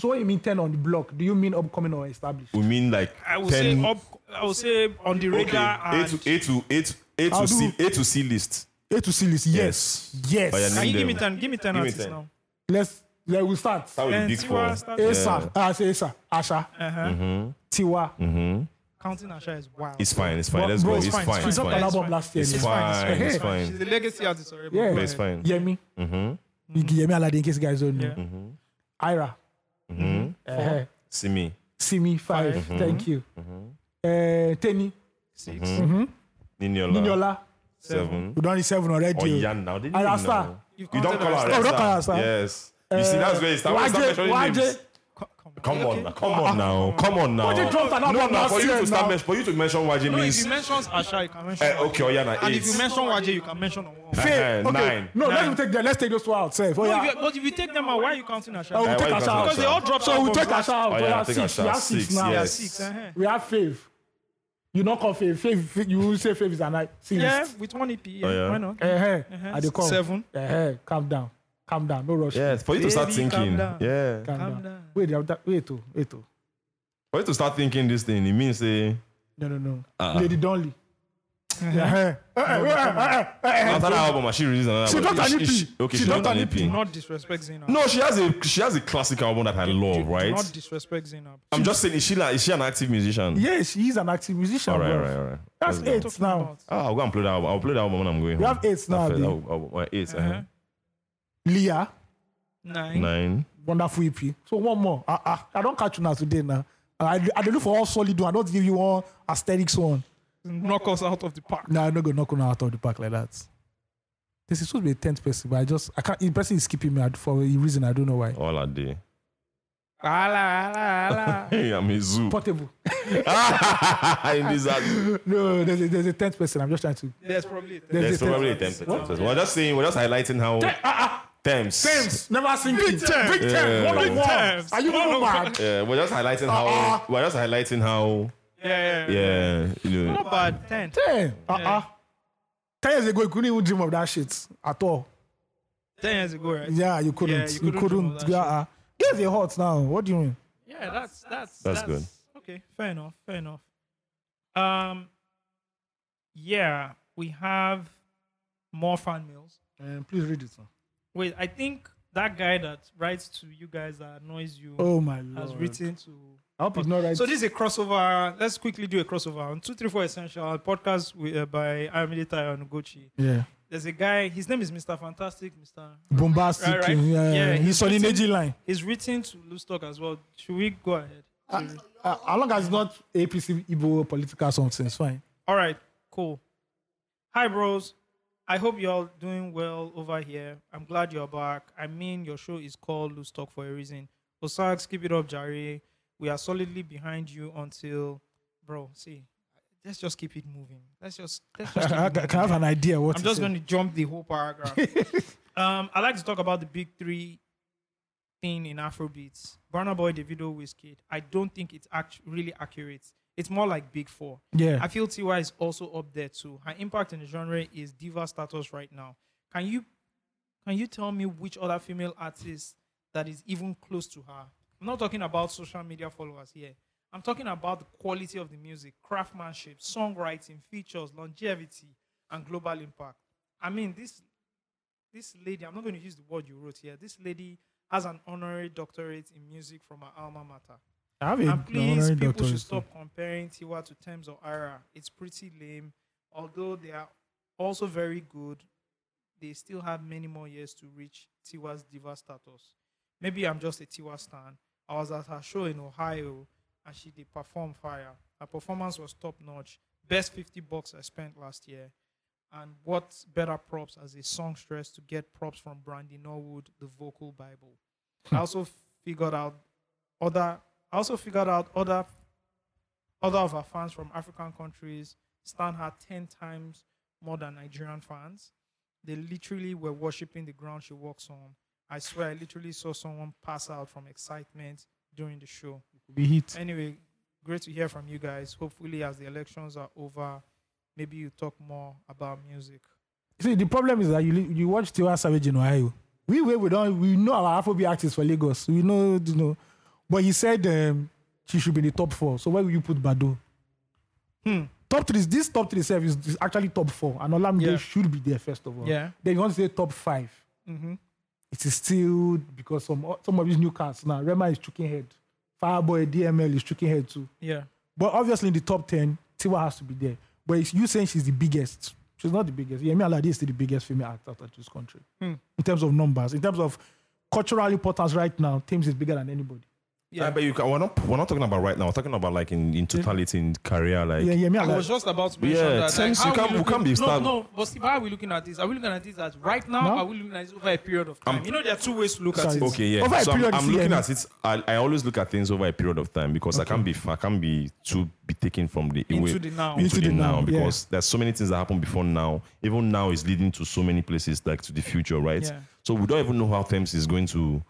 Speaker 3: So what you mean ten on the block? Do you mean upcoming or established?
Speaker 4: We mean like
Speaker 2: I will
Speaker 4: ten.
Speaker 2: say up. I will say on the
Speaker 4: Okay,
Speaker 2: radar
Speaker 4: A
Speaker 2: and.
Speaker 4: to A to A to A
Speaker 3: I'll
Speaker 4: to C
Speaker 3: do-
Speaker 4: A to C list.
Speaker 3: A to C list. Yes. Yes.
Speaker 4: By your name.
Speaker 2: Can you give me
Speaker 4: them.
Speaker 2: ten? Give me ten
Speaker 4: Give me
Speaker 2: artists
Speaker 4: 10.
Speaker 2: now.
Speaker 3: Let's let we start.
Speaker 4: That would
Speaker 2: And
Speaker 4: be big
Speaker 2: Tiwa
Speaker 4: for.
Speaker 2: started
Speaker 3: Asa. Ah, I say Asa. Asha.
Speaker 2: Mm-hmm.
Speaker 3: Tiwa.
Speaker 2: Uh-huh.
Speaker 4: Mm,
Speaker 2: counting Asha is wild.
Speaker 4: It's fine. It's fine.
Speaker 3: Bro,
Speaker 4: Let's
Speaker 3: bro,
Speaker 4: go.
Speaker 3: it's
Speaker 4: It's
Speaker 3: fine.
Speaker 4: fine.
Speaker 3: She's
Speaker 4: It's
Speaker 3: not an
Speaker 4: fine.
Speaker 3: album last year.
Speaker 4: It's
Speaker 3: anyway.
Speaker 4: fine. It's
Speaker 3: Hey.
Speaker 4: fine.
Speaker 2: She's a legacy artist already.
Speaker 3: Yeah.
Speaker 2: but-
Speaker 4: It's fine. Mm-hmm.
Speaker 3: Yemi. Yemi Alade, in case you guys don't know.
Speaker 2: Mm-hmm.
Speaker 3: Mm-hmm.
Speaker 2: Yeah.
Speaker 3: Ira.
Speaker 4: Mm-hmm.
Speaker 3: Eh, eh.
Speaker 4: See me.
Speaker 3: Simi. Five.
Speaker 2: Mm-hmm.
Speaker 3: Thank you. Eh, Teni.
Speaker 2: Six.
Speaker 4: Niniola.
Speaker 3: Ninola.
Speaker 4: Seven.
Speaker 3: We done the seven already.
Speaker 4: Or Yan now. They didn't
Speaker 3: Arasa.
Speaker 4: know. You
Speaker 2: You've counted
Speaker 4: don't call her
Speaker 2: Arasa.
Speaker 3: Oh, don't call
Speaker 4: Arasa.
Speaker 3: Arasa.
Speaker 4: Yes. You see, that's where it starts. Stop
Speaker 3: YJ.
Speaker 4: mentioning names.
Speaker 3: YJ.
Speaker 2: Co- Come on. Ah,
Speaker 4: Come on, come on now, come on now.
Speaker 3: Why they dropped an album
Speaker 4: Oh. No, now
Speaker 3: last
Speaker 4: for you
Speaker 3: year
Speaker 4: to start
Speaker 3: now?
Speaker 4: men- for you to mention YG
Speaker 2: No, if
Speaker 4: means
Speaker 2: you mention Asha, you can mention.
Speaker 4: Eh, okay,
Speaker 2: Wajid.
Speaker 4: oh yeah, na
Speaker 2: And if
Speaker 4: eight.
Speaker 2: you mention Wajid, you can mention on one.
Speaker 4: Eh, eh,
Speaker 3: Okay.
Speaker 4: nine.
Speaker 3: No,
Speaker 2: Nine.
Speaker 3: let's take that. Let's take those two out. Safe. Oh
Speaker 2: No,
Speaker 3: yeah.
Speaker 2: if you- But if you take them out, why are you counting Asha?
Speaker 3: Oh,
Speaker 4: Eh,
Speaker 3: we'll
Speaker 4: why
Speaker 3: take
Speaker 4: you
Speaker 3: Asha
Speaker 4: can't
Speaker 3: out.
Speaker 2: Because they all dropped
Speaker 3: So
Speaker 2: out.
Speaker 3: we'll take Asha out.
Speaker 4: Oh,
Speaker 3: We
Speaker 4: yeah, I
Speaker 3: have
Speaker 4: think
Speaker 3: six.
Speaker 4: Asha
Speaker 3: We have
Speaker 4: has
Speaker 3: six
Speaker 4: six,
Speaker 3: now.
Speaker 4: yes.
Speaker 2: Six. uh-huh.
Speaker 3: We have Faith. You knock on Faith. Faith, Faith- you will say Faith is an I. See
Speaker 2: Yeah, with one EP. Yeah.
Speaker 4: Oh, yeah.
Speaker 2: Why not?
Speaker 3: Uh-huh. I dey come.
Speaker 2: Seven.
Speaker 3: Uh-huh. Calm down. Calm down. No rush.
Speaker 4: Yes, for you to start
Speaker 2: Baby, calm
Speaker 4: thinking.
Speaker 2: down.
Speaker 4: Yeah.
Speaker 3: Calm,
Speaker 2: calm
Speaker 3: down.
Speaker 2: down.
Speaker 3: Wait, yeah, that- wait, oh, wait, oh.
Speaker 4: For you to start thinking this thing, it means say
Speaker 3: No, no, no.
Speaker 4: Uh-uh.
Speaker 3: Lady Donley. Uh-huh. Uh-uh, uh-uh, uh-uh, uh-uh.
Speaker 4: after that album, she released another.
Speaker 3: She
Speaker 4: album.
Speaker 3: dropped an
Speaker 4: She-
Speaker 3: EP.
Speaker 4: she- Okay,
Speaker 3: She
Speaker 4: she dropped
Speaker 3: dropped
Speaker 4: an
Speaker 3: an
Speaker 2: Do
Speaker 4: EP.
Speaker 2: not disrespect Zainab.
Speaker 4: No, she has a she has a classic album that I love,
Speaker 2: Do
Speaker 4: right?
Speaker 2: not disrespect Zainab.
Speaker 4: I'm just saying, is she like, is she an active musician?
Speaker 3: Yeah, she is an active musician.
Speaker 4: All right, all
Speaker 3: bro.
Speaker 4: right, all right.
Speaker 3: That's
Speaker 4: Let's go.
Speaker 3: eight now.
Speaker 4: Ah, I'll go and play that. Album. I'll play that album when I'm going.
Speaker 3: We
Speaker 4: home.
Speaker 3: have eight now,
Speaker 4: After that,
Speaker 3: babe.
Speaker 4: I'll- I'll- I'll- Eight. uh-huh.
Speaker 3: Leah,
Speaker 2: Nine.
Speaker 4: Nine.
Speaker 3: wonderful EP. So one more. Uh, uh, I don't catch you now today now. I, I dey look for all solid one. I don't give you one aesthetics one.
Speaker 2: Knock us out of the park.
Speaker 3: No, I'm not gonna knock on out of the park like that. This is supposed to be a tenth person, but I just I can't. The person is skipping me I- for a reason I don't know why.
Speaker 4: All a day.
Speaker 2: Ala, ala, ala.
Speaker 4: Hey, I'm a zoo.
Speaker 3: Portable.
Speaker 4: In this ad-
Speaker 3: No, there's a, there's a tenth person. I'm just trying to.
Speaker 2: There's probably.
Speaker 4: There's
Speaker 3: a
Speaker 4: probably a
Speaker 3: tenth.
Speaker 4: Thames. We're just saying, we're just highlighting how
Speaker 2: ah,
Speaker 4: Thames.
Speaker 3: Thames, never seen big
Speaker 2: Thames.
Speaker 3: Big Thames. One
Speaker 4: Yeah.
Speaker 3: of
Speaker 4: Big
Speaker 3: one.
Speaker 2: Thames.
Speaker 3: Are you
Speaker 2: One
Speaker 3: going
Speaker 2: of
Speaker 3: mad?
Speaker 4: Yeah, we're just highlighting how.
Speaker 2: Ah,
Speaker 3: Uh-uh.
Speaker 4: We're just highlighting how.
Speaker 2: Yeah, yeah, yeah.
Speaker 4: Yeah, you know.
Speaker 2: Not bad. Ten.
Speaker 3: Ten. Uh uh. Ten years ago, you couldn't even dream of that shit at all.
Speaker 2: Ten years ago, right?
Speaker 3: Yeah, you couldn't.
Speaker 2: Yeah, you couldn't dream of that
Speaker 3: Yeah. Uh, Guys, they hot now. What do you mean?
Speaker 2: Yeah, that's that's
Speaker 4: That's good.
Speaker 2: Okay, fair enough, fair enough. Um, yeah, we have more fan mails.
Speaker 3: Um, please read it. Sir.
Speaker 2: Wait, I think that guy that writes to you guys that annoys you
Speaker 3: Oh my
Speaker 2: has
Speaker 3: lord.
Speaker 2: written to
Speaker 3: I hope it's not right.
Speaker 2: So this is a crossover. Let's quickly do a crossover on two three four essential a podcast with, uh, by Aramide Tayo and Gucci.
Speaker 3: yeah.
Speaker 2: There's a guy. His name is Mr. Fantastic. Mr.
Speaker 3: Bombastic.
Speaker 2: Right, right.
Speaker 3: Yeah.
Speaker 2: Yeah,
Speaker 3: He's
Speaker 2: he's
Speaker 3: on the
Speaker 2: written-
Speaker 3: Neji line.
Speaker 2: He's written to Lostock as well. Should we go ahead? Should we-
Speaker 3: Uh, as long as it's not APC, Igbo, political something, it's fine.
Speaker 2: All right, cool. Hi, bros. I hope you're all doing well over here. I'm glad you're back. I mean, your show is called Loose Talk for a reason. Osags, keep it up, Jare. We are solidly behind you until, bro. See, let's just keep it moving. Let's just let's just. Keep it
Speaker 3: Can
Speaker 2: moving.
Speaker 3: Uh, can I have an idea what
Speaker 2: I'm
Speaker 3: to
Speaker 2: just
Speaker 3: say?
Speaker 2: going to jump the whole paragraph. um, I like to talk about the big three thing in Afrobeats: Burna Boy, Davido, Wizkid. I don't think it's act- really accurate. It's more like big four.
Speaker 3: Yeah.
Speaker 2: I feel Ty is also up there too. Her impact in the genre is diva status right now. Can you can you tell me which other female artist that is even close to her? I'm not talking about social media followers here. I'm talking about the quality of the music, craftsmanship, songwriting, features, longevity, and global impact. I mean, this this lady, I'm not going to use the word you wrote here. This lady has an honorary doctorate in music from her alma mater.
Speaker 3: I have
Speaker 2: And please,
Speaker 3: honorary
Speaker 2: people
Speaker 3: doctor
Speaker 2: should
Speaker 3: is-
Speaker 2: stop comparing Tiwa to Thames or Ara. It's pretty lame. Although they are also very good, they still have many more years to reach Tiwa's diva status. Maybe I'm just a Tiwa stan. I was at her show in Ohio and she did perform fire. Her performance was top notch. Best 50 bucks I spent last year. And what better props as a songstress to get props from Brandy Norwood, the vocal Bible. I also figured out other I also figured out other other of our fans from African countries stand her ten times more than Nigerian fans. They literally were worshiping the ground she walks on. I swear, I literally saw someone pass out from excitement during the show.
Speaker 3: Be hit.
Speaker 2: Anyway, great to hear from you guys. Hopefully, as the elections are over, maybe you talk more about music.
Speaker 3: See, the problem is that you li- you watch Tiwa Savage in Ohio. We we, we don't we know our Afrobeat artists for Lagos. We know you know, but he said um, she should be in the top four. So why will you put Bado?
Speaker 2: Hmm.
Speaker 3: Top three. This top three self is, is actually top four, and Olamide
Speaker 2: Yeah.
Speaker 3: should be there first of all.
Speaker 2: Yeah.
Speaker 3: Then you want to say top five.
Speaker 2: Mhm.
Speaker 3: It is still because some some of these new cats now. Rema is choking head. Fireboy DML is choking head too.
Speaker 2: Yeah.
Speaker 3: But obviously, in the top 10, Tiwa has to be there. But it's you saying she's the biggest. She's not the biggest. Yemi Alade is still the biggest female actor out of this country
Speaker 2: Hmm.
Speaker 3: in terms of numbers, in terms of cultural importance right now. Thames is bigger than anybody.
Speaker 2: Yeah.
Speaker 4: Uh, but you can, we're not we're not talking about right now. We're talking about like in, in totality in career. Like
Speaker 3: yeah, Yemi
Speaker 2: I was
Speaker 3: Alade.
Speaker 2: just about to mention
Speaker 4: Yeah,
Speaker 2: that.
Speaker 4: Thames,
Speaker 2: how
Speaker 4: you can't-
Speaker 2: we
Speaker 4: you
Speaker 2: looking-
Speaker 4: can't be
Speaker 2: No,
Speaker 4: stabbed.
Speaker 2: no, but Steve, how are we looking at this? Are we looking at this as right now?
Speaker 3: No.
Speaker 2: Are we looking at this over a period of time? you know, there are two ways to look at
Speaker 3: Sorry.
Speaker 2: it.
Speaker 4: Okay, yeah.
Speaker 3: Over a
Speaker 4: so I'm,
Speaker 3: period,
Speaker 4: I'm
Speaker 3: see,
Speaker 4: looking
Speaker 3: yeah.
Speaker 4: at it. I, I always look at things over a period of time because I can't be I can't be too be taken from the
Speaker 2: Into
Speaker 4: away-
Speaker 2: the now.
Speaker 4: into the now
Speaker 3: yeah.
Speaker 4: because there's so many things that happen before now. Even now is leading to so many places like to the future, right?
Speaker 2: Yeah.
Speaker 4: So we don't even know how Thames is going to,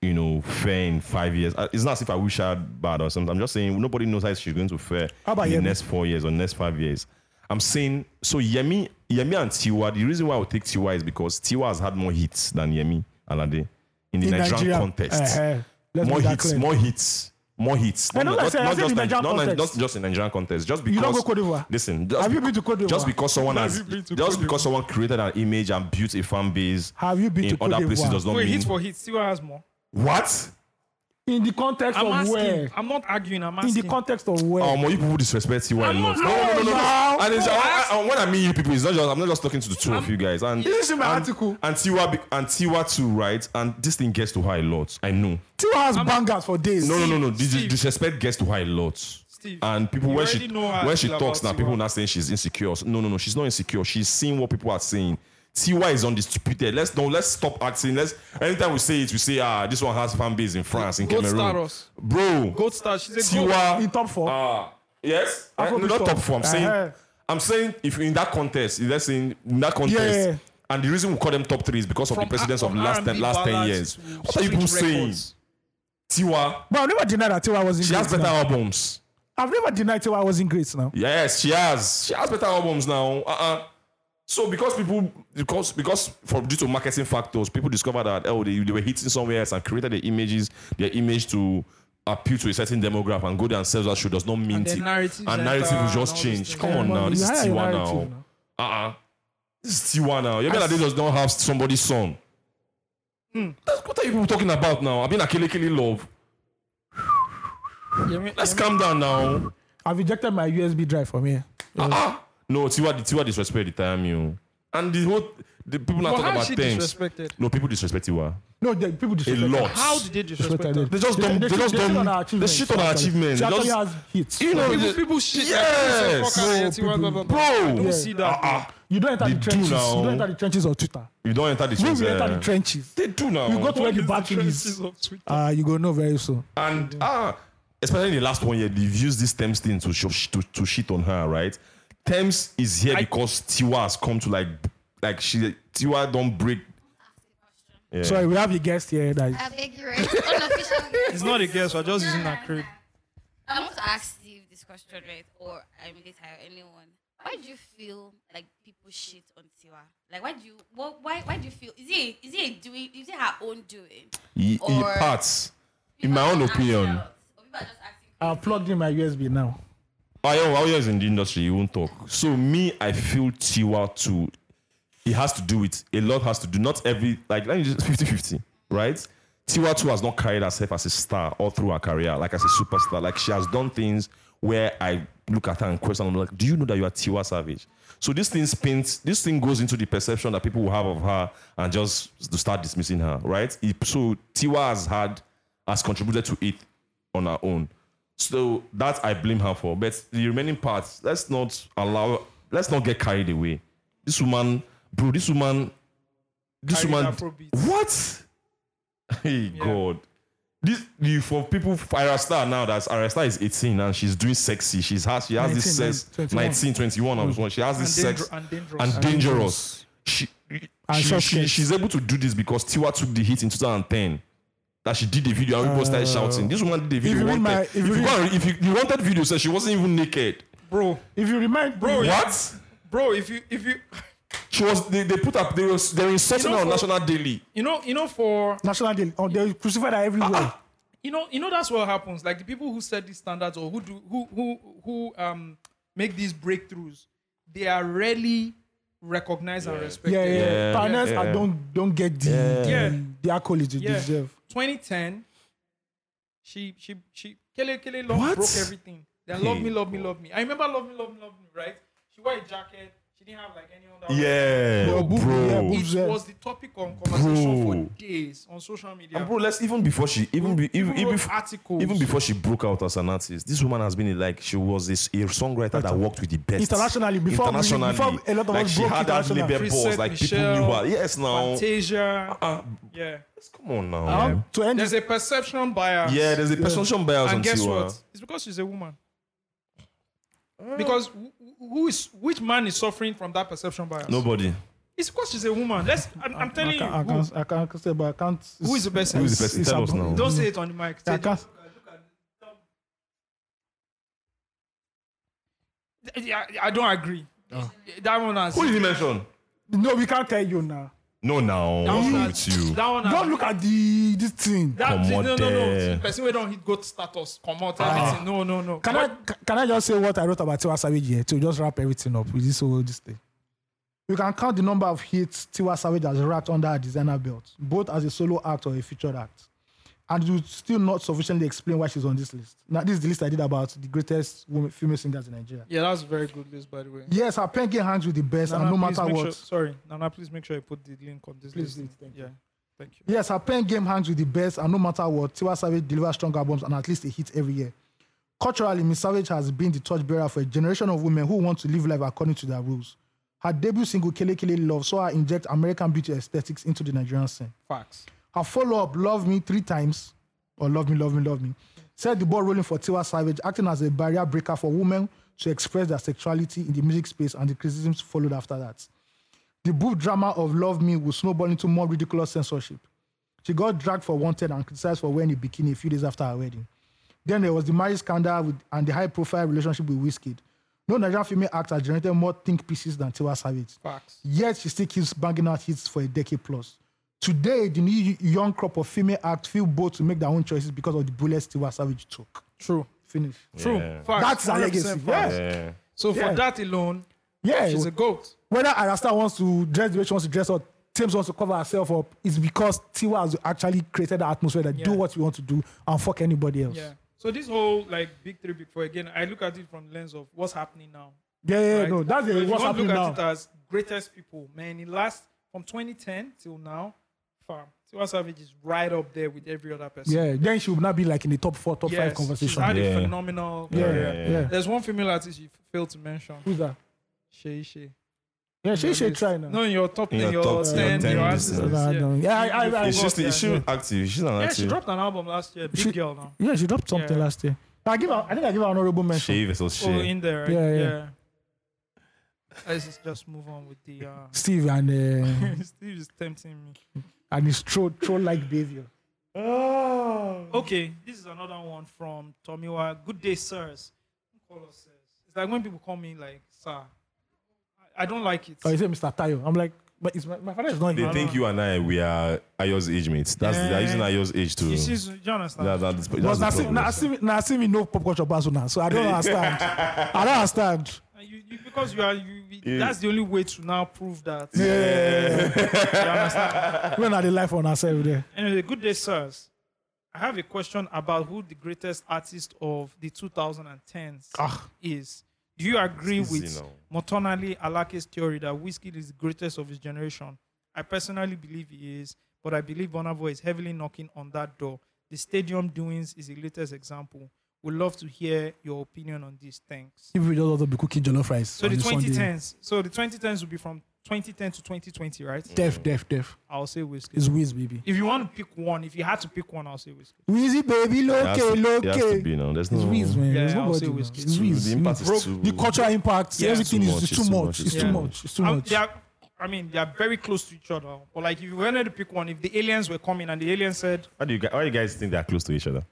Speaker 4: you know, fare in five years. Uh, It's not as if I wish her bad or something. I'm just saying nobody knows how she's going to fare
Speaker 3: How about
Speaker 4: in the
Speaker 3: Yemi?
Speaker 4: next four years or next five years. I'm saying so Yemi, Yemi and Tiwa. The reason why I would take Tiwa is because Tiwa has had more hits than Yemi Alade in the
Speaker 3: In
Speaker 4: Nigerian
Speaker 3: Nigeria.
Speaker 4: contest.
Speaker 3: Uh-huh. Let's
Speaker 4: more
Speaker 3: make that
Speaker 4: hits,
Speaker 3: clear.
Speaker 4: more hits, more hits.
Speaker 3: I know, I
Speaker 4: not,
Speaker 3: said- I
Speaker 4: not
Speaker 3: said
Speaker 4: just
Speaker 3: in
Speaker 4: Nige-
Speaker 3: Nigerian
Speaker 4: not, Nige-
Speaker 3: context.
Speaker 4: just, just in Nigerian contest. Just because
Speaker 3: You don't go Cote d'Ivoire.
Speaker 4: Listen, just,
Speaker 3: Have you
Speaker 4: be-
Speaker 3: been to Cote d'Ivoire?
Speaker 4: just because someone
Speaker 2: Have
Speaker 4: has
Speaker 2: you been to
Speaker 4: just
Speaker 2: Cote
Speaker 4: because someone created an image and built a fan base
Speaker 3: Have you been
Speaker 4: in
Speaker 3: to Cote
Speaker 4: other places
Speaker 3: d'Ivoire?
Speaker 4: does not
Speaker 2: Wait,
Speaker 4: mean
Speaker 2: hit for hit. Tiwa has more.
Speaker 4: what?
Speaker 3: In the context
Speaker 2: I'm
Speaker 3: of
Speaker 2: asking.
Speaker 3: where?
Speaker 2: I'm not arguing. I'm
Speaker 3: In
Speaker 2: asking.
Speaker 3: the context of where?
Speaker 4: Um, you people disrespect you a
Speaker 2: I'm
Speaker 4: lot.
Speaker 2: not-
Speaker 4: No, no, no, no, no.
Speaker 3: No,
Speaker 4: And it's,
Speaker 3: no,
Speaker 4: I, I, and when I mean you people, it's not just I'm not just talking to the 2 of you guys. And
Speaker 3: You see my
Speaker 4: and,
Speaker 3: article.
Speaker 4: And Tiwa, be- and Tiwa too, right? And this thing gets to her a lot. I know.
Speaker 3: Tiwa has bangers for days.
Speaker 4: No, no, no, no. This
Speaker 2: Steve.
Speaker 4: disrespect gets to her a lot.
Speaker 2: Steve,
Speaker 4: and people
Speaker 2: you
Speaker 4: when she
Speaker 2: already know how I
Speaker 4: when she
Speaker 2: feel
Speaker 4: talks now,
Speaker 2: about
Speaker 4: people
Speaker 2: Tiwa.
Speaker 4: now saying she's insecure. So- No, no, no, she's not insecure. She's seeing what people are saying. Tiwa is undisputed. Let's no, let's stop acting. Let's anytime we say it, we say ah, this one has fan base in France, in
Speaker 2: Gold
Speaker 4: Cameroon,
Speaker 2: Staros.
Speaker 4: bro.
Speaker 2: Gold Star. She's a gold.
Speaker 4: Tiwa
Speaker 3: In top four.
Speaker 4: Ah, yes.
Speaker 3: Afrobeat
Speaker 4: Eh, no, not
Speaker 3: top.
Speaker 4: top four. I'm saying,
Speaker 3: Oh. Uh-huh.
Speaker 4: I'm saying, if in that contest, if let's say in in that contest,
Speaker 3: Yeah, yeah.
Speaker 4: and the reason we call them top three is because of
Speaker 2: From
Speaker 4: the precedence
Speaker 2: R-
Speaker 4: of
Speaker 2: from
Speaker 4: last ten,
Speaker 2: R&B
Speaker 4: last ten
Speaker 2: ballads
Speaker 4: years.
Speaker 2: to
Speaker 4: What are you people
Speaker 2: street
Speaker 4: saying?
Speaker 2: records.
Speaker 4: Tiwa,
Speaker 3: But I've never denied that Tiwa wasn't
Speaker 4: she
Speaker 3: great.
Speaker 4: has better
Speaker 3: now.
Speaker 4: albums.
Speaker 3: I've never denied Tiwa wasn't great now.
Speaker 4: Yes, she has. She has better albums now. Uh-uh. So because people because because for due to marketing factors, people discovered that oh they, they were hitting somewhere else and created the images, their image to appeal to a certain demographic and go there and sell that show does not mean
Speaker 2: And the
Speaker 4: thi-
Speaker 2: narratives
Speaker 4: and narrative
Speaker 2: enter
Speaker 4: will
Speaker 2: and
Speaker 4: just
Speaker 2: all these
Speaker 4: change.
Speaker 2: things.
Speaker 4: Come
Speaker 2: Yeah,
Speaker 4: on
Speaker 3: but
Speaker 4: now, this is
Speaker 3: you had a
Speaker 4: Tiwa
Speaker 3: narrative
Speaker 4: Uh-uh. now. Uh uh This is Tiwa now. You mean that they just don't have somebody's son.
Speaker 3: Hmm.
Speaker 4: That's, what are you people talking about now? I've been a Kele Kele love.
Speaker 2: Yemi,
Speaker 4: Let's
Speaker 2: Yemi-
Speaker 4: calm down now.
Speaker 3: I've ejected my USB drive from here.
Speaker 4: Ah, no, Tiwa, Tiwa disrespect the time you. And the whole the people are
Speaker 2: But
Speaker 4: talking
Speaker 2: how
Speaker 4: about
Speaker 2: is she
Speaker 4: things.
Speaker 2: disrespected?
Speaker 4: No, people disrespect Tiwa
Speaker 3: No, the, people
Speaker 4: a
Speaker 3: disrespect.
Speaker 4: lot.
Speaker 2: How did they disrespect
Speaker 3: Disrespected
Speaker 2: her?
Speaker 3: it.
Speaker 4: They just dumb- they
Speaker 3: shit-
Speaker 4: just
Speaker 3: shit
Speaker 4: dumb-
Speaker 3: on our
Speaker 4: they
Speaker 3: achievements,
Speaker 4: shit on our
Speaker 3: actually.
Speaker 4: achievements.
Speaker 3: She actually
Speaker 4: Just-
Speaker 3: has hits.
Speaker 4: You know,
Speaker 2: People,
Speaker 4: the-
Speaker 2: people shit.
Speaker 4: Yes.
Speaker 2: Fuck her,
Speaker 3: So
Speaker 2: blah, blah, blah. I
Speaker 4: bro.
Speaker 2: don't see that.
Speaker 4: Ah,
Speaker 3: You don't enter
Speaker 4: They
Speaker 3: the
Speaker 4: do
Speaker 3: trenches.
Speaker 4: now.
Speaker 3: You don't enter the trenches on Twitter.
Speaker 4: you don't enter the
Speaker 3: We
Speaker 4: trenches.
Speaker 3: will enter
Speaker 4: eh.
Speaker 3: the trenches.
Speaker 4: They do now.
Speaker 3: You go to where the
Speaker 2: It's
Speaker 3: battle
Speaker 2: trenches
Speaker 3: is.
Speaker 2: of Twitter.
Speaker 3: Ah, you go know very soon.
Speaker 4: And ah, especially in the last one year, they've used this Thames thing to, sh- to to shit on her, right? Thames is here because Tiwa has come to like like she Tiwa don't break. Yeah.
Speaker 3: Sorry, we have a guest here. That is,
Speaker 6: I beg you, right? Unofficial.
Speaker 2: It's not a guess. We're just using that crib.
Speaker 6: I want to ask Steve this question, right? Or I'm this or anyone. Why do you feel like people shit on Tiwa? Like, why do you? What? Why? Why do you feel? Is it? Is it doing? Is it her own doing?
Speaker 4: He, he
Speaker 6: Or-
Speaker 4: parts. In my own
Speaker 6: People are acting
Speaker 4: opinion,
Speaker 6: out, or people are just acting
Speaker 3: I
Speaker 6: crazy.
Speaker 3: plugged in my USB now.
Speaker 4: Ayo, Ayo is in the industry. He won't talk. So me, I feel Tiwa too. He has to do it. A lot has to do. Not every like let me just 50-50, right? Tiwa too has not carried herself as a star all through her career, like as a superstar. Like she has done things where I look at her and question. I'm like, do you know that you are Tiwa Savage? So this thing spins. This thing goes into the perception that people will have of her and just to start dismissing her, right? It- So Tiwa has had has contributed to it on her own. So that I blame her for. But the remaining parts, let's not allow, let's not get carried away. This woman, bro, this woman, this
Speaker 2: Carried
Speaker 4: woman,
Speaker 2: Afrobeat.
Speaker 4: what? Hey God, this the, for people Arasta now. That's Arasta is eighteen and she's doing sexy. She's has she has this
Speaker 3: 19,
Speaker 4: sex
Speaker 3: 21.
Speaker 4: 19, 21.
Speaker 3: Mm.
Speaker 4: I was wrong. She has
Speaker 2: And,
Speaker 4: this
Speaker 2: dangero-
Speaker 4: sex
Speaker 2: and dangerous.
Speaker 4: and dangerous. She,
Speaker 3: And
Speaker 4: she,
Speaker 3: short
Speaker 4: she-
Speaker 3: skirts.
Speaker 4: she's able to do this because Tiwa took the hit in 2010. That she did the video and people started shouting. This woman did the video.
Speaker 3: you read
Speaker 4: wanted.
Speaker 3: my-
Speaker 4: if
Speaker 3: if
Speaker 4: you,
Speaker 3: you read-
Speaker 4: go and- if you, you wanted video, said she wasn't even naked.
Speaker 2: bro,
Speaker 3: If you remind,
Speaker 2: Bro, Oh, yeah.
Speaker 4: What?
Speaker 2: bro. If you, if you,
Speaker 4: She was. They, they put up. They were. They were insulting
Speaker 2: You know
Speaker 4: her on
Speaker 2: for-
Speaker 4: national daily.
Speaker 2: you know, you know, for
Speaker 3: National Day, oh, they crucified her everywhere.
Speaker 4: Ah,
Speaker 2: you know, you know, that's what happens. Like the people who set these standards or who do who who who um make these breakthroughs, they are rarely recognized and respected.
Speaker 3: yeah, yeah.
Speaker 4: Yeah,
Speaker 3: yeah. Partners
Speaker 4: yeah.
Speaker 3: I don't don't get the
Speaker 4: Yeah.
Speaker 3: the, the accolades you
Speaker 2: Yeah.
Speaker 3: deserve.
Speaker 2: 2010, she she she Kele Kele Love
Speaker 4: What?
Speaker 2: broke everything. Then Love
Speaker 4: Hey,
Speaker 2: Me, Love Me, Love Me. I remember Love Me, Love Me, Love Me, right? She wore a jacket. She didn't have like any other.
Speaker 4: Yeah,
Speaker 3: Bro, boob- yeah,
Speaker 4: bro.
Speaker 3: boob-
Speaker 2: It
Speaker 3: Observe.
Speaker 2: was the topic of conversation
Speaker 4: Bro.
Speaker 2: for days on social media.
Speaker 4: And bro, let's even before she even be, even,
Speaker 2: People
Speaker 4: even,
Speaker 2: wrote articles.
Speaker 4: even before she broke out as an artist, this woman has been a- like she was this a songwriter that worked with the best
Speaker 3: Internationally, before we-
Speaker 4: internationally.
Speaker 3: before a lot of
Speaker 4: like
Speaker 3: us
Speaker 4: she
Speaker 3: broke
Speaker 4: had that
Speaker 3: internationally.
Speaker 4: label
Speaker 2: Chrisette
Speaker 4: buzz, like people knew
Speaker 2: Michelle,
Speaker 4: her. Yes, now.
Speaker 2: Fantasia.
Speaker 4: Ah,
Speaker 2: yeah.
Speaker 4: come on now.
Speaker 3: Um, to end
Speaker 2: There's
Speaker 3: this,
Speaker 2: a perception bias.
Speaker 4: Yeah, there's a perception bias on
Speaker 2: and guess
Speaker 4: Tiwa.
Speaker 2: what? It's because she's a woman. Because wh- wh- who is which man is suffering from that perception bias?
Speaker 4: Nobody.
Speaker 2: It's because she's a woman. Let's. I'm, I'm
Speaker 3: I
Speaker 2: telling you.
Speaker 3: can't, I
Speaker 2: who-
Speaker 3: can't, I can't say, but I can't.
Speaker 2: Who is the best?
Speaker 4: Who is the best?
Speaker 3: it's
Speaker 4: Tell us
Speaker 3: about-
Speaker 4: now.
Speaker 2: Don't say it on the mic. Say
Speaker 3: I
Speaker 2: it.
Speaker 3: can't.
Speaker 2: Yeah, I don't agree. That one has.
Speaker 4: Who did he mention?
Speaker 3: No, we can't tell you now.
Speaker 4: No, now.
Speaker 2: that one
Speaker 4: What's wrong
Speaker 2: has-
Speaker 4: with you?
Speaker 2: That one has,
Speaker 3: Don't look at the this thing.
Speaker 2: That,
Speaker 4: Come
Speaker 2: no,
Speaker 4: on
Speaker 2: no, no,
Speaker 4: there.
Speaker 2: no. Person we don't hit goat status. Come
Speaker 3: Ah.
Speaker 2: out. Everything. No, no, no.
Speaker 3: Can I ca- can I just say what I wrote about Tiwa Savage here to just wrap everything up with this whole this thing? You can count the number of hits Tiwa Savage has wrapped under her designer belt, both as a solo act or a featured act. And you still not sufficiently explain why she's on this list. Now, this is the list I did about the greatest women, female singers in Nigeria.
Speaker 2: Yeah, that's a very good list, by the way.
Speaker 3: Yes, her pen game hangs with the best, and no
Speaker 2: please
Speaker 3: matter
Speaker 2: make
Speaker 3: what.
Speaker 2: Sure, sorry, Nana, please make sure you put the link on this list.
Speaker 3: Please do, thank
Speaker 2: yeah, thank you.
Speaker 3: Yes, her pen game hangs with the best, and no matter what, Tiwa Savage delivers strong albums and at least a hit every year. Culturally, Miss Savage has been the torchbearer for a generation of women who want to live life according to their rules. Her debut single, Kele Kele Love, saw her inject American beauty aesthetics into the Nigerian scene.
Speaker 2: Facts.
Speaker 3: Her follow up, Love Me Three Times, or Love Me, Love Me, Love Me, set the ball rolling for Tiwa Savage, acting as a barrier breaker for women to express their sexuality in the music space, and the criticisms followed after that. The boob drama of Love Me will snowball into more ridiculous censorship. She got dragged for wanted and criticized for wearing a bikini a few days after her wedding. Then there was the marriage scandal with, and the high profile relationship with Wizkid. No Nigerian female actor generated more think pieces than Tiwa Savage
Speaker 2: Facts.
Speaker 3: yet she still keeps banging out hits for a decade plus. Today, the new young crop of female acts feel bold to make their own choices because of the bullets Tiwa Savage took.
Speaker 2: True.
Speaker 3: Finish.
Speaker 2: True.
Speaker 4: Yeah.
Speaker 2: Facts.
Speaker 3: That's her
Speaker 2: 100%
Speaker 3: legacy.
Speaker 2: facts.
Speaker 3: Yeah.
Speaker 4: Yeah.
Speaker 2: So for
Speaker 3: Yeah.
Speaker 2: that alone,
Speaker 3: Yeah.
Speaker 2: she's a goat.
Speaker 3: Whether Arasta wants to dress the way she wants to dress or Thames wants to cover herself up is because Tiwa has actually created the atmosphere that do
Speaker 2: Yeah.
Speaker 3: what you want to do and fuck anybody else.
Speaker 2: Yeah. So this whole like big three, big four again, I look at it from the lens of what's happening now.
Speaker 3: Yeah, yeah,
Speaker 2: right?
Speaker 3: no, that's
Speaker 2: So if
Speaker 3: the,
Speaker 2: you
Speaker 3: what's
Speaker 2: want to
Speaker 3: happening
Speaker 2: look
Speaker 3: now.
Speaker 2: at it as greatest people, man. It lasts from 2010 till now. Fam, Tiwa Savage is right up there with every other person.
Speaker 3: Yeah, then she would not be like in the top four, top
Speaker 2: Yes,
Speaker 3: five conversation.
Speaker 2: She's had
Speaker 4: Yeah.
Speaker 2: a phenomenal
Speaker 3: yeah, yeah,
Speaker 2: career.
Speaker 3: yeah,
Speaker 2: There's one female artist you failed to mention.
Speaker 3: Who's that?
Speaker 2: Shay Shay.
Speaker 3: Yeah, she
Speaker 2: Your
Speaker 3: should
Speaker 2: list.
Speaker 3: try now.
Speaker 2: No, in your top,
Speaker 4: In
Speaker 2: in your,
Speaker 4: your top-
Speaker 2: ten,
Speaker 4: your 10
Speaker 2: your
Speaker 4: list,
Speaker 2: artist.
Speaker 3: yeah.
Speaker 2: Yeah,
Speaker 3: Yeah, I- I- I-
Speaker 2: You
Speaker 4: Is she,
Speaker 2: forgot,
Speaker 4: still, is she
Speaker 2: yeah.
Speaker 4: active? She's not
Speaker 2: Yeah,
Speaker 4: active.
Speaker 2: she dropped an album last year. Big
Speaker 3: She-
Speaker 2: girl now.
Speaker 3: Yeah, she dropped something
Speaker 2: Yeah.
Speaker 3: last year. I give her, I think I give her an honorable mention.
Speaker 4: She versus she.
Speaker 2: Oh, in there. Right?
Speaker 3: Yeah,
Speaker 2: Yeah,
Speaker 3: yeah.
Speaker 2: Let's just- just move on with the. Uh,
Speaker 3: Steve and uh,
Speaker 2: Steve is tempting me.
Speaker 3: and his troll troll like behavior.
Speaker 2: Okay, this is another one from Tomiwa. Good day, sirs. Don't call us sirs. It's like when people call me like sir. I- I don't like it.
Speaker 3: Or is it Mr. Tayo? I'm like, but it's my, my father is not
Speaker 4: They
Speaker 3: here.
Speaker 4: think you and I we are Ayo's age mates. That's they're using Ayo's age to.
Speaker 2: You see, do you understand?
Speaker 4: That, that, that's the
Speaker 3: But
Speaker 4: problem, sir.
Speaker 3: Nasimi no pop culture person now, so I don't understand. I don't understand.
Speaker 2: And You, you, because you are, you, you- that's the only way to now prove that.
Speaker 3: When are they life on ourselves there?
Speaker 2: Anyway, good day, sirs. I have a question about who the greatest artist of the 2010s is. Do you agree
Speaker 4: Ah. It's easy
Speaker 2: with
Speaker 4: now.
Speaker 2: Motonali Alake's theory that Whiskey is the greatest of his generation? I personally believe he is, but I believe Bonavo is heavily knocking on that door. The stadium doings is the latest example. Would love to hear your opinion on this. Thanks.
Speaker 3: If we don't also be cooking jollof rice.
Speaker 2: So
Speaker 3: on
Speaker 2: the
Speaker 3: a Sunday.
Speaker 2: 2010s. So the 2010s would be from 2010 to 2020, right?
Speaker 3: Def, def, def.
Speaker 2: I'll say Whiskey.
Speaker 3: It's Wiz, baby.
Speaker 2: If you want to pick one, if you had to pick one, I'll say Whiskey.
Speaker 3: Wizzy, baby,
Speaker 4: It has to-
Speaker 3: loke,
Speaker 4: it has to
Speaker 3: loke.
Speaker 4: be now. There's
Speaker 3: It's
Speaker 4: no. Mm,
Speaker 3: Wiz, man.
Speaker 2: Yeah,
Speaker 3: it's
Speaker 2: I'll
Speaker 3: nobody.
Speaker 2: say
Speaker 3: now.
Speaker 2: Wiz.
Speaker 3: It's Wiz.
Speaker 4: The impact is
Speaker 2: Broke-
Speaker 4: too.
Speaker 3: The cultural impact,
Speaker 2: Yeah, it's
Speaker 3: everything
Speaker 4: too
Speaker 3: is
Speaker 4: much,
Speaker 3: it's too much. It's too
Speaker 2: Yeah.
Speaker 3: much. It's too
Speaker 2: Um,
Speaker 3: much.
Speaker 2: they are, I mean, they are very close to each other. But like, if you wanted to pick one, if the aliens were coming and the alien said,
Speaker 4: Why do you guys? Why you guys think they are close to each other?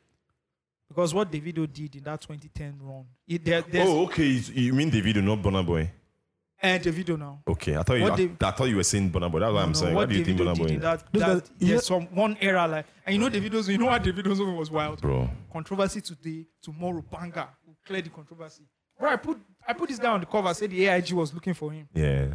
Speaker 2: because what Davido did in that 2010 run, it, there, there's
Speaker 4: Oh, okay. You you mean the video, not Bonner Boy?
Speaker 2: eh, Davido now.
Speaker 4: Okay, I thought you.
Speaker 2: What
Speaker 4: I,
Speaker 2: Dav-
Speaker 4: I thought you were saying Bonner Boy. That's what I'm
Speaker 2: No,
Speaker 4: saying. Why
Speaker 2: what
Speaker 4: do you think
Speaker 2: Davido
Speaker 4: Bonner
Speaker 2: did
Speaker 4: Boy?
Speaker 2: in that,
Speaker 3: Those
Speaker 2: that
Speaker 3: guys- you
Speaker 2: there's some one era like, and you know Davido's, you know what Davido's song was wild.
Speaker 4: Bro,
Speaker 2: Controversy today, tomorrow banga, will clear the controversy. Bro, I put I put this guy on the cover. Said the AIG was looking for him.
Speaker 4: yeah.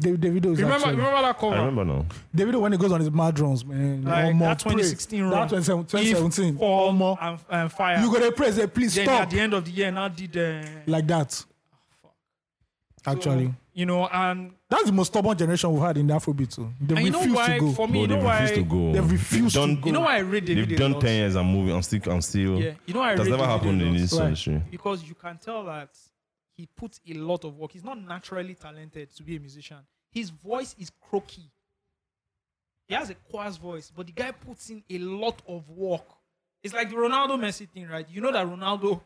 Speaker 3: Dav- Davido is
Speaker 2: Remember,
Speaker 3: actually-
Speaker 2: remember that cover.
Speaker 4: I remember now.
Speaker 3: Davido when he goes on his mad runs, man.
Speaker 2: Like,
Speaker 3: Omo,
Speaker 2: that
Speaker 3: pray.
Speaker 2: 2016 run.
Speaker 3: That 2017.
Speaker 2: If
Speaker 3: 2017.
Speaker 2: Fall
Speaker 3: Omo.
Speaker 2: and, and fire.
Speaker 3: You gotta praise it, please
Speaker 2: then at
Speaker 3: stop.
Speaker 2: the end of the year, now did uh,
Speaker 3: Like that. Actually.
Speaker 2: Ah, So, you know, and,
Speaker 3: That's the most stubborn generation we've had in the Afrobeat too. They
Speaker 2: and you know
Speaker 3: refuse
Speaker 2: why?
Speaker 3: to go.
Speaker 2: For me, you
Speaker 4: Bro,
Speaker 2: know
Speaker 4: they refuse to
Speaker 2: why?
Speaker 4: go.
Speaker 3: They refuse
Speaker 4: They've
Speaker 3: to
Speaker 4: done-
Speaker 3: go.
Speaker 2: You know why I read David
Speaker 4: They've done
Speaker 2: a lot?
Speaker 4: ten years. I'm moving. I'm still. I'm still.
Speaker 2: Yeah, you know why I
Speaker 4: That's
Speaker 2: read
Speaker 4: never
Speaker 2: David
Speaker 4: happened
Speaker 2: a
Speaker 4: in
Speaker 2: lot?
Speaker 4: this
Speaker 3: Right.
Speaker 4: industry.
Speaker 2: because you can tell that he put a lot of work. He's not naturally talented to be a musician. His voice is croaky. He has a coarse voice, but the guy puts in a lot of work. It's like the Ronaldo Messi thing, right? You know that Ronaldo.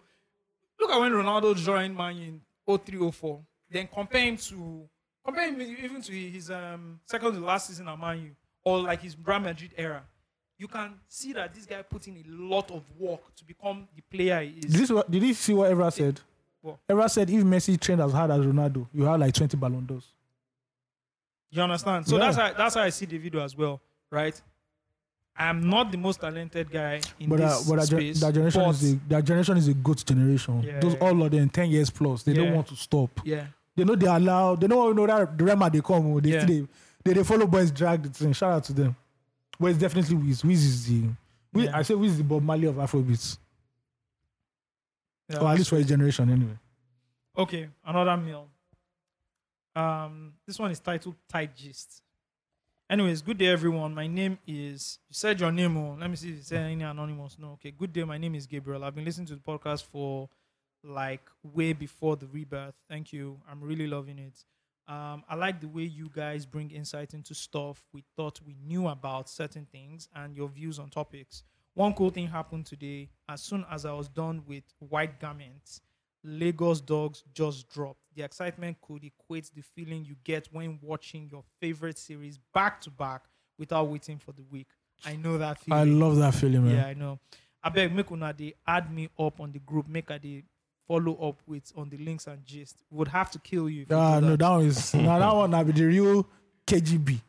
Speaker 2: Look at when Ronaldo joined Man in 03 04. Then compare him to compare him even to his um, second to last season at Man U or like his Real Madrid era. You can see that this guy put in a lot of work to become the player he is.
Speaker 3: Did you, see what- did you see what Evra said?
Speaker 2: What?
Speaker 3: Evra said if Messi trained as hard as Ronaldo, you have like 20 Ballon d'Ors.
Speaker 2: You understand? So
Speaker 3: Yeah.
Speaker 2: that's how that's how I see the video as well, right? I'm not the most talented guy in
Speaker 3: But, uh,
Speaker 2: this
Speaker 3: but that, gen-
Speaker 2: space.
Speaker 3: that generation
Speaker 2: but
Speaker 3: is a, that generation is a good generation.
Speaker 2: Yeah,
Speaker 3: Those
Speaker 2: yeah.
Speaker 3: all of them 10 years plus, they don't
Speaker 2: Yeah.
Speaker 3: want to stop.
Speaker 2: yeah,
Speaker 3: They know they are allowed. They know, know that the Rema they come. oh, They,
Speaker 2: Yeah.
Speaker 3: they, they they follow boys drag the thing. Shout out to them. But it's definitely Wiz. Wiz is the Wiz,
Speaker 2: Yeah.
Speaker 3: I say Wiz is the Bob Marley of Afrobeats,
Speaker 2: yeah.
Speaker 3: or at least for a generation anyway.
Speaker 2: Okay, another meal. Um, this one is titled Tight Gist. Anyways, good day everyone. My name is. You said your name. Oh, let me see if it's any anonymous. No. Okay. Good day. My name is Gabriel. I've been listening to the podcast for like way before the rebirth. Thank you. I'm really loving it. Um, I like the way you guys bring insight into stuff we thought we knew about certain things and your views on topics. One cool thing happened today. As soon as I was done with white garments, Lagos Dogs just dropped. The excitement could equate the feeling you get when watching your favorite series back to back without waiting for the week. I know that feeling.
Speaker 3: I love that feeling, man.
Speaker 2: Yeah, I know. I beg make una they add me up on the group, make a they follow up with on the links and gist. Would have to kill you. If you
Speaker 3: Ah,
Speaker 2: do
Speaker 3: no,
Speaker 2: that.
Speaker 3: that one is now that one. I be the real KGB.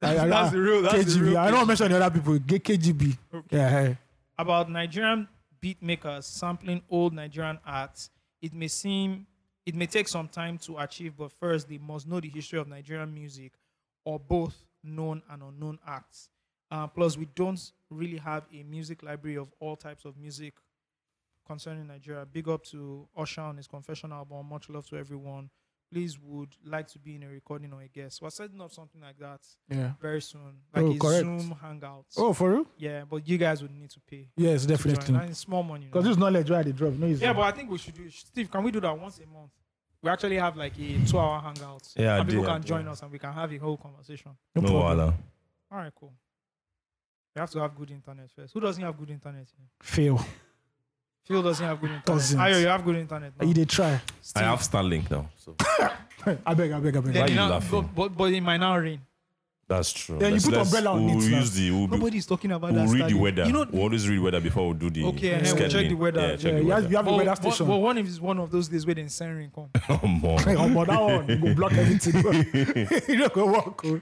Speaker 3: I- I-
Speaker 2: That's the real- that's the
Speaker 3: KGB.
Speaker 2: real
Speaker 3: I don't
Speaker 2: KGB.
Speaker 3: mention the other people. Get KGB. Yeah, hey.
Speaker 2: about Nigerian beat makers sampling old Nigerian arts. It may seem it may take some time to achieve, but first they must know the history of Nigerian music, or both known and unknown acts. Uh, plus, we don't really have a music library of all types of music concerning Nigeria. Big up to Usher on his confession album. Much love to everyone. Please would like to be in a recording or a guest. We're setting up something like that
Speaker 3: Yeah.
Speaker 2: very soon, like
Speaker 3: Oh,
Speaker 2: a
Speaker 3: correct.
Speaker 2: Zoom hangout.
Speaker 3: Oh, for real?
Speaker 2: Yeah, but you guys would need to pay.
Speaker 3: Yes,
Speaker 2: to join.
Speaker 3: definitely.
Speaker 2: And it's small money.
Speaker 3: Because
Speaker 2: now.
Speaker 3: this knowledge where they drop. No, it's
Speaker 2: Yeah, but I think we should do. Steve, can we do that once a month? We actually have like a two-hour hangout.
Speaker 4: Yeah,
Speaker 2: and
Speaker 4: I
Speaker 2: people
Speaker 4: did, I
Speaker 2: can
Speaker 4: did.
Speaker 2: join us and we can have a whole conversation.
Speaker 3: no
Speaker 4: No
Speaker 3: problem.
Speaker 4: wahala.
Speaker 2: All right, cool. We have to have good internet first. Who doesn't have good internet? here?
Speaker 3: Fail.
Speaker 2: Phil doesn't have good internet.
Speaker 3: Doesn't.
Speaker 2: Ayo, you have good internet. now.
Speaker 3: You they try.
Speaker 4: I have Starlink now. So
Speaker 3: I beg, I beg, I beg.
Speaker 2: Then
Speaker 4: Why
Speaker 2: you
Speaker 4: you
Speaker 2: now-
Speaker 4: laughing?
Speaker 2: but, but, but it might not rain.
Speaker 4: that's true.
Speaker 3: Yeah, you
Speaker 4: Let's-
Speaker 3: put
Speaker 4: let's-
Speaker 3: umbrella on
Speaker 4: we'll
Speaker 3: it now.
Speaker 4: use the we'll, be,
Speaker 2: Nobody's talking about
Speaker 4: we'll
Speaker 2: that.
Speaker 4: read the
Speaker 2: study.
Speaker 4: weather.
Speaker 2: You know,
Speaker 4: we always read weather before we do the
Speaker 2: Okay, and
Speaker 3: then we'll
Speaker 2: check the
Speaker 4: scheduling.
Speaker 2: weather.
Speaker 4: Yeah, check
Speaker 3: yeah,
Speaker 4: the
Speaker 3: you have,
Speaker 4: weather.
Speaker 3: you have a
Speaker 2: but,
Speaker 3: weather
Speaker 2: but, but
Speaker 3: station.
Speaker 2: oh, one if it's one of those days where the send rain come.
Speaker 4: Come on.
Speaker 3: Oh, but that one, you go block everything. you don't go walk. oh.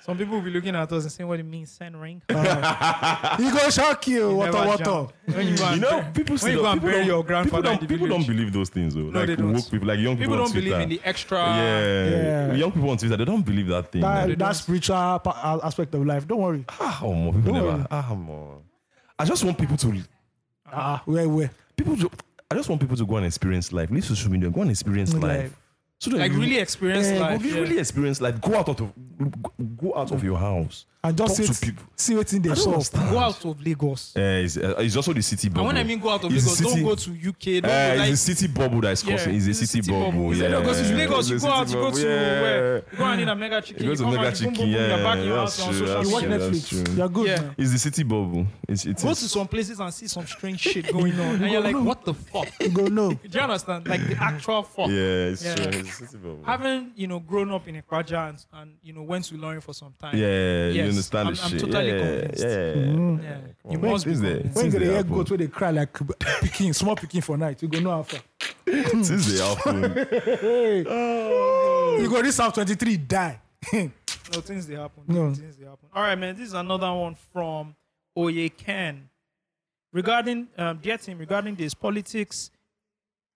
Speaker 2: Some people will be looking at us and saying what it means send rain.
Speaker 3: He go shock you.
Speaker 2: You
Speaker 3: Water,
Speaker 2: never
Speaker 3: water.
Speaker 2: jam. When you, go
Speaker 4: You
Speaker 2: and-
Speaker 4: know, people
Speaker 2: when you
Speaker 4: still
Speaker 2: go and
Speaker 4: people
Speaker 2: bury
Speaker 4: don't-
Speaker 2: your grandfather
Speaker 4: People
Speaker 2: in the
Speaker 4: don't, people don't
Speaker 2: village.
Speaker 4: believe those things though. like
Speaker 2: they don't.
Speaker 4: woke people, like young people.
Speaker 2: people
Speaker 4: on
Speaker 2: don't believe
Speaker 4: Twitter.
Speaker 2: in the Ah. extra.
Speaker 4: Yeah.
Speaker 3: Yeah.
Speaker 4: young people on Twitter they don't believe that thing. man.
Speaker 3: That, that spiritual pa- aspect of life. Don't worry.
Speaker 4: Ah, omo, people
Speaker 3: Don't
Speaker 4: never.
Speaker 3: worry.
Speaker 4: Ah, omo. I just want people to
Speaker 3: Ah, where, where?
Speaker 4: people. To, I just want people to go and experience life. Leave social media. Go and experience
Speaker 3: Life.
Speaker 4: life. So that
Speaker 2: Like
Speaker 4: you-
Speaker 2: really experience
Speaker 4: Yeah, go-
Speaker 2: life.
Speaker 4: Really experience life. Go out of go out of your house.
Speaker 3: And just
Speaker 4: Talk to
Speaker 3: sit,
Speaker 4: people.
Speaker 3: see what in
Speaker 4: I
Speaker 3: there.
Speaker 4: don't
Speaker 3: So,
Speaker 4: understand.
Speaker 2: Go out of Lagos.
Speaker 4: Eh, it's, uh, it's also the city
Speaker 2: And
Speaker 4: bubble.
Speaker 2: when I mean go out of
Speaker 4: It's
Speaker 2: Lagos,
Speaker 4: the
Speaker 2: don't
Speaker 4: city-
Speaker 2: go to UK. Don't
Speaker 4: Eh,
Speaker 2: go
Speaker 4: it's
Speaker 2: like
Speaker 4: the city bubble that is
Speaker 2: Yeah,
Speaker 4: causing. it's the city, bubble.
Speaker 2: It's
Speaker 4: Yeah.
Speaker 2: like Lagos,
Speaker 4: It's
Speaker 2: you Lagos,
Speaker 4: the
Speaker 2: you go
Speaker 4: city
Speaker 2: out, you go
Speaker 4: bubble,
Speaker 2: to where? You go and eat a mega chicken.
Speaker 4: You go to
Speaker 2: come
Speaker 4: mega
Speaker 2: out, you boom,
Speaker 4: chicken,
Speaker 2: boom, boom,
Speaker 4: yeah,
Speaker 2: You're back in your house,
Speaker 4: that's
Speaker 2: you're on
Speaker 4: true,
Speaker 2: social
Speaker 4: that's
Speaker 3: you watch
Speaker 4: true.
Speaker 2: media.
Speaker 3: Netflix.
Speaker 4: true.
Speaker 3: You're good.
Speaker 2: Yeah.
Speaker 3: man.
Speaker 4: It's the city bubble. It's, it
Speaker 2: Go
Speaker 4: is.
Speaker 2: to some places and see some strange shit going on. And you're like, what the fuck?
Speaker 3: You go, no.
Speaker 2: Do you understand? Like the actual fuck.
Speaker 4: yeah, it's
Speaker 2: Yeah.
Speaker 4: true. It's the city bubble.
Speaker 2: Having, you know, grown up in a Kwaja and, and, you know, went to Lorraine for some time.
Speaker 4: Yeah, you
Speaker 2: Yes,
Speaker 4: understand the
Speaker 2: I'm- I'm
Speaker 4: shit.
Speaker 2: totally
Speaker 4: yeah,
Speaker 2: convinced.
Speaker 4: Yeah,
Speaker 3: Mm.
Speaker 2: Yeah.
Speaker 4: Come
Speaker 2: You
Speaker 4: on.
Speaker 2: must be
Speaker 4: Since they-
Speaker 2: convinced.
Speaker 3: When you get
Speaker 4: Since they
Speaker 3: the head
Speaker 4: happen.
Speaker 3: goat where they cry like b- picking, small picking for night, you go no alpha.
Speaker 4: Since they happen.
Speaker 3: You go this half 23, die.
Speaker 2: No, things they happen.
Speaker 3: No.
Speaker 2: Things they happen. All right, man. This is another one from Oye Ken. Regarding um, dear team, regarding this politics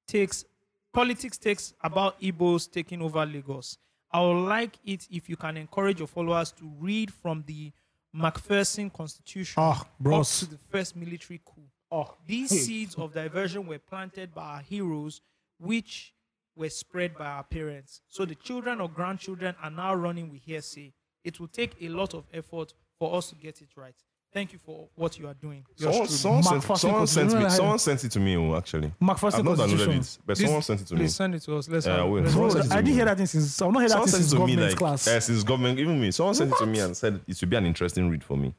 Speaker 2: takes politics takes about Igbos taking over Lagos. I would like it if you can encourage your followers to read from the Macpherson Constitution
Speaker 3: Ah,
Speaker 2: up
Speaker 3: bros.
Speaker 2: to the first military coup.
Speaker 3: Oh,
Speaker 2: These
Speaker 3: hey.
Speaker 2: seeds of diversion were planted by our heroes, which were spread by our parents. So the children or grandchildren are now running with hearsay. It will take a lot of effort for us to get it right. Thank you for what you are doing. Yours truly.
Speaker 4: Someone, someone,
Speaker 3: Mark
Speaker 4: sent,
Speaker 3: Foster
Speaker 4: someone, sent me,
Speaker 3: Constitution.
Speaker 4: someone sent it to me, oh, actually.
Speaker 3: Mark Foster
Speaker 4: I've not downloaded
Speaker 3: Constitution.
Speaker 4: it, but
Speaker 2: Please-
Speaker 4: someone sent it to me.
Speaker 2: Please send it to us. Let's
Speaker 4: Yeah,
Speaker 2: have
Speaker 4: I
Speaker 2: it.
Speaker 4: will.
Speaker 2: Let's
Speaker 3: Bro,
Speaker 4: Someone
Speaker 2: have
Speaker 4: sent
Speaker 2: it.
Speaker 4: it to
Speaker 3: I
Speaker 4: me.
Speaker 3: didn't hear that thing since. I've not heard that
Speaker 4: Someone
Speaker 3: thing
Speaker 4: sent it
Speaker 3: since
Speaker 4: to me,
Speaker 3: government
Speaker 4: like,
Speaker 3: class.
Speaker 4: eh, since government, even me. Someone sent it to me and said it should be an interesting read for me.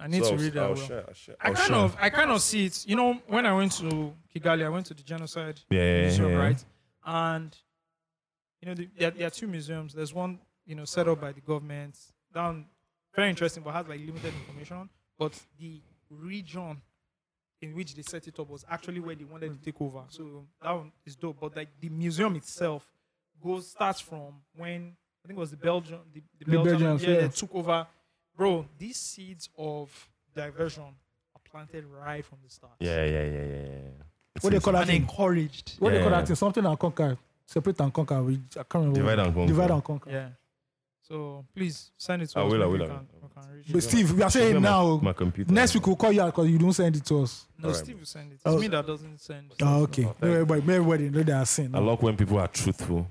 Speaker 2: I need
Speaker 5: So
Speaker 2: to read that.
Speaker 5: I'll
Speaker 2: well.
Speaker 5: share, I'll share.
Speaker 2: I
Speaker 4: Oh,
Speaker 2: kind of, I kind of see it. You know, when I went to Kigali, I went to the genocide
Speaker 4: Yeah,
Speaker 2: museum,
Speaker 4: yeah.
Speaker 2: right? And you know, the, there, there are two museums. There's one, you know, set up by the government. Down, very interesting, but has like limited information. But the region in which they set it up was actually where they wanted to take over. So that one is dope. But like the museum itself goes starts from when I think it was the Belgian, the, the, Belgian,
Speaker 3: Belgians,
Speaker 2: yeah,
Speaker 3: yeah.
Speaker 2: they took over. Bro, these seeds of diversion are planted right from the start.
Speaker 4: Yeah, yeah, yeah, yeah. yeah.
Speaker 3: What do you call that
Speaker 2: And
Speaker 3: thing?
Speaker 2: encouraged.
Speaker 3: What do you call
Speaker 4: Yeah.
Speaker 3: that thing? Something and conquer. Separate and conquer. We, I can't remember.
Speaker 4: Divide and conquer.
Speaker 3: Divide and conquer.
Speaker 2: Yeah. So please send it to
Speaker 4: I
Speaker 2: us.
Speaker 4: will, I
Speaker 2: maybe
Speaker 4: will,
Speaker 2: we
Speaker 4: I
Speaker 2: can-
Speaker 4: will.
Speaker 2: we can reach
Speaker 3: But
Speaker 2: it.
Speaker 3: Steve, we are saying
Speaker 4: my-
Speaker 3: now.
Speaker 4: my computer.
Speaker 3: Next week we'll call you out because you don't send it to us.
Speaker 2: No,
Speaker 4: Alright.
Speaker 2: Steve will send it. It's
Speaker 3: Oh.
Speaker 2: me that doesn't send.
Speaker 3: Ah, okay. No, everybody, everybody know they are saying.
Speaker 4: I like when people are truthful.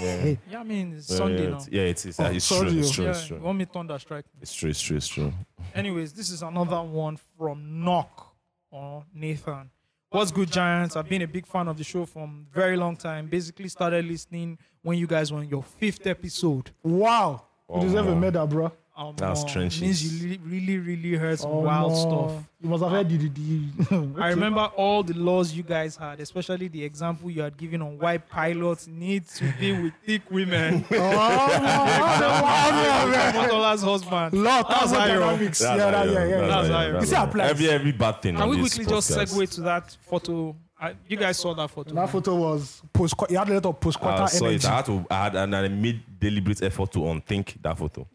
Speaker 4: Yeah.
Speaker 2: Yeah, I mean it's Sunday
Speaker 4: yeah,
Speaker 2: now.
Speaker 4: it's- Yeah, it is.
Speaker 3: Oh,
Speaker 4: it's,
Speaker 3: sorry,
Speaker 4: true, it's
Speaker 3: oh.
Speaker 4: true.
Speaker 2: Yeah,
Speaker 4: It's
Speaker 2: you
Speaker 4: true.
Speaker 2: want me thunder strike. me.
Speaker 4: It's true. It's true. It's true.
Speaker 2: Anyways, this is another one from Knock or Nathan. What's good, Giants? I've been a big fan of the show from very long time. Basically, started listening when you guys were on your fifth episode.
Speaker 3: Wow.
Speaker 4: Oh,
Speaker 3: you deserve a
Speaker 4: man.
Speaker 3: medal, bro.
Speaker 2: Um,
Speaker 4: That's trenches.
Speaker 2: Means you li- really, really heard some
Speaker 3: Oh,
Speaker 2: wild
Speaker 3: no.
Speaker 2: stuff.
Speaker 3: You must have heard the. the, the okay.
Speaker 2: I remember all the laws you guys had, especially the example you had given on why pilots need to be with thick women.
Speaker 3: Oh,
Speaker 2: Motola's husband.
Speaker 3: Lot
Speaker 2: That's
Speaker 3: that's
Speaker 2: Iron.
Speaker 3: dynamics. Yeah, yeah, yeah, yeah. yeah.
Speaker 2: That's
Speaker 4: Iron,
Speaker 2: Iron.
Speaker 4: that's
Speaker 3: You see
Speaker 4: Iron.
Speaker 3: applies.
Speaker 4: Every, every bad thing.
Speaker 2: Can
Speaker 4: on
Speaker 2: we
Speaker 4: this
Speaker 2: quickly just
Speaker 4: podcast.
Speaker 2: segue to that photo? I, you guys saw that photo.
Speaker 3: That photo was post. He had a lot of post
Speaker 4: Uh, I
Speaker 3: quarter
Speaker 4: saw
Speaker 3: energy.
Speaker 4: it. I had to. I had and I made deliberate effort to unthink that photo.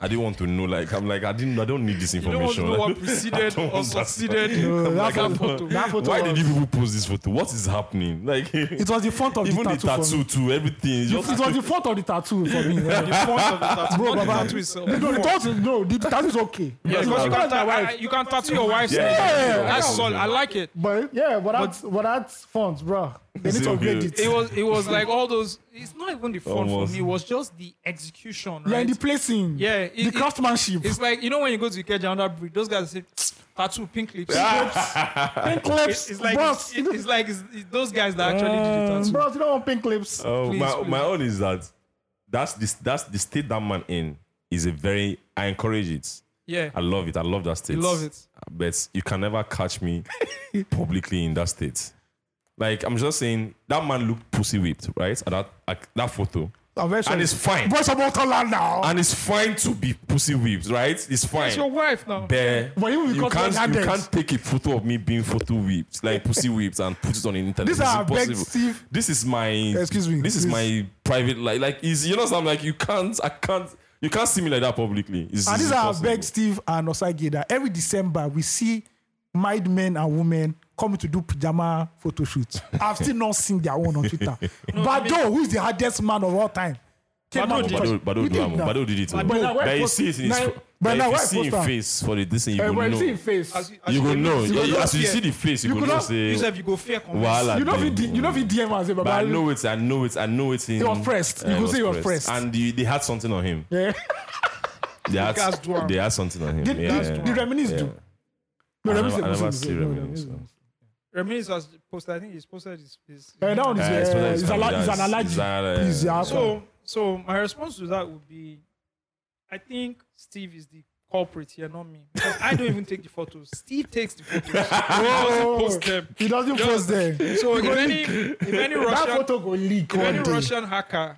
Speaker 4: I didn't want to know. Like I'm like I didn't. I don't need this
Speaker 2: You don't want to
Speaker 4: information.
Speaker 2: know what
Speaker 4: Like, eh? I
Speaker 2: preceded
Speaker 4: don't
Speaker 2: or
Speaker 4: understand.
Speaker 2: succeeded.
Speaker 3: No,
Speaker 2: in that
Speaker 3: that photo-
Speaker 2: photo.
Speaker 3: that photo
Speaker 4: Why did
Speaker 3: was-
Speaker 4: you people post this photo? What is happening? Like
Speaker 3: It was the front of
Speaker 4: even
Speaker 3: the
Speaker 4: the
Speaker 3: tattoo. for me.
Speaker 4: tattoo too. Everything. It's
Speaker 3: The- it
Speaker 4: just
Speaker 3: was the front of the tattoo for me.
Speaker 2: The front of the tattoo,
Speaker 3: Bro,
Speaker 2: not the
Speaker 3: Baba.
Speaker 2: tattoo itself.
Speaker 3: no, the tattoo, no, the tattoo is okay.
Speaker 2: Yeah, because you
Speaker 3: That's
Speaker 2: can,
Speaker 3: my
Speaker 2: ta-
Speaker 3: wife.
Speaker 2: I- you can tattoo your wife's
Speaker 4: Yeah,
Speaker 2: name.
Speaker 4: yeah, yeah.
Speaker 2: That's solid. I like it.
Speaker 3: But yeah, but that's but that's font, bro. They need
Speaker 4: it
Speaker 3: to upgrade
Speaker 4: okay?
Speaker 3: it.
Speaker 2: It was it was like all those. It's not even the fun for
Speaker 4: Almost.
Speaker 2: me. It was just the execution,
Speaker 3: Yeah,
Speaker 2: right?
Speaker 3: and the placing.
Speaker 2: Yeah, it-
Speaker 3: the
Speaker 2: it-
Speaker 3: craftsmanship.
Speaker 2: it's like you know when you go to Ikeja under bridge, those guys say tattoo pink lips.
Speaker 4: Ah.
Speaker 3: pink
Speaker 2: It's,
Speaker 3: lips.
Speaker 2: it's like
Speaker 3: bros.
Speaker 2: it's, it's like it's, it's those guys that actually did the tattoo.
Speaker 3: bros, um, you don't want pink lips.
Speaker 4: Oh,
Speaker 2: Please,
Speaker 4: my,
Speaker 2: please.
Speaker 4: my own is that that's this that's the state that man in is a very I encourage it.
Speaker 2: Yeah,
Speaker 4: I love it. I love that state.
Speaker 2: You love it.
Speaker 4: But you can never catch me publicly in that state. Like I'm just saying, that man looked pussy whipped, right? At that at that photo,
Speaker 3: I'm very
Speaker 4: and it's fine.
Speaker 3: Boys of Motorland now.
Speaker 4: And it's fine to be pussy whipped, right? It's fine.
Speaker 2: it's your wife now.
Speaker 4: Bear,
Speaker 3: But even
Speaker 4: you
Speaker 3: because
Speaker 4: can't
Speaker 3: we had
Speaker 4: you
Speaker 3: it.
Speaker 4: can't take a photo of me being photo whipped, like pussy whipped, and put it on the internet.
Speaker 3: These
Speaker 4: It's
Speaker 3: are
Speaker 4: impossible.
Speaker 3: objective-
Speaker 4: This is my
Speaker 3: Excuse me,
Speaker 4: This is
Speaker 3: please.
Speaker 4: my private life. Like is you know I'm like you can't I can't you can't see me like that publicly. It's,
Speaker 3: and
Speaker 4: it's
Speaker 3: these are
Speaker 4: impossible.
Speaker 3: Beg Steve and Osage that every December we see married men and women coming to do pajama photo shoots. I've still not seen their own on Twitter. Bado, who is the hardest man of all time? Came
Speaker 2: Badoo
Speaker 3: out
Speaker 2: did.
Speaker 3: with-
Speaker 4: Bado, Bado,
Speaker 3: He
Speaker 4: do
Speaker 3: did
Speaker 4: am-
Speaker 3: now.
Speaker 4: Bado did it. oh.
Speaker 3: But now why
Speaker 4: But you
Speaker 3: post-
Speaker 4: see it in his
Speaker 3: now-
Speaker 4: but
Speaker 3: but now
Speaker 4: if you
Speaker 3: why
Speaker 4: see
Speaker 3: post
Speaker 4: him
Speaker 3: am?
Speaker 4: face for the this thing, you
Speaker 3: Eh,
Speaker 4: will
Speaker 3: when you see
Speaker 4: know.
Speaker 3: him face,
Speaker 2: As as
Speaker 4: You
Speaker 2: go
Speaker 4: will know.
Speaker 2: you
Speaker 4: Yeah,
Speaker 2: go
Speaker 4: yeah, As you
Speaker 2: fear.
Speaker 4: see the face, you
Speaker 3: You
Speaker 4: will
Speaker 3: could
Speaker 4: know.
Speaker 3: not-
Speaker 4: Say,
Speaker 2: Yusuf, you go fear. conviction.
Speaker 4: Wahala
Speaker 3: you know if he
Speaker 4: dey.
Speaker 3: D- you know if he DM and say,
Speaker 4: but I
Speaker 3: Baba,
Speaker 4: know it. I know it. I know it. In,
Speaker 3: He was pressed. You
Speaker 4: Eh,
Speaker 3: could
Speaker 4: was
Speaker 3: say he was pressed.
Speaker 4: And they, they had something on him.
Speaker 3: Yeah.
Speaker 4: They had,
Speaker 2: Guys do am.
Speaker 4: they had something on him.
Speaker 3: Did-
Speaker 4: yeah,
Speaker 3: did-
Speaker 4: yeah.
Speaker 3: did Reminis
Speaker 4: yeah.
Speaker 3: do? No,
Speaker 4: I
Speaker 3: Reminis
Speaker 4: never-
Speaker 3: is
Speaker 4: I
Speaker 3: a
Speaker 4: never
Speaker 3: Muslim.
Speaker 4: see
Speaker 3: No, Reminis
Speaker 4: Reminis,
Speaker 3: is a
Speaker 4: so.
Speaker 3: Muslim.
Speaker 2: Reminis has posted. I think he's posted his. his,
Speaker 3: Eh, that one is,
Speaker 4: Yeah,
Speaker 3: uh,
Speaker 4: it's probably his
Speaker 3: it's
Speaker 4: family.
Speaker 3: ala- it's
Speaker 4: That's-
Speaker 3: an allergy.
Speaker 4: is that, uh,
Speaker 3: Please, yeah,
Speaker 2: So, so my response to that would be, I think Steve is the culprit here, not me. Because I don't even take the photos. Steve takes the photos. he doesn't post them.
Speaker 3: He doesn't
Speaker 2: Just-
Speaker 3: post them.
Speaker 2: So if any, if any
Speaker 3: That
Speaker 2: Russian,
Speaker 3: photo go leak
Speaker 2: if any
Speaker 3: one day.
Speaker 2: Russian hacker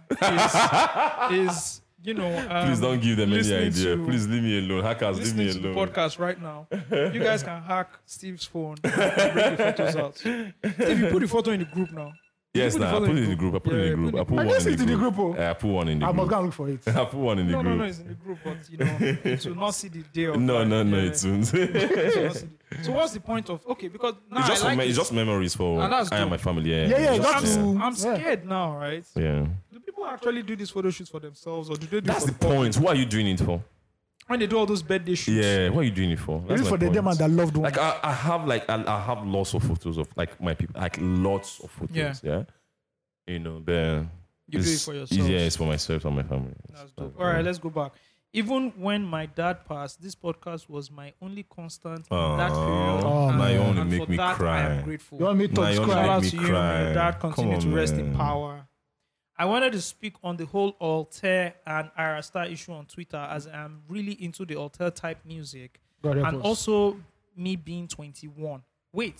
Speaker 2: is, is you know, um,
Speaker 4: Please don't give them any
Speaker 2: listening
Speaker 4: idea.
Speaker 2: to-
Speaker 4: Please leave me alone. Hackers, leave
Speaker 2: listening
Speaker 4: me
Speaker 2: to the
Speaker 4: alone.
Speaker 2: podcast right now, you guys can hack Steve's phone and bring the photos out. Steve, you put the photo in the group now.
Speaker 4: Yes,
Speaker 2: Put the
Speaker 4: nah, I
Speaker 2: photo
Speaker 4: put it in the group. I put it
Speaker 2: Yeah,
Speaker 4: in the group. I put
Speaker 3: I
Speaker 4: one
Speaker 3: just
Speaker 4: in
Speaker 3: see it
Speaker 4: the
Speaker 3: in the
Speaker 4: group.
Speaker 3: group, oh.
Speaker 4: Eh, I put one in the
Speaker 3: I must
Speaker 4: group.
Speaker 3: go and look for it.
Speaker 4: I put one in the
Speaker 2: No, no, no,
Speaker 4: group.
Speaker 2: it's in the group, but you know, it will not see the day of
Speaker 4: No,
Speaker 2: light.
Speaker 4: no, no,
Speaker 2: Yeah.
Speaker 4: it
Speaker 2: It
Speaker 4: won't.
Speaker 2: will not see the- so what's the point of okay? Because now
Speaker 4: It's just,
Speaker 2: I like
Speaker 4: for me-
Speaker 2: it.
Speaker 4: it's just memories for
Speaker 2: And that's
Speaker 4: I and
Speaker 2: good.
Speaker 4: my family. Yeah,
Speaker 3: Yeah, yeah,
Speaker 4: It's
Speaker 3: that's-
Speaker 4: yeah.
Speaker 2: I'm, I'm
Speaker 3: Yeah.
Speaker 2: scared now, right?
Speaker 4: Yeah.
Speaker 2: Do people actually do these photo shoots for themselves, or do they do
Speaker 4: That's
Speaker 2: it
Speaker 4: the
Speaker 2: for the
Speaker 4: point. What are you doing it for?
Speaker 2: when they do all those birthday shoots?
Speaker 4: Yeah, what are you doing it for?
Speaker 3: This
Speaker 4: That's
Speaker 3: is
Speaker 4: my
Speaker 3: for the them and
Speaker 4: point.
Speaker 3: their loved one.
Speaker 4: Like I, I have like I, I have lots of photos of like my people, like lots of photos.
Speaker 2: Yeah.
Speaker 4: Yeah. You know, the
Speaker 2: You do it
Speaker 4: it's-
Speaker 2: for yourself.
Speaker 4: Yeah, it's for myself and my family.
Speaker 2: That's dope. All right, let's go back. Even when my dad passed, this podcast was my only constant in that
Speaker 4: Aw,
Speaker 2: period.
Speaker 4: Oh,
Speaker 2: and,
Speaker 4: now you
Speaker 2: and
Speaker 4: wanna make
Speaker 2: for
Speaker 4: me
Speaker 2: that, I am
Speaker 4: cry.
Speaker 2: grateful.
Speaker 3: you want me
Speaker 4: Nah,
Speaker 3: to
Speaker 4: you wanna
Speaker 2: Shout
Speaker 3: subscribe?
Speaker 2: out
Speaker 4: me
Speaker 2: to you. May your
Speaker 4: cry.
Speaker 2: dad
Speaker 4: Come
Speaker 2: continue
Speaker 4: on,
Speaker 2: to rest in
Speaker 4: man.
Speaker 2: power. I wanted to speak on the whole Altair and Arasta issue on Twitter as I'm really into the Altair type music.
Speaker 3: God help
Speaker 2: and
Speaker 3: us.
Speaker 2: also me being 21. Wait,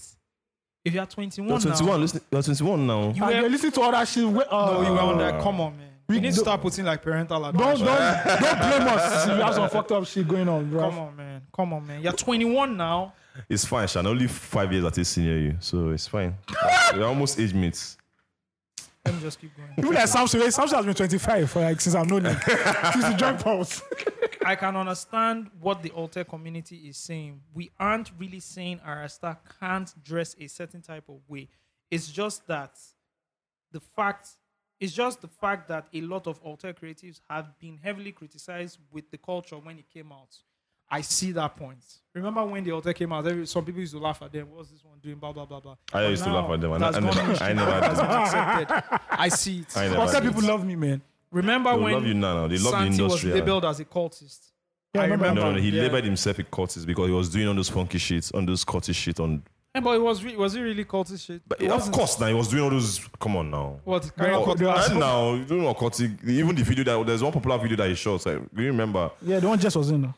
Speaker 2: if you're 21
Speaker 4: You're
Speaker 2: now,
Speaker 4: 21. Listen, you're 21 now.
Speaker 2: you
Speaker 3: And
Speaker 2: were,
Speaker 3: they listen to other shit. we- uh,
Speaker 2: no, you were on that. Come on, man. You need to start putting like parental
Speaker 3: Don't,
Speaker 2: advice.
Speaker 3: don't, don't blame us. You have some fucked up shit going on, bro.
Speaker 2: Come on, man. Come on, man. You're 21 now.
Speaker 4: It's fine, Shan. Only five years at a senior you, so it's fine. We're almost age mates.
Speaker 2: Let me just keep going.
Speaker 3: Even like Samson, eh, Samson has been 25 for like since I've known him. since he joined Pulse.
Speaker 2: I can understand what the alter community is saying. We aren't really saying Arasta can't dress a certain type of way. It's just that the fact it's just the fact that a lot of alter creatives have been heavily criticized with the culture when it came out. I see that point. Remember when the alter came out, every, some people used to laugh at them. What's this one doing? Blah blah blah blah.
Speaker 4: I
Speaker 2: But
Speaker 4: used to
Speaker 2: now,
Speaker 4: laugh at them. I,
Speaker 2: that's
Speaker 4: I
Speaker 2: gone
Speaker 4: never, I
Speaker 2: mainstream.
Speaker 4: never
Speaker 2: It's
Speaker 4: did.
Speaker 2: accepted. I see it.
Speaker 4: I never
Speaker 3: But
Speaker 4: did.
Speaker 3: people love me, man.
Speaker 2: Remember
Speaker 4: They
Speaker 2: when
Speaker 4: love you now, now. They love the
Speaker 2: Santi
Speaker 4: industry,
Speaker 2: was
Speaker 4: yeah.
Speaker 2: labeled as a cultist.
Speaker 3: Yeah, I remember
Speaker 4: No, no, no, he
Speaker 2: Yeah.
Speaker 4: labeled himself a cultist because he was doing all those funky shits, on those Scottish shit. On,
Speaker 2: Yeah, Eh, but it was re- was it really cultist shit?
Speaker 4: but
Speaker 2: It
Speaker 4: of
Speaker 2: wasn't-
Speaker 4: course, now he was doing all those. Come on now.
Speaker 2: What?
Speaker 3: They
Speaker 2: Carry on,
Speaker 3: are- they
Speaker 2: continue.
Speaker 3: are
Speaker 4: Right
Speaker 3: supposed-
Speaker 4: now, you don't Oh, know occultic. Even the video that there's one popular video that he shot. Like, do you remember?
Speaker 3: Yeah, the one just was in. uh,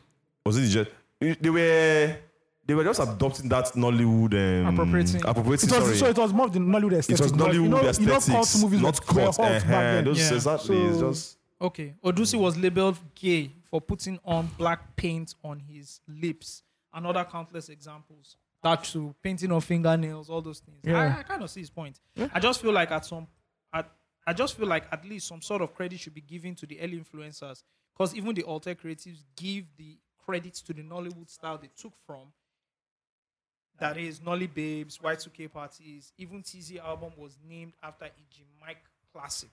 Speaker 4: Was it just they were they were just adopting that Nollywood um,
Speaker 2: Appropriating.
Speaker 4: appropriating.
Speaker 3: It was,
Speaker 4: sorry.
Speaker 3: So it was more of the Nollywood
Speaker 4: it
Speaker 3: aesthetic.
Speaker 4: was
Speaker 3: but
Speaker 4: Nollywood
Speaker 3: you know, You know,
Speaker 4: aesthetics,
Speaker 3: cult movies
Speaker 4: not
Speaker 3: were
Speaker 4: cult.
Speaker 3: hot back
Speaker 4: eh,
Speaker 3: then.
Speaker 4: those
Speaker 2: Yeah.
Speaker 4: exactly. it's
Speaker 3: So-
Speaker 4: just
Speaker 2: Okay. Odusi was labeled gay for putting on black paint on his lips and other countless examples. That too, painting on fingernails, all those things. I, I kind of see his point. I just feel like at some at I just feel like at least some sort of credit should be given to the early influencers because even the alter creatives give the credit to the Nollywood style they took from. That is Nolly Babes, Y2K parties. Even TZ album was named after a G Mike classic.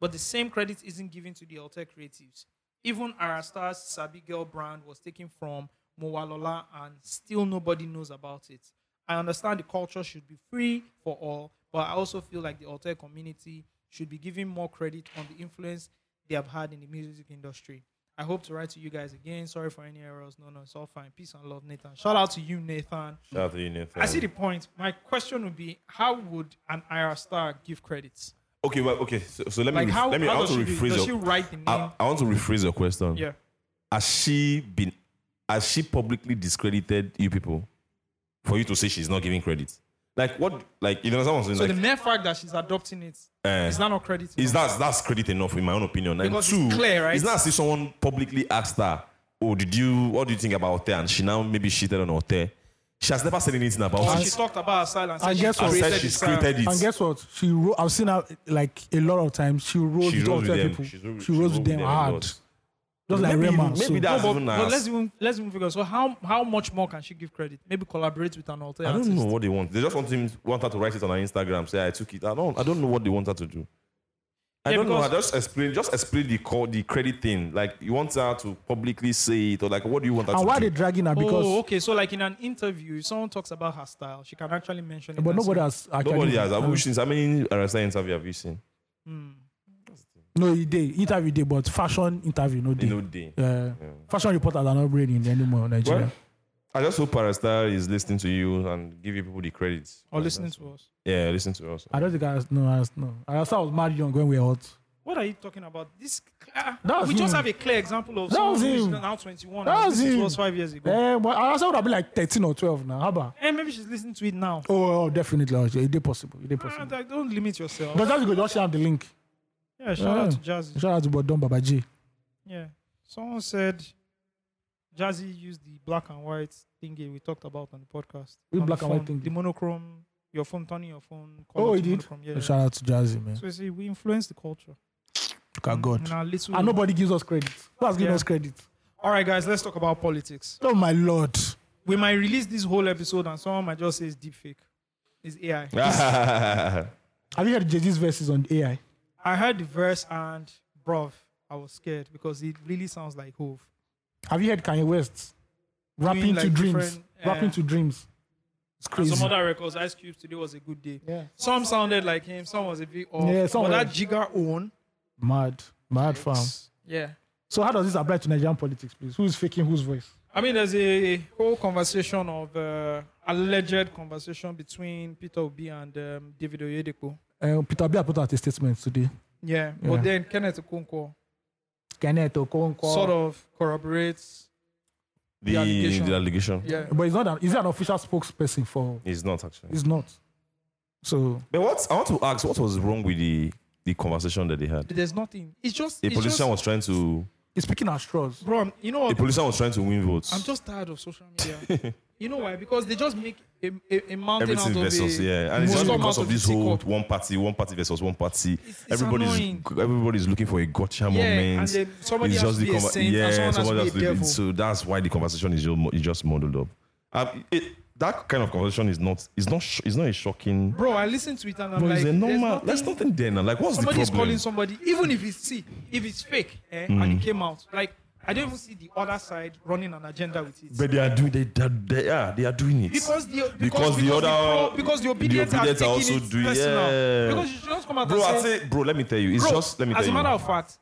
Speaker 2: But the same credit isn't given to the alter creatives. Even Arasta's Sabi Girl brand was taken from Mowalola and still nobody knows about it. I understand the culture should be free for all, but I also feel like the alter community should be given more credit on the influence they have had in the music industry. I hope to write to you guys again. Sorry for any errors. No, no, it's all fine. Peace and love, Nathan. Shout out to you, Nathan.
Speaker 4: Shout out to you, Nathan.
Speaker 2: I see the point. My question would be how would an IR star give credits?
Speaker 4: Okay, well, okay. So, so let me
Speaker 2: Like,
Speaker 4: ref-
Speaker 2: how,
Speaker 4: let me. I
Speaker 2: how
Speaker 4: want
Speaker 2: does,
Speaker 4: to
Speaker 2: she, do- does
Speaker 4: rephrase
Speaker 2: she
Speaker 4: your.
Speaker 2: write the name?
Speaker 4: I, I want to rephrase your question.
Speaker 2: yeah.
Speaker 4: Has she been? Has she publicly discredited you people for you to say she's not giving credit? Like what? Like you know, someone saying
Speaker 2: So
Speaker 4: like
Speaker 2: the mere fact that she's adopting it,
Speaker 4: Eh.
Speaker 2: is that not credit?
Speaker 4: is that that's credit enough in my own opinion? And
Speaker 2: Because
Speaker 4: two,
Speaker 2: it's clear, right?
Speaker 4: It's not as if someone publicly asked her, "Oh, did you? What do you think about Ote?" And she now maybe shitted on Ote. She has never said anything about
Speaker 2: Or
Speaker 4: it.
Speaker 2: she talked about her silence.
Speaker 3: I
Speaker 2: and
Speaker 3: guess
Speaker 4: I
Speaker 3: what-
Speaker 4: said
Speaker 2: created
Speaker 4: she's
Speaker 2: the style.
Speaker 4: created it.
Speaker 3: And guess what? She wrote, I've seen her like a lot of times. She rose
Speaker 4: She
Speaker 3: with
Speaker 4: rose with
Speaker 3: other
Speaker 4: them.
Speaker 3: people.
Speaker 4: She
Speaker 3: She
Speaker 4: rose-
Speaker 3: rose,
Speaker 4: she rose
Speaker 3: with
Speaker 4: with
Speaker 3: them
Speaker 4: them a
Speaker 3: hard.
Speaker 4: lot.
Speaker 3: Just like
Speaker 4: maybe
Speaker 3: Rema.
Speaker 4: maybe
Speaker 3: so,
Speaker 4: that's
Speaker 2: No, but,
Speaker 4: even
Speaker 2: but
Speaker 4: us.
Speaker 2: let's even let's even figure. So how how much more can she give credit? Maybe collaborate with an alter
Speaker 4: I
Speaker 2: artist.
Speaker 4: don't know what they want. They just want him want her to write it on her Instagram. Say I took it. I don't. I don't know what they want her to do. I
Speaker 2: Yeah,
Speaker 4: don't know. I
Speaker 2: because-
Speaker 4: just explain. Just explain the call, the credit thing. Like you want her to publicly say it, or like what do you want her
Speaker 3: and
Speaker 4: to
Speaker 3: why are
Speaker 4: do?
Speaker 3: they dragging her? Because
Speaker 2: oh, okay. So like in an interview, if someone talks about her style, she can actually mention it.
Speaker 3: but
Speaker 2: and
Speaker 3: nobody
Speaker 2: say,
Speaker 3: has actually.
Speaker 4: Nobody has. Have you seen? How many Arasa interview have you seen?
Speaker 3: No, he did interview day, but fashion interview no day.
Speaker 4: In no day.
Speaker 3: Uh, Fashion reporters are not reading anymore in Nigeria.
Speaker 4: Well, I just hope Parastar is listening to you and give you people the credits.
Speaker 2: or Oh, listening to us.
Speaker 4: Yeah, listen to us.
Speaker 3: I don't think I was, no, I was, no. I was, I was mad young when we were hot.
Speaker 2: What are you talking about? This ah,
Speaker 3: That was
Speaker 2: we just
Speaker 3: him.
Speaker 2: have a clear example of
Speaker 3: That
Speaker 2: someone
Speaker 3: was
Speaker 2: who is
Speaker 3: him.
Speaker 2: now 21.
Speaker 3: That
Speaker 2: and
Speaker 3: was
Speaker 2: listened to
Speaker 3: him.
Speaker 2: us five years ago.
Speaker 3: Eh, but I was, I would have been like 13 or 12 now. How about?
Speaker 2: and maybe she's listening to it now.
Speaker 3: Oh, oh definitely. oh, It is possible. It is
Speaker 2: Ah,
Speaker 3: possible.
Speaker 2: like, don't limit yourself.
Speaker 3: But that's good. Just share the link.
Speaker 2: yeah, shout out to
Speaker 3: Yeah.
Speaker 2: Jazzy.
Speaker 3: Shout out to Bodon Baba J.
Speaker 2: Yeah, someone said Jazzy used the black and white thingy we talked about on the podcast. On
Speaker 3: Which
Speaker 2: the
Speaker 3: black and white
Speaker 2: phone,
Speaker 3: thingy?
Speaker 2: The monochrome, your phone turning your phone.
Speaker 3: Oh,
Speaker 2: color
Speaker 3: he
Speaker 2: to
Speaker 3: did.
Speaker 2: monochrome. Yeah.
Speaker 3: Shout out to Jazzy, man.
Speaker 2: So you see, we influence the culture.
Speaker 3: Thank God.
Speaker 2: In our little-
Speaker 3: And nobody gives us credit. Who has given
Speaker 2: Yeah.
Speaker 3: us credit?
Speaker 2: All right, guys, let's talk about politics.
Speaker 3: Oh, my Lord.
Speaker 2: We might release this whole episode and someone might just say it's deep fake. It's AI. Ah.
Speaker 3: Have you heard Jay-Z's verses on AI?
Speaker 2: I heard the verse and bruv, I was scared because it really sounds like Hove.
Speaker 3: Have you heard Kanye West? Rapping to
Speaker 2: like,
Speaker 3: dreams.
Speaker 2: different,
Speaker 3: Rapping
Speaker 2: eh,
Speaker 3: to dreams. It's
Speaker 2: And some
Speaker 3: crazy.
Speaker 2: other records, Ice Cube today was a good day.
Speaker 3: Yeah.
Speaker 2: Some sounded like him, some was a bit off.
Speaker 3: Yeah, some
Speaker 2: but
Speaker 3: were-
Speaker 2: that Jigga own.
Speaker 3: Mad. Mad fam.
Speaker 2: Yeah.
Speaker 3: So how does this apply to Nigerian politics, please? Who's faking whose voice?
Speaker 2: I mean, there's a whole conversation of uh, alleged conversation between Peter Obi and um, David Oyedepo.
Speaker 3: Uh, Peter Bia put out a statement today.
Speaker 2: Yeah.
Speaker 3: Yeah.
Speaker 2: But then Kenneth Okonkwo
Speaker 3: Kenneth Okonkwo.
Speaker 2: sort of corroborates.
Speaker 4: the,
Speaker 2: The allegation.
Speaker 4: the allegation.
Speaker 2: Yeah.
Speaker 3: But he's not an, is he an official spokesperson for?
Speaker 4: It's not actually.
Speaker 3: He's not. So
Speaker 4: But what I want to ask, what was wrong with the the conversation that they had?
Speaker 2: There's nothing. It's just.
Speaker 4: A
Speaker 2: it's
Speaker 4: politician
Speaker 2: just,
Speaker 4: was trying to
Speaker 3: he's picking our straws.
Speaker 2: Bro, you know
Speaker 4: a
Speaker 2: what?
Speaker 4: politician was trying to win votes.
Speaker 2: I'm just tired of social media. you know why? Because they just make a, a, a mountain out
Speaker 4: Everything
Speaker 2: of
Speaker 4: versus
Speaker 2: a
Speaker 4: yeah, and it's just
Speaker 2: molehill
Speaker 4: because
Speaker 2: out
Speaker 4: of this
Speaker 2: a
Speaker 4: whole
Speaker 2: teacup.
Speaker 4: one party, one party versus one party.
Speaker 2: it's
Speaker 4: everybody's
Speaker 2: annoying.
Speaker 4: everybody's looking for a gotcha
Speaker 2: Yeah,
Speaker 4: moment.
Speaker 2: and then somebody
Speaker 4: it's
Speaker 2: has
Speaker 4: just
Speaker 2: to
Speaker 4: the
Speaker 2: be a
Speaker 4: conver-
Speaker 2: saint
Speaker 4: yeah,
Speaker 2: and someone has to
Speaker 4: somebody
Speaker 2: be
Speaker 4: has
Speaker 2: a
Speaker 4: to be
Speaker 2: devil.
Speaker 4: so that's why the conversation is just, is just muddled up. Um, it, that kind of conversation is not it's not sh- it's not a shocking.
Speaker 2: Bro, I listen to it and I'm
Speaker 4: But
Speaker 2: like,
Speaker 4: it's a
Speaker 2: there's
Speaker 4: normal.
Speaker 2: nothing-
Speaker 4: That's nothing there now. Like, what's
Speaker 2: Somebody's
Speaker 4: the problem? Mm.
Speaker 2: calling somebody, even if it's see, if it's fake, eh, and it came out. Like I don't even see the other side running an agenda with it.
Speaker 4: but they are doing they, they, they are they are doing it
Speaker 2: because the because,
Speaker 4: Because the other-
Speaker 2: pro- because the
Speaker 4: the
Speaker 2: obedient, are,
Speaker 4: obedient are
Speaker 2: taking
Speaker 4: also
Speaker 2: it
Speaker 4: doing-
Speaker 2: personal.
Speaker 4: yeah.
Speaker 2: Because you should just come out
Speaker 4: bro.
Speaker 2: and
Speaker 4: I say, bro. Let me tell you. It's
Speaker 2: bro,
Speaker 4: just let me
Speaker 2: as
Speaker 4: tell
Speaker 2: a matter
Speaker 4: you,
Speaker 2: of fact,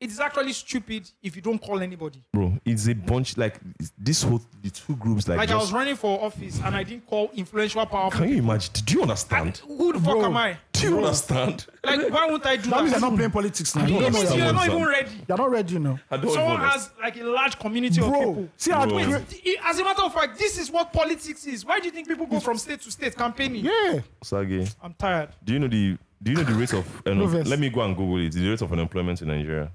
Speaker 2: it is actually stupid if you don't call anybody.
Speaker 4: bro. It's a bunch like it's- this whole the two groups like.
Speaker 2: Like I was
Speaker 4: just,
Speaker 2: running for office and I didn't call influential power.
Speaker 4: can you imagine? Do you understand?
Speaker 2: Who the fuck am I?
Speaker 4: Do you understand?
Speaker 2: Like why won't I do
Speaker 3: That means they're
Speaker 2: that?
Speaker 3: not playing politics now. They
Speaker 4: don't
Speaker 2: It
Speaker 3: don't know
Speaker 2: means
Speaker 4: understand
Speaker 2: you're
Speaker 3: that.
Speaker 2: not
Speaker 4: what's
Speaker 2: even
Speaker 4: up.
Speaker 2: ready.
Speaker 3: They're not ready you know.
Speaker 4: I don't
Speaker 2: Someone
Speaker 4: even understand.
Speaker 2: has like a large community of
Speaker 3: Bro,
Speaker 2: people.
Speaker 3: see how
Speaker 4: Bro.
Speaker 3: cra-
Speaker 2: I- As a matter of fact, this is what politics is. Why do you think people go from state to state campaigning?
Speaker 3: yeah.
Speaker 4: Sage,
Speaker 2: I'm tired.
Speaker 4: do you know the do you know the rate of um,
Speaker 3: verse.
Speaker 4: let me go and Google it. The rate of unemployment in Nigeria.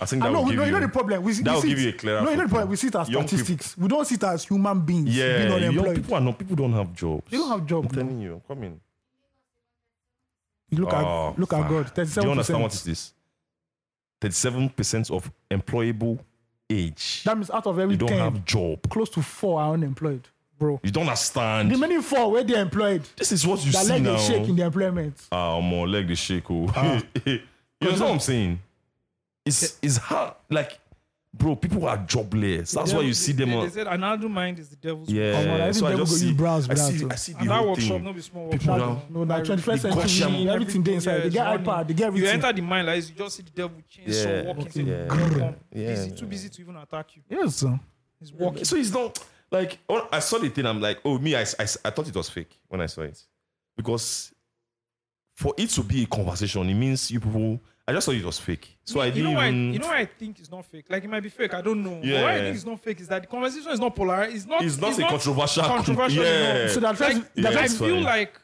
Speaker 4: I think
Speaker 3: I
Speaker 4: that
Speaker 3: know,
Speaker 4: will
Speaker 3: we
Speaker 4: give
Speaker 3: know, you
Speaker 4: you
Speaker 3: know the problem. We, see-
Speaker 4: that
Speaker 3: we
Speaker 4: will
Speaker 3: see
Speaker 4: give
Speaker 3: it-
Speaker 4: you a clearer
Speaker 3: No, you know the
Speaker 4: photo.
Speaker 3: problem. We see it as
Speaker 4: Young people-
Speaker 3: statistics. We don't see it as human beings being
Speaker 4: Yeah, young
Speaker 3: unemployed.
Speaker 4: people are not people don't have jobs.
Speaker 3: They don't have
Speaker 4: I'm
Speaker 3: jobs.
Speaker 4: telling you, I'm coming.
Speaker 3: Look
Speaker 4: Oh,
Speaker 3: at look at
Speaker 4: fuck.
Speaker 3: God.
Speaker 4: Do you understand
Speaker 3: 37%.
Speaker 4: what it is? Thirty-seven percent of employable age.
Speaker 3: That means out of every
Speaker 4: you don't
Speaker 3: 10,
Speaker 4: have job.
Speaker 3: close to four are unemployed, bro.
Speaker 4: You don't understand.
Speaker 3: The remaining four where they're employed,
Speaker 4: this is what you
Speaker 3: that
Speaker 4: see
Speaker 3: leg Ah.
Speaker 4: now.
Speaker 3: they shake in the employment.
Speaker 4: Ah, more leg the shake. Oh. you know what I'm saying? It's it's hard. Like, bro, people are jobless. That's why you see them.
Speaker 2: They,
Speaker 4: on-
Speaker 2: they said another mind is the devil's
Speaker 3: Oh, man,
Speaker 4: yeah.
Speaker 3: I
Speaker 4: so
Speaker 3: think
Speaker 4: I
Speaker 3: they will
Speaker 4: just
Speaker 3: go
Speaker 4: see.
Speaker 3: use browse
Speaker 4: I
Speaker 3: with
Speaker 4: see.
Speaker 3: that
Speaker 4: I see the
Speaker 2: And that
Speaker 4: whole
Speaker 2: workshop,
Speaker 4: thing.
Speaker 2: no be small
Speaker 4: People
Speaker 2: workshop.
Speaker 4: now-
Speaker 3: No, na 21st
Speaker 4: The gushing.
Speaker 3: century, everything there inside. They
Speaker 2: it's
Speaker 3: get
Speaker 2: running.
Speaker 3: iPad, they get
Speaker 2: You
Speaker 3: everything.
Speaker 2: enter the mind, like, you just see the devil chainsaw
Speaker 4: Yeah.
Speaker 2: walking.
Speaker 4: Okay.
Speaker 2: Yeah.
Speaker 4: Yeah.
Speaker 2: busy,
Speaker 4: Yeah.
Speaker 2: too busy to even attack you.
Speaker 3: Yes, sir.
Speaker 2: He's walking.
Speaker 4: So it's not like when I saw the thing. I'm like, oh me, I, I, I thought it was fake when I saw it because for it to be a conversation, it means you people. I just thought it was fake, so I
Speaker 2: you
Speaker 4: didn't.
Speaker 2: know why?
Speaker 4: even-
Speaker 2: You know why I think it's not fake. Like it might be fake. I don't know. Yeah.
Speaker 4: Yeah.
Speaker 2: But why I think it's not fake is that the conversation is not polar. It's not.
Speaker 4: It's not a controversial-
Speaker 2: Controversial.
Speaker 4: Yeah.
Speaker 2: enough.
Speaker 3: So they're trying
Speaker 2: Like,
Speaker 3: to- they're
Speaker 4: Yeah,
Speaker 2: I
Speaker 3: trying
Speaker 4: it's
Speaker 3: to-
Speaker 2: feel
Speaker 4: funny.
Speaker 2: like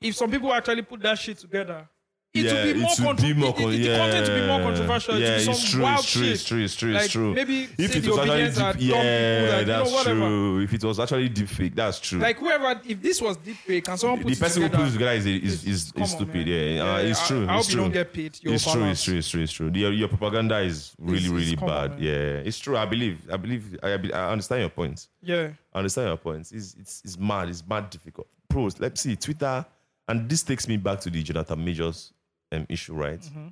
Speaker 2: if some people actually put that shit together, it
Speaker 4: yeah,
Speaker 2: would be more,
Speaker 4: it would
Speaker 2: contro-
Speaker 4: be more
Speaker 2: the- the-
Speaker 4: con-
Speaker 2: the content would be more
Speaker 4: yeah.
Speaker 2: controversial.
Speaker 4: Yeah,
Speaker 2: it would be
Speaker 4: it's
Speaker 2: some
Speaker 4: true,
Speaker 2: wild
Speaker 4: it's true,
Speaker 2: shit.
Speaker 4: it's true, it's true, it's
Speaker 2: Like,
Speaker 4: true.
Speaker 2: maybe
Speaker 4: if
Speaker 2: say
Speaker 4: it
Speaker 2: the
Speaker 4: was actually
Speaker 2: obedience are
Speaker 4: deep,
Speaker 2: dumb people
Speaker 4: yeah,
Speaker 2: that, you know,
Speaker 4: that's
Speaker 2: whatever.
Speaker 4: true. If it was actually deep fake, that's true.
Speaker 2: Like whoever, if this was deep fake and someone
Speaker 4: the
Speaker 2: put it
Speaker 4: person
Speaker 2: together,
Speaker 4: who puts it together is is, is,
Speaker 2: Come on,
Speaker 4: is stupid.
Speaker 2: man.
Speaker 4: yeah, uh,
Speaker 2: Yeah,
Speaker 4: it's
Speaker 2: I-
Speaker 4: true.
Speaker 2: I
Speaker 4: it's
Speaker 2: hope you
Speaker 4: true.
Speaker 2: don't get paid. Your
Speaker 4: It's true.
Speaker 2: balance.
Speaker 4: It's true. It's true. It's true. Your, your propaganda is really,
Speaker 2: It's- it's
Speaker 4: really
Speaker 2: come on,
Speaker 4: bad.
Speaker 2: man.
Speaker 4: yeah, it's true. I believe. I believe. I, be- I understand your point.
Speaker 2: yeah,
Speaker 4: I understand your point. It's, it's it's mad. It's mad difficult. Pros. Let's see Twitter, and this takes me back to the Jonathan Majors um, issue, right?
Speaker 2: Mm-hmm.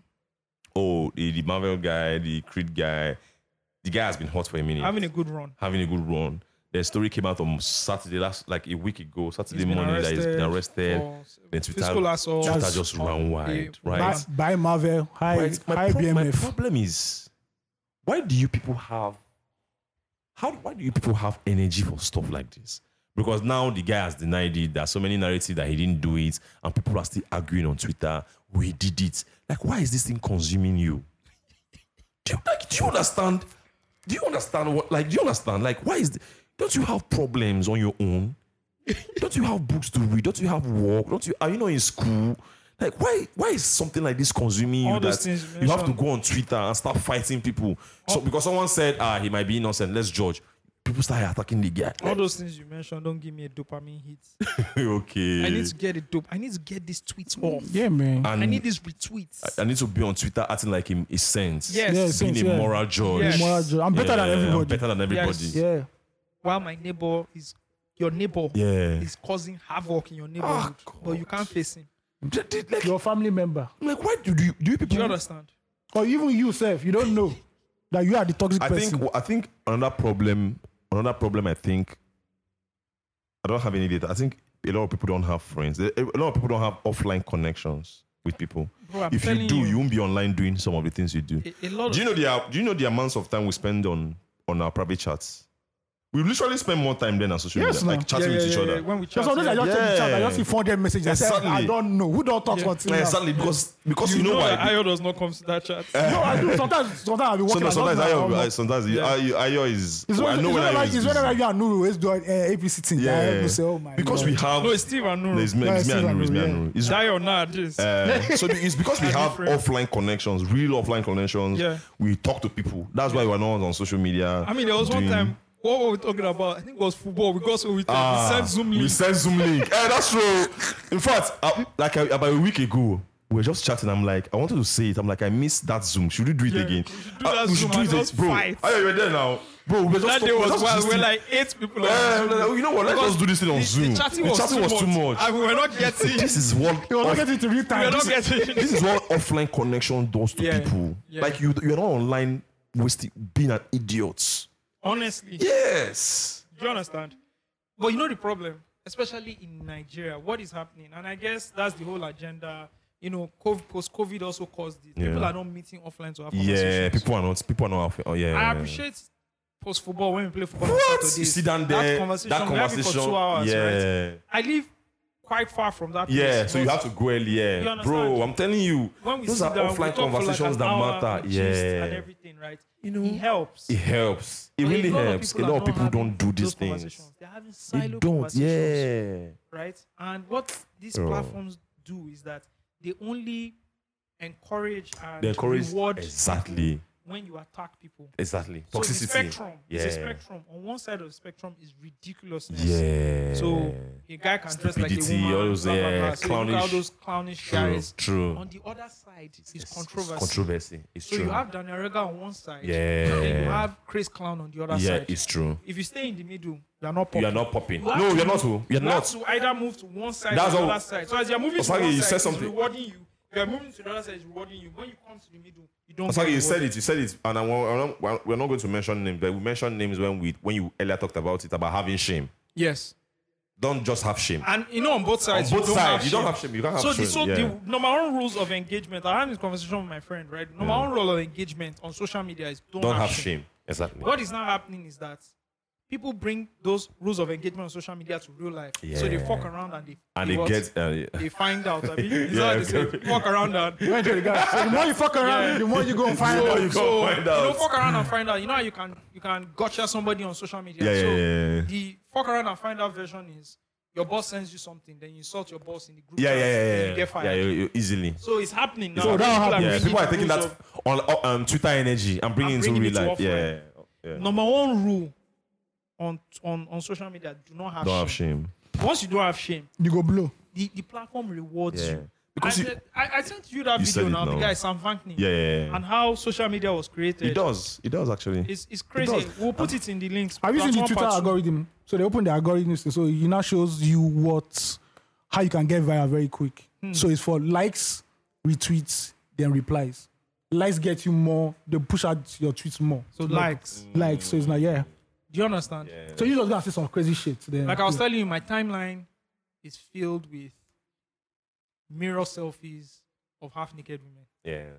Speaker 4: Oh, the, the Marvel guy, the Creed guy, the guy has been hot for a minute
Speaker 2: having a good run.
Speaker 4: having a good run. The story came out on Saturday last, like a week ago, Saturday
Speaker 2: He's been
Speaker 4: morning that he's been arrested.
Speaker 2: for
Speaker 4: Then Twitter,
Speaker 2: physical assault.
Speaker 4: Twitter
Speaker 3: That's-
Speaker 4: just ran wide,
Speaker 2: Yeah.
Speaker 4: right?
Speaker 2: That's-
Speaker 3: Buy Marvel, high,
Speaker 4: Right. My,
Speaker 3: high
Speaker 4: pro- my
Speaker 3: BMF.
Speaker 4: problem is, why do you people have, how why do you people have energy for stuff like this? Because now the guy has denied it. There's so many narratives that he didn't do it, and people are still arguing on Twitter. We did it. Like, why is this thing consuming you? Do you, like, do you understand? Do you understand what? Like, do you understand? Like, why is? The, don't you have problems on your own? don't you have books to read? Don't you have work? Don't you are you not in school? Like, why? Why is something like this consuming
Speaker 2: All
Speaker 4: you?
Speaker 2: those
Speaker 4: That
Speaker 2: things you
Speaker 4: you have to
Speaker 2: mentioned.
Speaker 4: go on Twitter and start fighting people. So because someone said, ah, he might be innocent. Let's judge. People start attacking the guy.
Speaker 2: All those things you mentioned don't give me a dopamine hit.
Speaker 4: okay.
Speaker 2: I need to get a dope. I need to get these tweets off.
Speaker 3: Yeah, man.
Speaker 4: and
Speaker 2: I need these retweets.
Speaker 4: I need to be on Twitter acting like him is sense.
Speaker 2: yes.
Speaker 3: Yes.
Speaker 4: Being
Speaker 3: Sense,
Speaker 4: a
Speaker 3: yeah.
Speaker 4: moral judge.
Speaker 2: Yes.
Speaker 3: Moral judge. I'm better than
Speaker 4: Yeah, I'm
Speaker 3: everybody.
Speaker 4: Better than everybody.
Speaker 2: Yes.
Speaker 3: Yeah.
Speaker 2: While my neighbor is your neighbor
Speaker 4: Yeah. Ah,
Speaker 2: is causing havoc in your neighborhood, but you can't face him.
Speaker 4: Th- th- Like,
Speaker 3: Your family member.
Speaker 4: like, why do you do you
Speaker 2: Do
Speaker 4: people?
Speaker 2: you understand?
Speaker 3: Or even you, self, you don't know that you are the toxic
Speaker 4: I
Speaker 3: person.
Speaker 4: think I think another problem, another problem. I think I don't have any data. I think a lot of people don't have friends. A a lot of people don't have offline connections with people.
Speaker 2: Bro, I'm
Speaker 4: if you
Speaker 2: telling
Speaker 4: do,
Speaker 2: you.
Speaker 4: you won't be online doing some of the things you do.
Speaker 2: A, a lot
Speaker 4: Do you
Speaker 2: of
Speaker 4: know the do you know the amounts of time we spend on on our private chats? We literally spend more time than on social
Speaker 3: Yes,
Speaker 4: media, like
Speaker 3: man.
Speaker 4: chatting
Speaker 2: Yeah,
Speaker 4: with
Speaker 2: yeah,
Speaker 4: each
Speaker 2: yeah,
Speaker 4: other.
Speaker 2: yeah. When we chat,
Speaker 3: Because sometimes I
Speaker 2: yeah.
Speaker 3: just check the chat, I
Speaker 4: Yeah.
Speaker 3: just see 400 messages. I say, I
Speaker 4: Exactly.
Speaker 3: don't know. Who don't talk
Speaker 2: Yeah.
Speaker 3: what's
Speaker 4: Yeah, exactly because because you,
Speaker 2: you
Speaker 4: know,
Speaker 2: know
Speaker 4: why. Eh,
Speaker 2: that Ayo does not come to that chat.
Speaker 3: No, I do. Sometimes, sometimes I'll be
Speaker 4: So
Speaker 3: working. I
Speaker 4: no,
Speaker 3: don't know.
Speaker 4: sometimes Ayo,
Speaker 3: I'm
Speaker 4: I-
Speaker 3: like-
Speaker 4: sometimes
Speaker 2: Yeah.
Speaker 4: Ayo, Ayo is.
Speaker 3: It's
Speaker 4: I
Speaker 3: when-
Speaker 4: know
Speaker 3: it's
Speaker 4: when
Speaker 3: when
Speaker 4: Ayo
Speaker 3: like- it's
Speaker 4: is busy.
Speaker 3: whenever you and Nuru is doing uh, APC thing. Yeah.
Speaker 4: Yeah.
Speaker 3: Say, oh my
Speaker 4: because
Speaker 3: God.
Speaker 4: we have
Speaker 2: No, it's Steve and
Speaker 4: No, it's
Speaker 2: Nuru.
Speaker 4: me,
Speaker 3: No,
Speaker 4: it's me
Speaker 3: it's
Speaker 4: and Nuru. It's me
Speaker 3: Nuru,
Speaker 4: and Nuru. It's,
Speaker 2: Die or not, this.
Speaker 4: uh, so it's because we have
Speaker 2: different.
Speaker 4: offline connections, real offline connections.
Speaker 2: Yeah.
Speaker 4: We talk to people. That's why we're not on social media.
Speaker 2: I mean, there was one
Speaker 4: doing-
Speaker 2: time, what were we talking about? I think it was football. We got so we,
Speaker 4: Ah,
Speaker 2: we sent Zoom
Speaker 4: We
Speaker 2: link.
Speaker 4: sent Zoom link. Eh, that's true. In fact, uh, like uh, about a week ago, we were just chatting. I'm like, I wanted to say it. I'm like, I missed that Zoom. Should we do it
Speaker 2: Yeah,
Speaker 4: again? Uh,
Speaker 2: we should do that Zoom and just
Speaker 4: bro.
Speaker 2: fight.
Speaker 4: Oh, yeah, you're there now, bro. We were just
Speaker 2: that day
Speaker 4: talking- we
Speaker 2: was
Speaker 4: just
Speaker 2: wild. We're
Speaker 4: gisting.
Speaker 2: like eight people. on
Speaker 4: Eh,
Speaker 2: Zoom.
Speaker 4: you know what? Let's
Speaker 2: Because
Speaker 4: just do this thing on
Speaker 2: the-
Speaker 4: Zoom.
Speaker 2: The chatting
Speaker 4: The
Speaker 2: was,
Speaker 4: chatting
Speaker 2: too,
Speaker 4: was
Speaker 2: much.
Speaker 4: too much.
Speaker 2: And we were not getting.
Speaker 4: This is what
Speaker 3: You will not
Speaker 4: off-
Speaker 3: get into real
Speaker 2: we were
Speaker 3: time.
Speaker 2: not getting.
Speaker 4: this is what offline connection does to
Speaker 2: Yeah.
Speaker 4: people.
Speaker 2: Yeah.
Speaker 4: Like you, you're not online wasting being an idiot.
Speaker 2: Honestly,
Speaker 4: Yes.
Speaker 2: do you understand? But you know the problem, especially in Nigeria, what is happening? And I guess that's the whole agenda. You know, because COVID also caused it.
Speaker 4: Yeah.
Speaker 2: People are not meeting offline to have conversations.
Speaker 4: Yeah, people are not. People are not. Oh, yeah.
Speaker 2: I appreciate post football when we play football.
Speaker 4: What?
Speaker 2: On Saturdays.
Speaker 4: You sit down there,
Speaker 2: That conversation,
Speaker 4: that
Speaker 2: we have it for
Speaker 4: conversation,
Speaker 2: two hours,
Speaker 4: yeah.
Speaker 2: right? I live quite far from that. Place,
Speaker 4: Yeah, so you
Speaker 2: but
Speaker 4: have to go earlier,
Speaker 2: understand?
Speaker 4: bro. I'm telling you,
Speaker 2: When we
Speaker 4: those
Speaker 2: sit
Speaker 4: are
Speaker 2: down, we talk
Speaker 4: offline
Speaker 2: for like
Speaker 4: conversations
Speaker 2: an hour,
Speaker 4: that matter.
Speaker 2: we gist and
Speaker 4: Yeah,
Speaker 2: everything, right? You know, it helps.
Speaker 4: it helps. It
Speaker 2: But
Speaker 4: really
Speaker 2: a lot of
Speaker 4: helps. A
Speaker 2: are
Speaker 4: lot of
Speaker 2: not
Speaker 4: people
Speaker 2: having
Speaker 4: don't do
Speaker 2: those
Speaker 4: these things.
Speaker 2: conversations. They're having
Speaker 4: They
Speaker 2: silo
Speaker 4: don't.
Speaker 2: conversations,
Speaker 4: Yeah. Oh.
Speaker 2: right? And what these
Speaker 4: Bro.
Speaker 2: platforms do is that they only encourage and
Speaker 4: They encourage
Speaker 2: reward
Speaker 4: exactly.
Speaker 2: when you attack people.
Speaker 4: Exactly.
Speaker 2: So the
Speaker 4: Toxicity.
Speaker 2: spectrum.
Speaker 4: Yeah.
Speaker 2: It's a spectrum. On one side of the spectrum is ridiculousness.
Speaker 4: Yeah.
Speaker 2: So a guy can dress like a
Speaker 4: Stupidity,
Speaker 2: woman.
Speaker 4: all those,
Speaker 2: blah, blah,
Speaker 4: yeah,
Speaker 2: blah. So you look at all
Speaker 4: clownish-
Speaker 2: those clownish
Speaker 4: True,
Speaker 2: guys.
Speaker 4: true.
Speaker 2: On the other side is
Speaker 4: It's-
Speaker 2: controversy.
Speaker 4: It's controversy. It's
Speaker 2: so
Speaker 4: true.
Speaker 2: you have Daniel Rega on one side.
Speaker 4: Yeah.
Speaker 2: And then you have Chris Clown on the other
Speaker 4: yeah,
Speaker 2: side.
Speaker 4: it's true.
Speaker 2: If you stay in the middle, you are not popular.
Speaker 4: You are not popping.
Speaker 2: You have
Speaker 4: No,
Speaker 2: to
Speaker 4: you're
Speaker 2: move-
Speaker 4: not. oh. You're
Speaker 2: you have
Speaker 4: not.
Speaker 2: to either move to one side
Speaker 4: That's
Speaker 2: or the
Speaker 4: all-
Speaker 2: other side. So as you're moving to
Speaker 4: Osage,
Speaker 2: one
Speaker 4: you
Speaker 2: side,
Speaker 4: said
Speaker 2: it's
Speaker 4: something.
Speaker 2: rewarding you. If you're moving to the other side, it's rewarding you. When you come to the middle, you don't.
Speaker 4: Osage,
Speaker 2: get
Speaker 4: you said
Speaker 2: rewarded.
Speaker 4: it. You said it, and I, won't- we're not- we're not going to mention names, but we mentioned names when we when you earlier talked about it about having shame.
Speaker 2: Yes.
Speaker 4: Don't just have shame.
Speaker 2: And you know, on both
Speaker 4: On
Speaker 2: sides,
Speaker 4: both
Speaker 2: you don't
Speaker 4: sides, you don't
Speaker 2: shame.
Speaker 4: have shame. You can't have
Speaker 2: so,
Speaker 4: shame.
Speaker 2: the, so
Speaker 4: yeah.
Speaker 2: the number one rules of engagement. I had this conversation with my friend, right? Number one rule of engagement on social media is don't,
Speaker 4: don't have shame. Exactly.
Speaker 2: What is now happening is that people bring those rules of engagement on social media to real life. So they
Speaker 4: Yeah.
Speaker 2: fuck around and they
Speaker 4: And
Speaker 2: they
Speaker 4: it
Speaker 2: what?
Speaker 4: gets. Uh,
Speaker 2: they find out. I mean,
Speaker 4: Yeah,
Speaker 2: yeah, they say,
Speaker 4: okay.
Speaker 2: fuck around and
Speaker 3: Eventually, guys, so the more you fuck around,
Speaker 2: Yeah.
Speaker 3: the more you go and find
Speaker 4: The more
Speaker 3: out.
Speaker 4: you go
Speaker 2: so
Speaker 4: find
Speaker 2: you know,
Speaker 4: out.
Speaker 2: fuck around and find out. You know how you can you can gotcha somebody on social media.
Speaker 4: Yeah, yeah,
Speaker 2: so
Speaker 4: yeah, yeah.
Speaker 2: the fuck around and find out version is your boss sends you something, then you insult your boss in the group.
Speaker 4: yeah,
Speaker 2: chat,
Speaker 4: yeah, yeah,
Speaker 2: then
Speaker 4: yeah.
Speaker 2: You get fired.
Speaker 4: Yeah, you, you easily.
Speaker 2: So it's happening now.
Speaker 3: So that
Speaker 2: People are
Speaker 3: happened.
Speaker 4: Yeah,
Speaker 2: bringing
Speaker 4: people are
Speaker 2: the
Speaker 4: taking
Speaker 2: rules
Speaker 4: that on uh, um, Twitter energy and bringing it into
Speaker 2: bringing
Speaker 4: real
Speaker 2: it to
Speaker 4: life. Yeah,
Speaker 2: offline.
Speaker 4: yeah.
Speaker 2: of- number one rule on on on social media: do not have,
Speaker 4: Don't have
Speaker 2: shame.
Speaker 4: shame.
Speaker 2: Once you don't have shame,
Speaker 3: You go blow.
Speaker 2: the, the platform rewards
Speaker 4: Yeah.
Speaker 2: you.
Speaker 4: Because
Speaker 2: I,
Speaker 4: you-
Speaker 2: I, I sent you that
Speaker 4: You said
Speaker 2: video
Speaker 4: it
Speaker 2: now. The
Speaker 4: now.
Speaker 2: guy Sam Vankney.
Speaker 4: Yeah, yeah, yeah.
Speaker 2: And how social media was created.
Speaker 4: It does. It does actually.
Speaker 2: It's, it's crazy.
Speaker 4: does.
Speaker 2: We'll put it in the links.
Speaker 3: Have you seen the
Speaker 2: Platform
Speaker 3: Twitter
Speaker 2: part two.
Speaker 3: algorithm? So they open the algorithm, so it now shows you what, how you can get viral very quick.
Speaker 2: Hmm.
Speaker 3: So it's for likes, retweets, then replies. Likes get you more. They push out your tweets more.
Speaker 2: So likes.
Speaker 3: Likes. So it's not yeah.
Speaker 2: Do you understand?
Speaker 3: So you just gonna see some crazy shit. Then
Speaker 2: Like I was telling you, my timeline is filled with mirror selfies of half naked women.
Speaker 4: Yeah.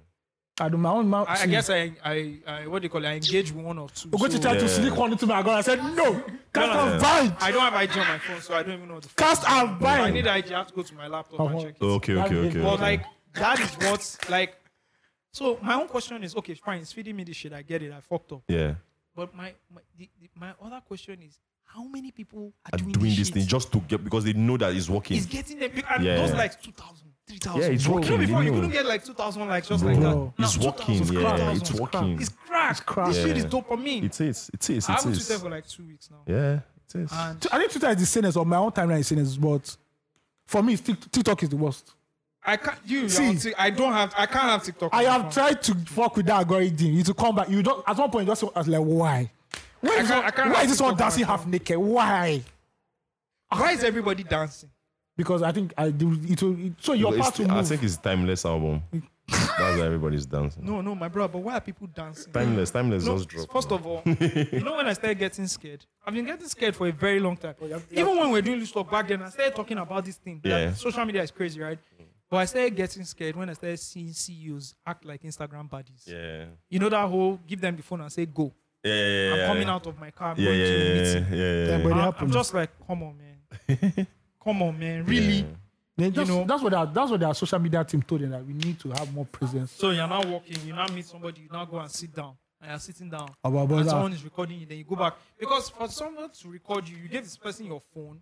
Speaker 3: I do my own mouth.
Speaker 2: I, I guess I, I, I, what do you call it? I engage with one or two.
Speaker 3: go to
Speaker 2: so-
Speaker 3: try to
Speaker 4: Yeah.
Speaker 3: sneak one into my algorithm. I said no. Cast
Speaker 2: No, no,
Speaker 3: and bind.
Speaker 2: I don't have IG on my phone, so I don't even know what the fuck.
Speaker 3: Cast and
Speaker 2: I
Speaker 3: bind.
Speaker 2: need IG. I have to go to my laptop and
Speaker 3: Uh-huh.
Speaker 2: check it.
Speaker 4: Oh, Okay, okay, okay.
Speaker 2: But
Speaker 4: okay.
Speaker 2: like that is what like. So my own question is okay, fine. It's feeding me this shit. I get it. I fucked up.
Speaker 4: yeah.
Speaker 2: But my my, the, the, my other question is how many people are,
Speaker 4: Are
Speaker 2: doing,
Speaker 4: doing this
Speaker 2: shit?
Speaker 4: thing just to get because they know that it's working.
Speaker 2: It's getting them big. And
Speaker 4: Yeah.
Speaker 2: those likes 2,000, 3,000.
Speaker 4: Yeah, it's
Speaker 2: Bro,
Speaker 4: working,
Speaker 2: You know, before
Speaker 4: they
Speaker 2: you
Speaker 4: know.
Speaker 2: couldn't get like 2,000 likes just like
Speaker 4: Bro,
Speaker 2: that.
Speaker 4: it's
Speaker 2: Now,
Speaker 4: working.
Speaker 2: 2,000,
Speaker 4: Yeah,
Speaker 2: 2,000.
Speaker 4: it's
Speaker 3: it's
Speaker 4: working.
Speaker 2: It's crack.
Speaker 3: crack.
Speaker 2: This shit is
Speaker 4: Yeah.
Speaker 2: dopamine.
Speaker 4: It is. It is.
Speaker 2: I
Speaker 4: It
Speaker 2: haven't Twitter
Speaker 4: is.
Speaker 2: for like two weeks now.
Speaker 4: Yeah. It is.
Speaker 2: And
Speaker 3: I think Twitter is the sanest, or my own timeline is the sanest, but for me, Tik- TikTok is the worst.
Speaker 2: I can't. You, you're
Speaker 3: See.
Speaker 2: on Tik- I don't have. I can't have TikTok. on
Speaker 3: I
Speaker 2: my
Speaker 3: have
Speaker 2: phone.
Speaker 3: tried to fuck with that algorithm. You to come back. You don't. At one point, you just I was like, why? Why is,
Speaker 2: can't-
Speaker 3: one-
Speaker 2: I can't
Speaker 3: why
Speaker 2: have
Speaker 3: is this
Speaker 2: TikTok
Speaker 3: one
Speaker 2: on
Speaker 3: dancing
Speaker 2: my phone.
Speaker 3: half naked? Why?
Speaker 2: Why is everybody dancing?
Speaker 3: Because I think I do. It will. It, so your
Speaker 4: It's-
Speaker 3: part will
Speaker 4: I
Speaker 3: move.
Speaker 4: think it's timeless album. That's why everybody's dancing.
Speaker 2: No, no, my brother. But why are people dancing?
Speaker 4: Timeless. Timeless
Speaker 2: No,
Speaker 4: just dropped.
Speaker 2: first of all, you know when I started getting scared, I've been getting scared for a very long time.
Speaker 3: Oh,
Speaker 2: Even when we were doing this talk back then, I started talking about this thing. that
Speaker 4: Yeah.
Speaker 2: social media is crazy, right? But I started getting scared when I started seeing CEOs act like Instagram buddies.
Speaker 4: Yeah.
Speaker 2: You know that whole give them the phone and say go.
Speaker 4: Yeah. Yeah.
Speaker 2: I'm
Speaker 4: yeah,
Speaker 2: coming
Speaker 4: yeah.
Speaker 2: out of my car. I'm
Speaker 4: Yeah.
Speaker 2: going to a
Speaker 4: Yeah.
Speaker 2: meeting.
Speaker 4: Yeah. Yeah.
Speaker 3: Yeah,
Speaker 4: yeah.
Speaker 3: but- It
Speaker 2: I- I'm
Speaker 3: happens.
Speaker 2: just like, come on, man. come on, man. Really?
Speaker 3: Then just-
Speaker 2: know-
Speaker 3: that's what our, that's what our social media team told them that we need to have more presence.
Speaker 2: So you're not walking, you now meet somebody, you now go and sit down. And you're sitting down.
Speaker 3: Our brother.
Speaker 2: and someone is recording you, then you go back. Because for someone to record you, you give this person your phone.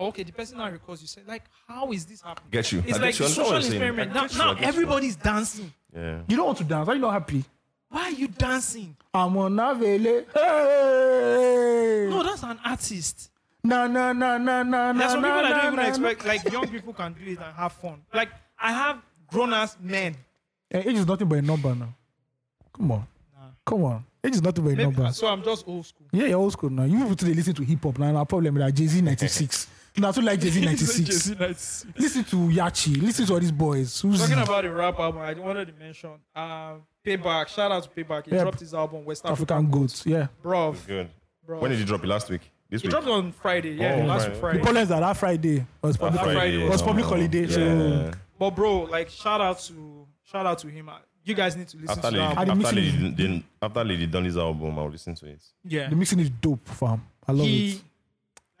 Speaker 2: Okay, the person now records you. Say, like, how is this happening?
Speaker 4: Get you. I
Speaker 2: It's
Speaker 4: get
Speaker 2: like
Speaker 4: you.
Speaker 2: a
Speaker 4: I know what
Speaker 2: social
Speaker 4: you're saying.
Speaker 2: experiment.
Speaker 4: I
Speaker 2: Now,
Speaker 4: get you. I
Speaker 2: now
Speaker 4: get you.
Speaker 2: everybody's dancing.
Speaker 4: Yeah.
Speaker 3: You don't want to dance. Are you not happy?
Speaker 2: Why are you dancing?
Speaker 3: I'm on Avele. Hey!
Speaker 2: No, that's an artist.
Speaker 3: Na na na na na na.
Speaker 2: There's some
Speaker 3: na,
Speaker 2: people that don't even
Speaker 3: na, na,
Speaker 2: expect, like, young people can do it and have fun. Like, I have grown ass men.
Speaker 3: Eh, Age is nothing but a number now. Come on. Come on. Age is nothing but a
Speaker 2: Maybe-
Speaker 3: number.
Speaker 2: so I'm just old school.
Speaker 3: Yeah, you're old school now. You people today listen to hip hop now. Our problem is that Jay Z 96. now, too like Jay Z 96. listen to Yachi. Listen to all these boys. Who's
Speaker 2: Talking about the rap album, I wanted to mention uh, Payback. Shout out to Payback. He
Speaker 3: Yeah.
Speaker 2: dropped his album West Africa.
Speaker 3: African goats? Yeah.
Speaker 2: Bro,
Speaker 4: Good.
Speaker 2: bro.
Speaker 4: When did you drop it? Last week? This
Speaker 2: He
Speaker 4: week?
Speaker 2: dropped on Friday. Yeah,
Speaker 4: Oh,
Speaker 2: last
Speaker 4: Friday.
Speaker 2: Friday.
Speaker 3: The problem is that that Friday was public,
Speaker 2: Friday.
Speaker 3: was public
Speaker 4: Oh,
Speaker 3: holiday.
Speaker 4: Yeah.
Speaker 3: So
Speaker 2: But bro, like shout out to shout out to him. Uh, You guys need to listen
Speaker 4: After
Speaker 2: to
Speaker 4: Lady,
Speaker 2: that. album.
Speaker 3: Had a
Speaker 4: after,
Speaker 3: meeting.
Speaker 4: Lady, then, after Lady Dunley's album, I'll listen to it.
Speaker 2: Yeah,
Speaker 3: the mixing is dope, fam. I love
Speaker 2: he
Speaker 3: it.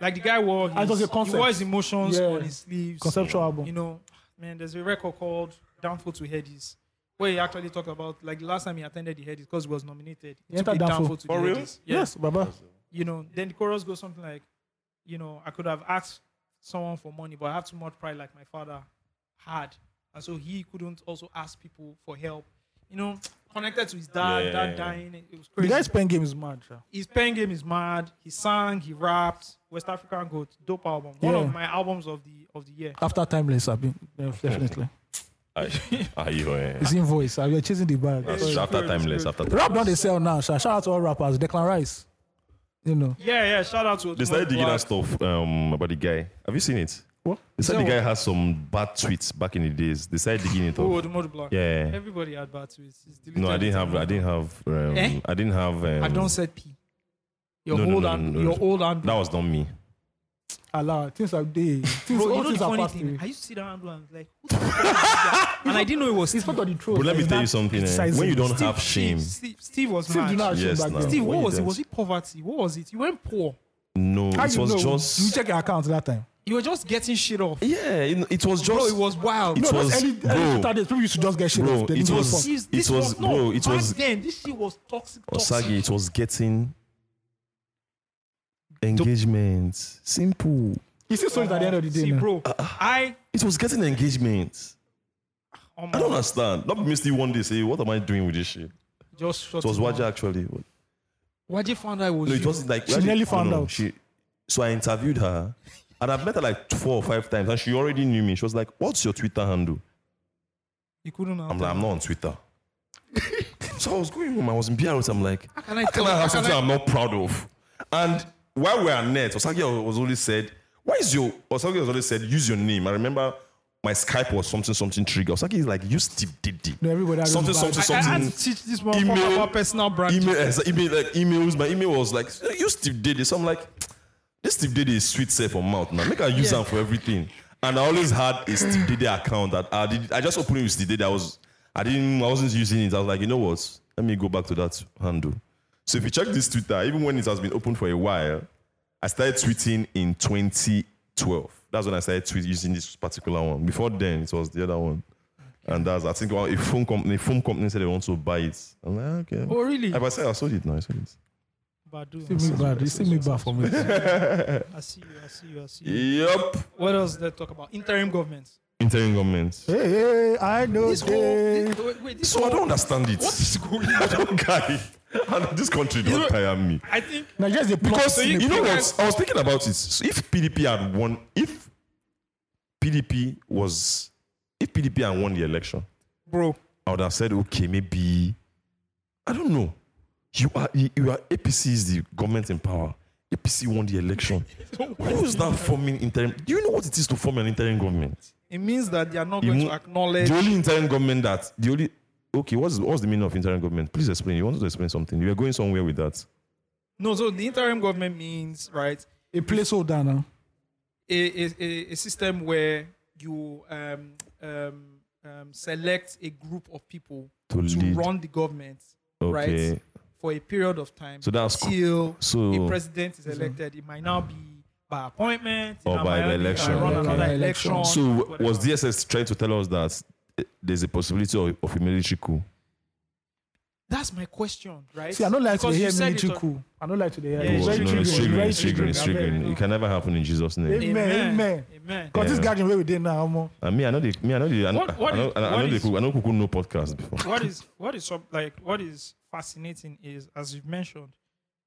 Speaker 2: like the guy wore his,
Speaker 3: it was a
Speaker 2: he
Speaker 3: concept.
Speaker 2: wore his emotions
Speaker 3: Yeah.
Speaker 2: on his sleeves.
Speaker 3: Conceptual album.
Speaker 2: You know, man, there's a record called Downfall to Hades. Where he actually talked about like the last time he attended the Hades because he was nominated. He
Speaker 3: He
Speaker 2: took
Speaker 3: entered
Speaker 2: a
Speaker 3: Downfall.
Speaker 2: to
Speaker 4: For
Speaker 2: the
Speaker 4: real?
Speaker 2: Hades. Yeah.
Speaker 3: Yes, Baba.
Speaker 2: you know, then the chorus goes something like, you know, I could have asked someone for money, but I have too much pride like my father had. And so he couldn't also ask people for help. You know, connected to his dad,
Speaker 4: Yeah, yeah,
Speaker 2: dad
Speaker 4: yeah.
Speaker 2: dying. It, it was
Speaker 3: The
Speaker 2: crazy.
Speaker 3: guy's pen game is mad. sha.
Speaker 2: his pen game is mad. He sang, he rapped. West African Goat, dope album. One
Speaker 3: Yeah.
Speaker 2: of my albums of the of the year.
Speaker 3: After timeless, I've been definitely.
Speaker 4: Aye, aye, oh, yeah.
Speaker 3: It's in voice. I've been chasing the bag.
Speaker 4: That's true. After timeless, after timeless.
Speaker 3: Rap now they sell now. Sha. Shout out to all rappers. Declan Rice. You know.
Speaker 2: Yeah, yeah. Shout out to
Speaker 4: They started digging
Speaker 2: Black.
Speaker 4: that stuff um, about the guy. Have you seen it?
Speaker 3: What?
Speaker 4: They said the
Speaker 3: Sell
Speaker 4: guy has some bad tweets back in the days. They started digging it
Speaker 2: Oh,
Speaker 4: up.
Speaker 2: the mode block.
Speaker 4: Yeah.
Speaker 2: Everybody had bad tweets. It's deleted.
Speaker 4: No, I didn't have. I didn't have. Um,
Speaker 2: Eh?
Speaker 4: I didn't have. Um,
Speaker 2: I don't said P. Your
Speaker 4: No, no,
Speaker 2: old
Speaker 4: no,
Speaker 2: and
Speaker 4: no, no.
Speaker 2: your old and
Speaker 4: That was not me.
Speaker 3: Allah. Things are day. Things,
Speaker 2: Bro,
Speaker 3: all
Speaker 2: you know the
Speaker 3: things are
Speaker 2: funny
Speaker 3: passed
Speaker 2: thing?
Speaker 3: away.
Speaker 2: I used to see that handle and be like, who the fuck is that? and I didn't know it was
Speaker 3: It's
Speaker 2: Steve.
Speaker 3: part of the truth.
Speaker 4: But let me
Speaker 3: It's
Speaker 4: tell you
Speaker 3: not
Speaker 4: something. eh,
Speaker 3: criticizing.
Speaker 4: When you don't
Speaker 3: Still-
Speaker 4: have shame,
Speaker 2: Steve, Steve, Steve was
Speaker 3: still do
Speaker 2: mad.
Speaker 3: not have shame
Speaker 4: Yes,
Speaker 3: back
Speaker 4: now.
Speaker 3: then.
Speaker 2: Steve,
Speaker 4: When
Speaker 2: what
Speaker 4: you
Speaker 2: was it?
Speaker 4: don't-
Speaker 2: Was it poverty? What was it? You weren't poor.
Speaker 4: no,
Speaker 3: How
Speaker 4: it
Speaker 3: you
Speaker 4: was
Speaker 3: know? You
Speaker 4: just.
Speaker 3: check your account that time.
Speaker 2: You were just getting shit off.
Speaker 4: Yeah, it, it was
Speaker 2: Bro,
Speaker 4: just.
Speaker 2: it was wild.
Speaker 4: It
Speaker 3: No,
Speaker 4: was-
Speaker 3: that's any,
Speaker 4: bro.
Speaker 3: any Saturdays, people used to just get shit
Speaker 4: Bro,
Speaker 3: off. They
Speaker 4: it
Speaker 3: didn't give a
Speaker 4: was-
Speaker 3: fuck.
Speaker 2: This-
Speaker 4: it
Speaker 2: this
Speaker 4: was-
Speaker 2: no,
Speaker 4: bro, it
Speaker 2: back
Speaker 4: was-
Speaker 2: then. This shit was toxic. toxic.
Speaker 4: Osagi, Oh, it was getting engagement. Simple.
Speaker 3: You see, so it's at the end of the day.
Speaker 2: See,
Speaker 3: now.
Speaker 2: bro,
Speaker 4: Uh,
Speaker 2: I
Speaker 4: It was getting engagement.
Speaker 2: oh my
Speaker 4: I
Speaker 3: Mm.
Speaker 4: don't understand. Not me still one day say, what am I doing with this shit?
Speaker 2: just shut
Speaker 4: It was
Speaker 2: it down.
Speaker 4: Waja actually.
Speaker 2: Waja found out it was
Speaker 4: No, it
Speaker 2: you.
Speaker 4: was like
Speaker 3: She nearly found out.
Speaker 4: She, so I interviewed her, and I've met her like four or five times, and she already knew me. She was like, "What's your Twitter handle?"
Speaker 2: You couldn't
Speaker 4: I'm like, "I'm not on Twitter." so I was going home. I was in BRS. I'm like,
Speaker 2: How can I
Speaker 4: "How can
Speaker 2: tell-
Speaker 4: I
Speaker 2: how
Speaker 4: have
Speaker 2: can
Speaker 4: something
Speaker 2: I-
Speaker 4: I'm not proud of?" And while we're on net, Osagi was always said, "Why is your?" Osagi was always said, "Use your name." I remember. My Skype was something something trigger. Osagi is like, use Steve Diddy.
Speaker 3: No, everybody has
Speaker 4: something
Speaker 3: his
Speaker 4: something
Speaker 3: bad-
Speaker 2: I
Speaker 4: something.
Speaker 2: had to teach this motherfucker
Speaker 4: Email-
Speaker 2: about personal branding.
Speaker 4: email, exa- email, like emails. My email was like, you Steve Diddy. So I'm like, this Steve Diddy is sweet safe for mouth now. Make I use
Speaker 2: Yeah.
Speaker 4: them for everything. And I always had a Steve Diddy account that I did. I just opened it with Steve Diddy. I was, I didn't, I wasn't using it. I was like, you know what? Let me go back to that handle. So if you check this Twitter, even when it has been open for a while, I started tweeting in 2012. That's when I started tweet using this particular one. Before then, it was the other one. And that's, I think, well, a phone company, a phone company said they want to buy it. I'm like, okay.
Speaker 2: Oh, really?
Speaker 4: If I say I sold it now, I sold it.
Speaker 2: Badu.
Speaker 3: See me bad. You see me bad for me.
Speaker 2: I see you. I see you. I see you.
Speaker 4: Yep.
Speaker 2: What else did they talk about? Interim government.
Speaker 4: Interim government.
Speaker 3: Hey, hey, I know.
Speaker 2: This whole.
Speaker 3: they-
Speaker 2: This, wait, wait, this
Speaker 4: So I don't understand it.
Speaker 2: What is going
Speaker 4: I don't get it. And this country
Speaker 2: know-
Speaker 4: don't tire me.
Speaker 2: I think
Speaker 3: Nigeria is a plot.
Speaker 4: Because
Speaker 3: in
Speaker 4: you,
Speaker 3: a
Speaker 4: you know
Speaker 3: plot.
Speaker 4: what? I was thinking about it. So if PDP had won, if PDP was, if PDP had won the election,
Speaker 2: bro.
Speaker 4: I would have said, okay, maybe, I don't know. You are, you you are APC is the government in power. APC won the election. Who is now forming interim? Do you know what it is to form an interim government?
Speaker 2: It means that they are not
Speaker 4: You
Speaker 2: going to
Speaker 4: mo-
Speaker 2: acknowledge.
Speaker 4: The only interim government that the only okay, what's what's the meaning of interim government? Please explain. You wanted to explain something. You were going somewhere with that.
Speaker 2: No, so the interim government means right
Speaker 3: A placeholder now.
Speaker 2: a a, a, a system where you um, um, um, select a group of people
Speaker 4: To
Speaker 2: to
Speaker 4: lead.
Speaker 2: run the government,
Speaker 4: Okay.
Speaker 2: right, for a period of time.
Speaker 4: So that's co-
Speaker 2: till
Speaker 4: so-
Speaker 2: a president is elected. It might now be by appointment
Speaker 4: Or
Speaker 2: it
Speaker 4: by
Speaker 2: might
Speaker 4: the
Speaker 2: now be uh,
Speaker 4: election,
Speaker 2: run
Speaker 4: okay.
Speaker 2: another election.
Speaker 4: So
Speaker 2: whatever.
Speaker 4: was DSS trying to tell us that eh, there's a possibility of, of a military coup?
Speaker 2: That's my question, right?
Speaker 3: See, I don't like to
Speaker 2: Because you
Speaker 3: hear
Speaker 2: said it
Speaker 3: military
Speaker 2: on-
Speaker 3: coup. I don't like to hear.
Speaker 2: Yeah,
Speaker 3: it.
Speaker 2: it's
Speaker 4: no,
Speaker 2: very
Speaker 4: no,
Speaker 2: triggering, it's
Speaker 4: it's
Speaker 2: very
Speaker 4: triggering, it's triggering, it's
Speaker 2: triggering.
Speaker 4: triggering. It can never happen in Jesus' name.
Speaker 3: Amen. Amen.
Speaker 2: Amen.
Speaker 3: Because this
Speaker 4: Yeah.
Speaker 3: gathering where we did now, I'm on.
Speaker 4: And me, I know the me, I know the I know,
Speaker 2: What- what
Speaker 4: I know,
Speaker 2: is-
Speaker 4: I know, I
Speaker 2: what
Speaker 4: know the
Speaker 2: is-
Speaker 4: coup, I know Kuku no podcast before.
Speaker 2: what is what is sub- like what is fascinating is as you've mentioned,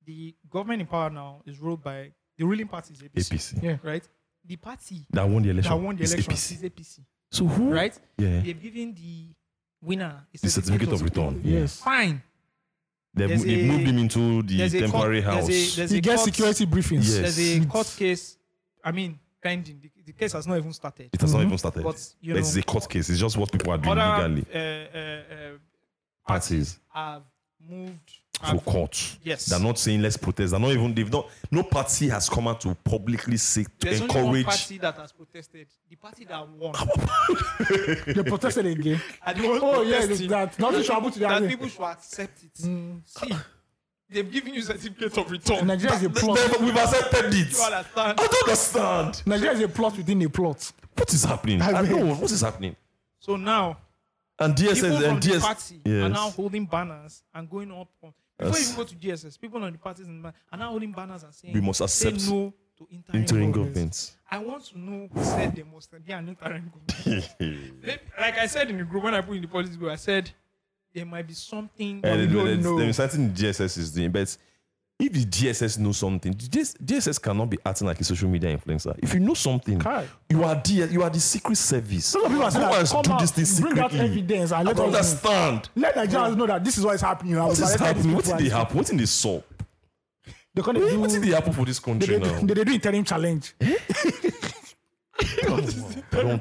Speaker 2: the government in power now is ruled by the ruling party is APC,
Speaker 4: APC.
Speaker 3: Yeah.
Speaker 2: right? The party
Speaker 4: That won the election.
Speaker 2: that won the
Speaker 4: is
Speaker 2: election
Speaker 4: APC.
Speaker 2: is APC,
Speaker 4: So who?
Speaker 2: right?
Speaker 4: Yeah.
Speaker 2: They've given the winner a
Speaker 4: The certificate of return.
Speaker 3: Yes.
Speaker 2: Fine.
Speaker 4: They've,
Speaker 2: There's
Speaker 4: mo- they've
Speaker 2: a-
Speaker 4: moved him into the
Speaker 2: There's a
Speaker 4: temporary
Speaker 2: court,
Speaker 4: house.
Speaker 2: There's a, there's
Speaker 3: He
Speaker 2: a
Speaker 3: gets
Speaker 2: court,
Speaker 3: security briefings.
Speaker 4: Yes.
Speaker 2: There's a court case. I mean, pending. The, the case has not even started.
Speaker 4: It has not even started.
Speaker 2: Mm-hmm. But, you
Speaker 4: But it's
Speaker 2: know-
Speaker 4: a court case. It's just what people are doing
Speaker 2: Other
Speaker 4: legally.
Speaker 2: uh, uh, uh, parties
Speaker 4: Parties.
Speaker 2: have moved.
Speaker 4: For
Speaker 2: have-
Speaker 4: court.
Speaker 2: Yes.
Speaker 4: They're not saying let's protest. They're not even they've not no party has come out to publicly seek to
Speaker 2: There's only one
Speaker 4: encourage
Speaker 2: party that has protested. The party that won.
Speaker 3: They protested again.
Speaker 2: And the ones
Speaker 3: Oh, yeah,
Speaker 2: protesting
Speaker 3: that. Not to travel to the
Speaker 2: that
Speaker 3: army. Mm.
Speaker 2: people should accept it. See, they've given you certificate of return.
Speaker 3: Nigeria is a plot.
Speaker 4: Never- we've accepted it.
Speaker 2: You understand?
Speaker 4: I don't understand.
Speaker 3: Nigeria is a plot within a plot.
Speaker 4: What is happening?
Speaker 3: I
Speaker 4: I,
Speaker 3: mean-
Speaker 4: know what is happening.
Speaker 2: So now
Speaker 4: And DSS
Speaker 2: people from
Speaker 4: and DSS
Speaker 2: the party are
Speaker 4: yes.
Speaker 2: now holding banners and going up on. Before
Speaker 4: Yes.
Speaker 2: you go to DSS, people on the parties and ban- are now holding banners and saying
Speaker 4: We must
Speaker 2: say
Speaker 4: accept
Speaker 2: no to interim,
Speaker 4: interim
Speaker 2: government.
Speaker 4: governments.
Speaker 2: I want to know who said they must be an interim government. They- like I said in the group when I put in the policy group, I said there might be something.
Speaker 4: And
Speaker 2: we
Speaker 4: it-
Speaker 2: don't
Speaker 4: it's-
Speaker 2: know.
Speaker 4: Eh, There's something GSS is doing, but if the GSS knows something, GS, GSS cannot be acting like a social media influencer. If you know something,
Speaker 3: Correct.
Speaker 4: you are the you are the secret service.
Speaker 3: Some people are saying
Speaker 4: Go
Speaker 3: that,
Speaker 4: and
Speaker 3: come
Speaker 4: do
Speaker 3: out,
Speaker 4: this thing
Speaker 3: bring out
Speaker 4: secretly.
Speaker 3: evidence and
Speaker 4: I
Speaker 3: let
Speaker 4: don't
Speaker 3: us know.
Speaker 4: understand.
Speaker 3: Let Nigerians know that this is what is happening. now.
Speaker 4: What is
Speaker 3: Let these
Speaker 4: happening? What
Speaker 3: people
Speaker 4: did they
Speaker 3: are-
Speaker 4: happen? What did they solve?
Speaker 3: They can't do-
Speaker 4: What did they happen for this
Speaker 3: they-
Speaker 4: country
Speaker 3: they-
Speaker 4: now? Eh?
Speaker 3: they- they do interim challenge.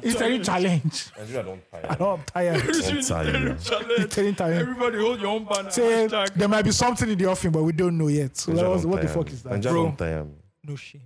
Speaker 3: Interim challenge.
Speaker 5: Nigeria don't tire.
Speaker 3: I know I'm tired.
Speaker 4: I'm tired.
Speaker 3: Interim challenge.
Speaker 2: Everybody hold your own banner.
Speaker 3: Say
Speaker 2: Hashtag
Speaker 3: there might be something in the offing, but we don't know yet. So
Speaker 4: Nigeria
Speaker 3: let us-
Speaker 4: don't
Speaker 3: what the
Speaker 4: tire
Speaker 3: fuck
Speaker 4: me.
Speaker 3: is that?
Speaker 4: Nigeria
Speaker 2: Bro.
Speaker 4: don't tire me.
Speaker 2: no shame.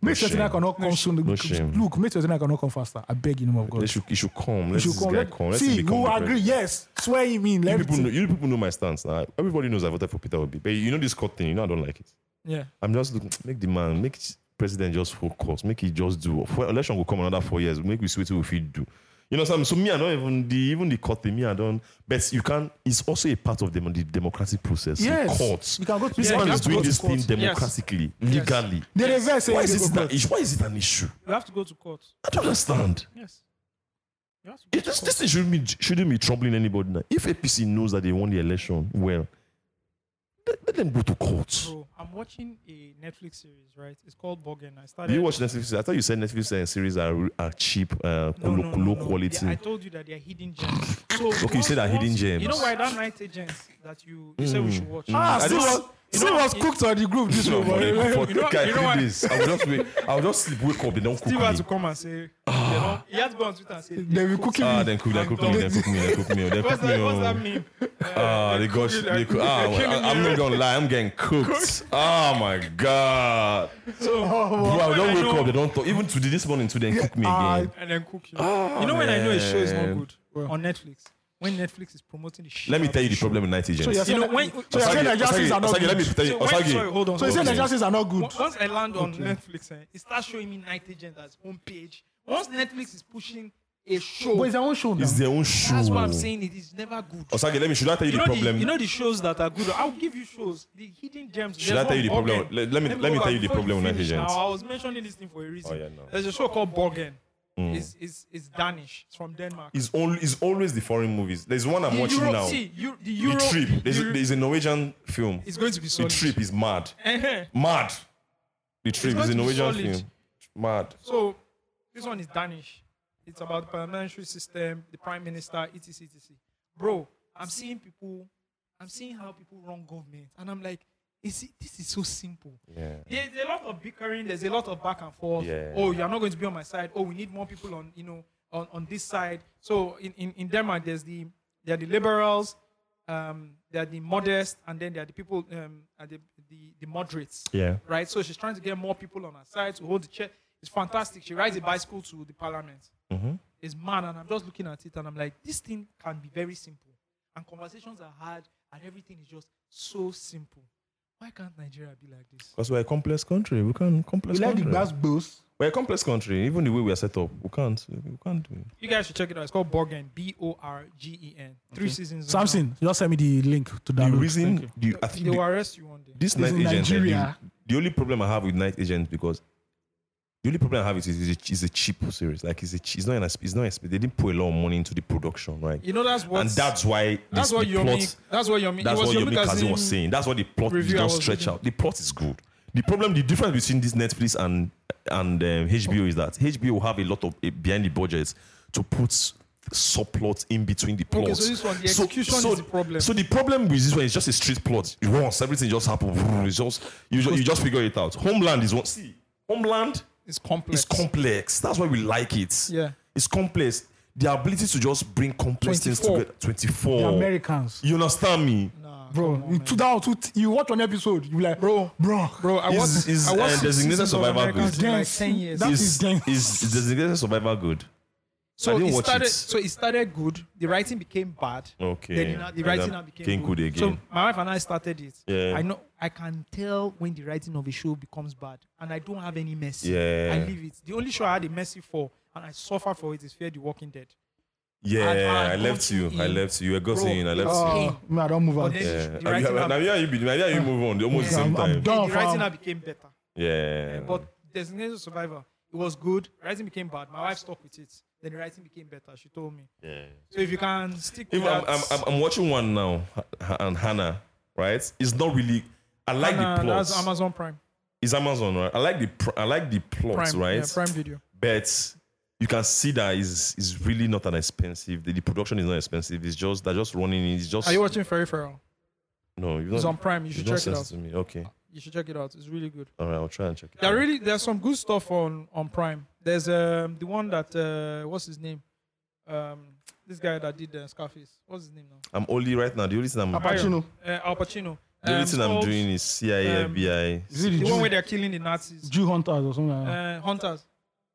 Speaker 3: Make sure
Speaker 4: shame.
Speaker 3: Tina cannot come soon.
Speaker 4: No shame.
Speaker 3: Look, make sure Tina cannot come faster. I beg you, name of God.
Speaker 4: They should, he should come.
Speaker 3: You
Speaker 4: Let
Speaker 3: should
Speaker 4: this
Speaker 3: come.
Speaker 4: guy
Speaker 3: Let-
Speaker 4: come. Let him
Speaker 3: See,
Speaker 4: become
Speaker 3: we
Speaker 4: the
Speaker 3: will agree.
Speaker 4: president.
Speaker 3: Yes, swear him in.
Speaker 4: You
Speaker 3: Let
Speaker 4: people, know, you people know my stance. Now. Everybody knows I voted for Peter Obi. But you know this court thing. You know I don't like it.
Speaker 2: Yeah.
Speaker 4: I'm just looking, make the man, make president just focus, make he just do. For election will come another four years, make we see what we fit do. You know what I'm saying? So me, I don't even the even the court thing, me, I don't. But you can. It's also a part of the, the democratic process.
Speaker 3: Yes.
Speaker 4: the courts.
Speaker 3: You can go to
Speaker 4: This
Speaker 3: court.
Speaker 4: man
Speaker 2: You
Speaker 4: is
Speaker 2: have to go
Speaker 4: doing
Speaker 2: to
Speaker 4: this
Speaker 2: court.
Speaker 4: thing democratically, legally.
Speaker 3: They reverse say
Speaker 4: Why
Speaker 3: they
Speaker 4: is,
Speaker 3: go
Speaker 4: it
Speaker 3: back.
Speaker 4: an issue? Why is it an issue?
Speaker 2: You have to go to court.
Speaker 4: I don't understand.
Speaker 2: Yes. You have to go
Speaker 4: It
Speaker 2: to
Speaker 4: just,
Speaker 2: court.
Speaker 4: this thing shouldn't be, shouldn't be troubling anybody now. If APC knows that they won the election, well, let, let them go to court.
Speaker 2: Bro, I'm watching a Netflix series, right? It's called Bogan. I started.
Speaker 4: Do you watch Netflix? I thought you said Netflix uh, series are, are cheap, uh,
Speaker 2: No,
Speaker 4: low,
Speaker 2: no, no,
Speaker 4: low
Speaker 2: no.
Speaker 4: quality.
Speaker 2: Yeah, I told you that they are hidden gems. So okay,
Speaker 4: you said they're hidden
Speaker 2: You know
Speaker 4: gems. Hmm.
Speaker 2: why that night agents that you, you said we should watch?
Speaker 3: Ah,
Speaker 4: Mm. I
Speaker 3: see
Speaker 4: don't-
Speaker 3: what see what's cooked on the group this
Speaker 4: No,
Speaker 3: way.
Speaker 4: money
Speaker 3: boy.
Speaker 4: for
Speaker 2: you know-
Speaker 4: take care
Speaker 2: you know
Speaker 4: three
Speaker 2: what?
Speaker 4: days. I will just wait. I will just sleep, wake up, they don't cook
Speaker 2: Steve had to
Speaker 4: me.
Speaker 2: come and say, you know, he had to go on Twitter and say,
Speaker 3: They will cook
Speaker 4: Ah,
Speaker 3: him.
Speaker 4: then cook, then cook me, then cook me, then cook me, then
Speaker 2: what's
Speaker 4: cook me.
Speaker 2: that, what's that
Speaker 4: oh.
Speaker 2: mean?
Speaker 4: Ah, they got, they cook. Ah,
Speaker 2: They're
Speaker 4: well,
Speaker 2: killing
Speaker 4: I- I'm
Speaker 2: me.
Speaker 4: not gonna lie, I'm getting cooked. Oh my god,
Speaker 2: So,
Speaker 4: bro, I don't
Speaker 2: I
Speaker 4: wake
Speaker 2: know-
Speaker 4: up. They don't talk. Even today, this morning, today, they cook me
Speaker 3: Ah,
Speaker 4: again.
Speaker 2: and then cook you. you know when I know a show is not good on Netflix when Netflix is promoting the shit.
Speaker 4: Ah, Let me
Speaker 2: out
Speaker 4: tell you
Speaker 2: of
Speaker 4: the problem with night
Speaker 3: So you're
Speaker 4: agents.
Speaker 2: You
Speaker 3: saying
Speaker 2: know, when-
Speaker 3: that- so you're
Speaker 2: Osage-
Speaker 3: saying that justices are
Speaker 4: Osage,
Speaker 3: not
Speaker 4: Osage, let me
Speaker 3: good.
Speaker 4: tell you,
Speaker 2: So when- sorry,
Speaker 4: Osage.
Speaker 2: hold on.
Speaker 3: So you're saying that justices are not good.
Speaker 2: Once I land on Netflix, eh, it starts showing me night agent as homepage. Once Netflix is pushing a show,
Speaker 3: But it's their own show now.
Speaker 4: It's their own shoe.
Speaker 2: that's why I'm saying it is never good.
Speaker 4: Osage, let me. Should I tell you
Speaker 2: You
Speaker 4: the
Speaker 2: know, the,
Speaker 4: problem?
Speaker 2: you know the shows that are good. I'll give you shows. The hidden gems.
Speaker 4: Should
Speaker 2: There's
Speaker 4: I tell you the
Speaker 2: one,
Speaker 4: problem?
Speaker 2: Borgen.
Speaker 4: Let- let me- let me
Speaker 2: go
Speaker 4: tell you
Speaker 2: back
Speaker 4: the
Speaker 2: before
Speaker 4: problem with
Speaker 2: finish
Speaker 4: Night Agents.
Speaker 2: Now, I was mentioning this thing for a reason.
Speaker 4: Oh, yeah, no. Mm.
Speaker 2: There's a show called Borgen. It's, it's, it's Danish. It's from Denmark.
Speaker 4: It's, all, it's always the foreign movies. There's one I'm
Speaker 2: The
Speaker 4: watching
Speaker 2: Euro-
Speaker 4: now.
Speaker 2: See, you, the
Speaker 4: the
Speaker 2: Euro.
Speaker 4: trip. There's,
Speaker 2: Euro-
Speaker 4: there's a Norwegian film.
Speaker 2: it's going to be
Speaker 4: The
Speaker 2: solid.
Speaker 4: trip is mad.
Speaker 2: Eh-heh.
Speaker 4: Mad. The trip
Speaker 2: going
Speaker 4: is a
Speaker 2: to be
Speaker 4: Norwegian
Speaker 2: solid.
Speaker 4: film. Mad.
Speaker 2: So this one is Danish. It's about the parliamentary system, the prime minister, etc. etc. Bro, I'm seeing people, I'm seeing how people run government, and I'm like, is it, this is so simple.
Speaker 4: Yeah.
Speaker 2: There's a lot of bickering, there's a lot of back and forth.
Speaker 4: Yeah.
Speaker 2: Oh, you're not going to be on my side. Oh, we need more people on, you know, on, on this side. So in, in, in Denmark, there's the there are the liberals, um, there are the modest, and then there are the people um, are the, the, the moderates
Speaker 4: Yeah.
Speaker 2: right? So she's trying to get more people on her side to hold the chair. It's fantastic. She rides a bicycle to the parliament.
Speaker 4: Mm-hmm.
Speaker 2: It's mad, and I'm just looking at it, and I'm like, this thing can be very simple, and conversations are hard, and everything is just so simple. Why can't Nigeria be like this?
Speaker 4: Because we're a complex country. We can complex
Speaker 3: We like the
Speaker 4: country.
Speaker 3: glass bills.
Speaker 4: we're a complex country. Even the way we are set up, we can't. We can't do it.
Speaker 2: You guys should check it out. It's called Borgen, B-O-R-G-E-N. E Three seasons. now.
Speaker 3: Samson, just send me the link to
Speaker 4: The
Speaker 3: download. Thank
Speaker 4: reason,
Speaker 3: you.
Speaker 4: the, I think
Speaker 2: they
Speaker 4: the-
Speaker 2: will arrest you one day.
Speaker 4: this
Speaker 3: It's
Speaker 4: night agent. eh,
Speaker 3: Nigeria.
Speaker 4: The, the only problem I have with night agent because the only problem I have is is a, is a cheap series. Like it's a, ch- it's not an, exp- it's not exp- They didn't put a lot of money into the production, right?
Speaker 2: You know that's what.
Speaker 4: and that's why
Speaker 2: that's
Speaker 4: this,
Speaker 2: what
Speaker 4: the
Speaker 2: Yomi.
Speaker 4: plot
Speaker 2: That's what Yomi.
Speaker 4: That's
Speaker 2: it was
Speaker 4: what Yomi Kazim was
Speaker 2: Kazim-
Speaker 4: saying. That's what the plot did
Speaker 2: review I
Speaker 4: not
Speaker 2: was
Speaker 4: stretch
Speaker 2: reading.
Speaker 4: out. The plot is good. The problem, the difference between this Netflix and and um, HBO is that HBO will have a lot of uh, behind the budgets to put s- subplots in between the plots.
Speaker 2: Okay, so this one, the execution is the problem.
Speaker 4: So the problem with this one is just a street plot. Once everything just happens, it's just you, ju- you just figure it out. Homeland is what. See, Homeland
Speaker 2: It's complex.
Speaker 4: is complex. That's why we like it.
Speaker 2: Yeah.
Speaker 4: it's complex. The ability to just bring complex things
Speaker 2: 24.
Speaker 4: together. Twenty-four.
Speaker 3: The Americans.
Speaker 4: Oh. You understand me?
Speaker 2: Nah,
Speaker 3: Bro,
Speaker 2: come on,
Speaker 3: you,
Speaker 2: man.
Speaker 3: two down, two, you watch one episode, you be like,
Speaker 2: Bro.
Speaker 3: bro,
Speaker 2: Bro, I
Speaker 4: Is-
Speaker 2: was
Speaker 4: is,
Speaker 2: I was
Speaker 4: uh,
Speaker 2: six
Speaker 4: designated
Speaker 2: seasons of
Speaker 4: survivor
Speaker 2: Americans
Speaker 4: good.
Speaker 2: in like
Speaker 3: Yes.
Speaker 2: ten years.
Speaker 3: That
Speaker 4: is,
Speaker 3: is dense.
Speaker 4: is designated survivor good? I
Speaker 2: so
Speaker 4: didn't
Speaker 2: it
Speaker 4: watch
Speaker 2: started.
Speaker 4: it.
Speaker 2: So it started good. The writing became bad.
Speaker 4: Okay.
Speaker 2: Then you know, the
Speaker 4: And
Speaker 2: writing
Speaker 4: then
Speaker 2: now became
Speaker 4: came good
Speaker 2: So
Speaker 4: again.
Speaker 2: my wife and I started it.
Speaker 4: Yeah.
Speaker 2: I know. I can tell when the writing of a show becomes bad, and I don't have any mercy.
Speaker 4: Yeah.
Speaker 2: I leave it. The only show I had a mercy for, and I suffer for it, is Fear the Walking Dead.
Speaker 4: Yeah,
Speaker 2: And- and
Speaker 4: I left you. I
Speaker 2: in-
Speaker 4: left you. You were got
Speaker 2: Bro,
Speaker 4: in. I left
Speaker 2: uh,
Speaker 4: you.
Speaker 3: oh, man, I don't move
Speaker 2: But
Speaker 3: on.
Speaker 2: then
Speaker 3: Yeah,
Speaker 2: the-
Speaker 4: Yeah.
Speaker 2: the writing now,
Speaker 4: Now yeah, you be- now yeah, you move on. Almost the
Speaker 3: I'm, I'm
Speaker 4: same time.
Speaker 2: the
Speaker 3: done.
Speaker 2: writing
Speaker 3: fam.
Speaker 2: now became better.
Speaker 4: Yeah.
Speaker 2: But Designated Survivor, It was good. Writing became bad. My wife stuck with it. Then the writing became better. She told me.
Speaker 4: Yeah.
Speaker 2: So if you can stick with
Speaker 4: Even I'm,
Speaker 2: that,
Speaker 4: I'm, I'm, I'm watching one now, H- and Hannah, right? It's not really. I like
Speaker 2: Hannah,
Speaker 4: the plot.
Speaker 2: that's Amazon Prime.
Speaker 4: it's Amazon, right? I like the pr- I like the plot,
Speaker 2: Prime,
Speaker 4: right?
Speaker 2: yeah, Prime Video.
Speaker 4: But you can see that is is really not an expensive. The, the production is not expensive. It's just they're just running. it. It's just
Speaker 2: Are you watching Ferry Farrell?
Speaker 4: no. You
Speaker 2: It's
Speaker 4: don't-
Speaker 2: on Prime. You
Speaker 4: you
Speaker 2: should
Speaker 4: don't
Speaker 2: check it
Speaker 4: send
Speaker 2: out.
Speaker 4: to me. Okay.
Speaker 2: You should check it out. It's really good.
Speaker 4: All right. I'll try and check it.
Speaker 2: There
Speaker 4: out.
Speaker 2: really there's some good stuff on on Prime. There's um the one that uh what's his name? Um this guy that did uh, Scarface. What's his name now?
Speaker 4: I'm only right now. The only thing I'm
Speaker 2: Apache.
Speaker 4: doing,
Speaker 3: Pacino.
Speaker 2: Uh, Al Pacino.
Speaker 4: the only
Speaker 2: Um,
Speaker 4: thing I'm
Speaker 2: called
Speaker 4: doing is CIA,
Speaker 2: um,
Speaker 4: FBI.
Speaker 3: Is it the
Speaker 2: the one where
Speaker 3: Jew,
Speaker 2: they're killing the Nazis.
Speaker 3: Jew hunters or something like that?
Speaker 2: Uh, Hunters.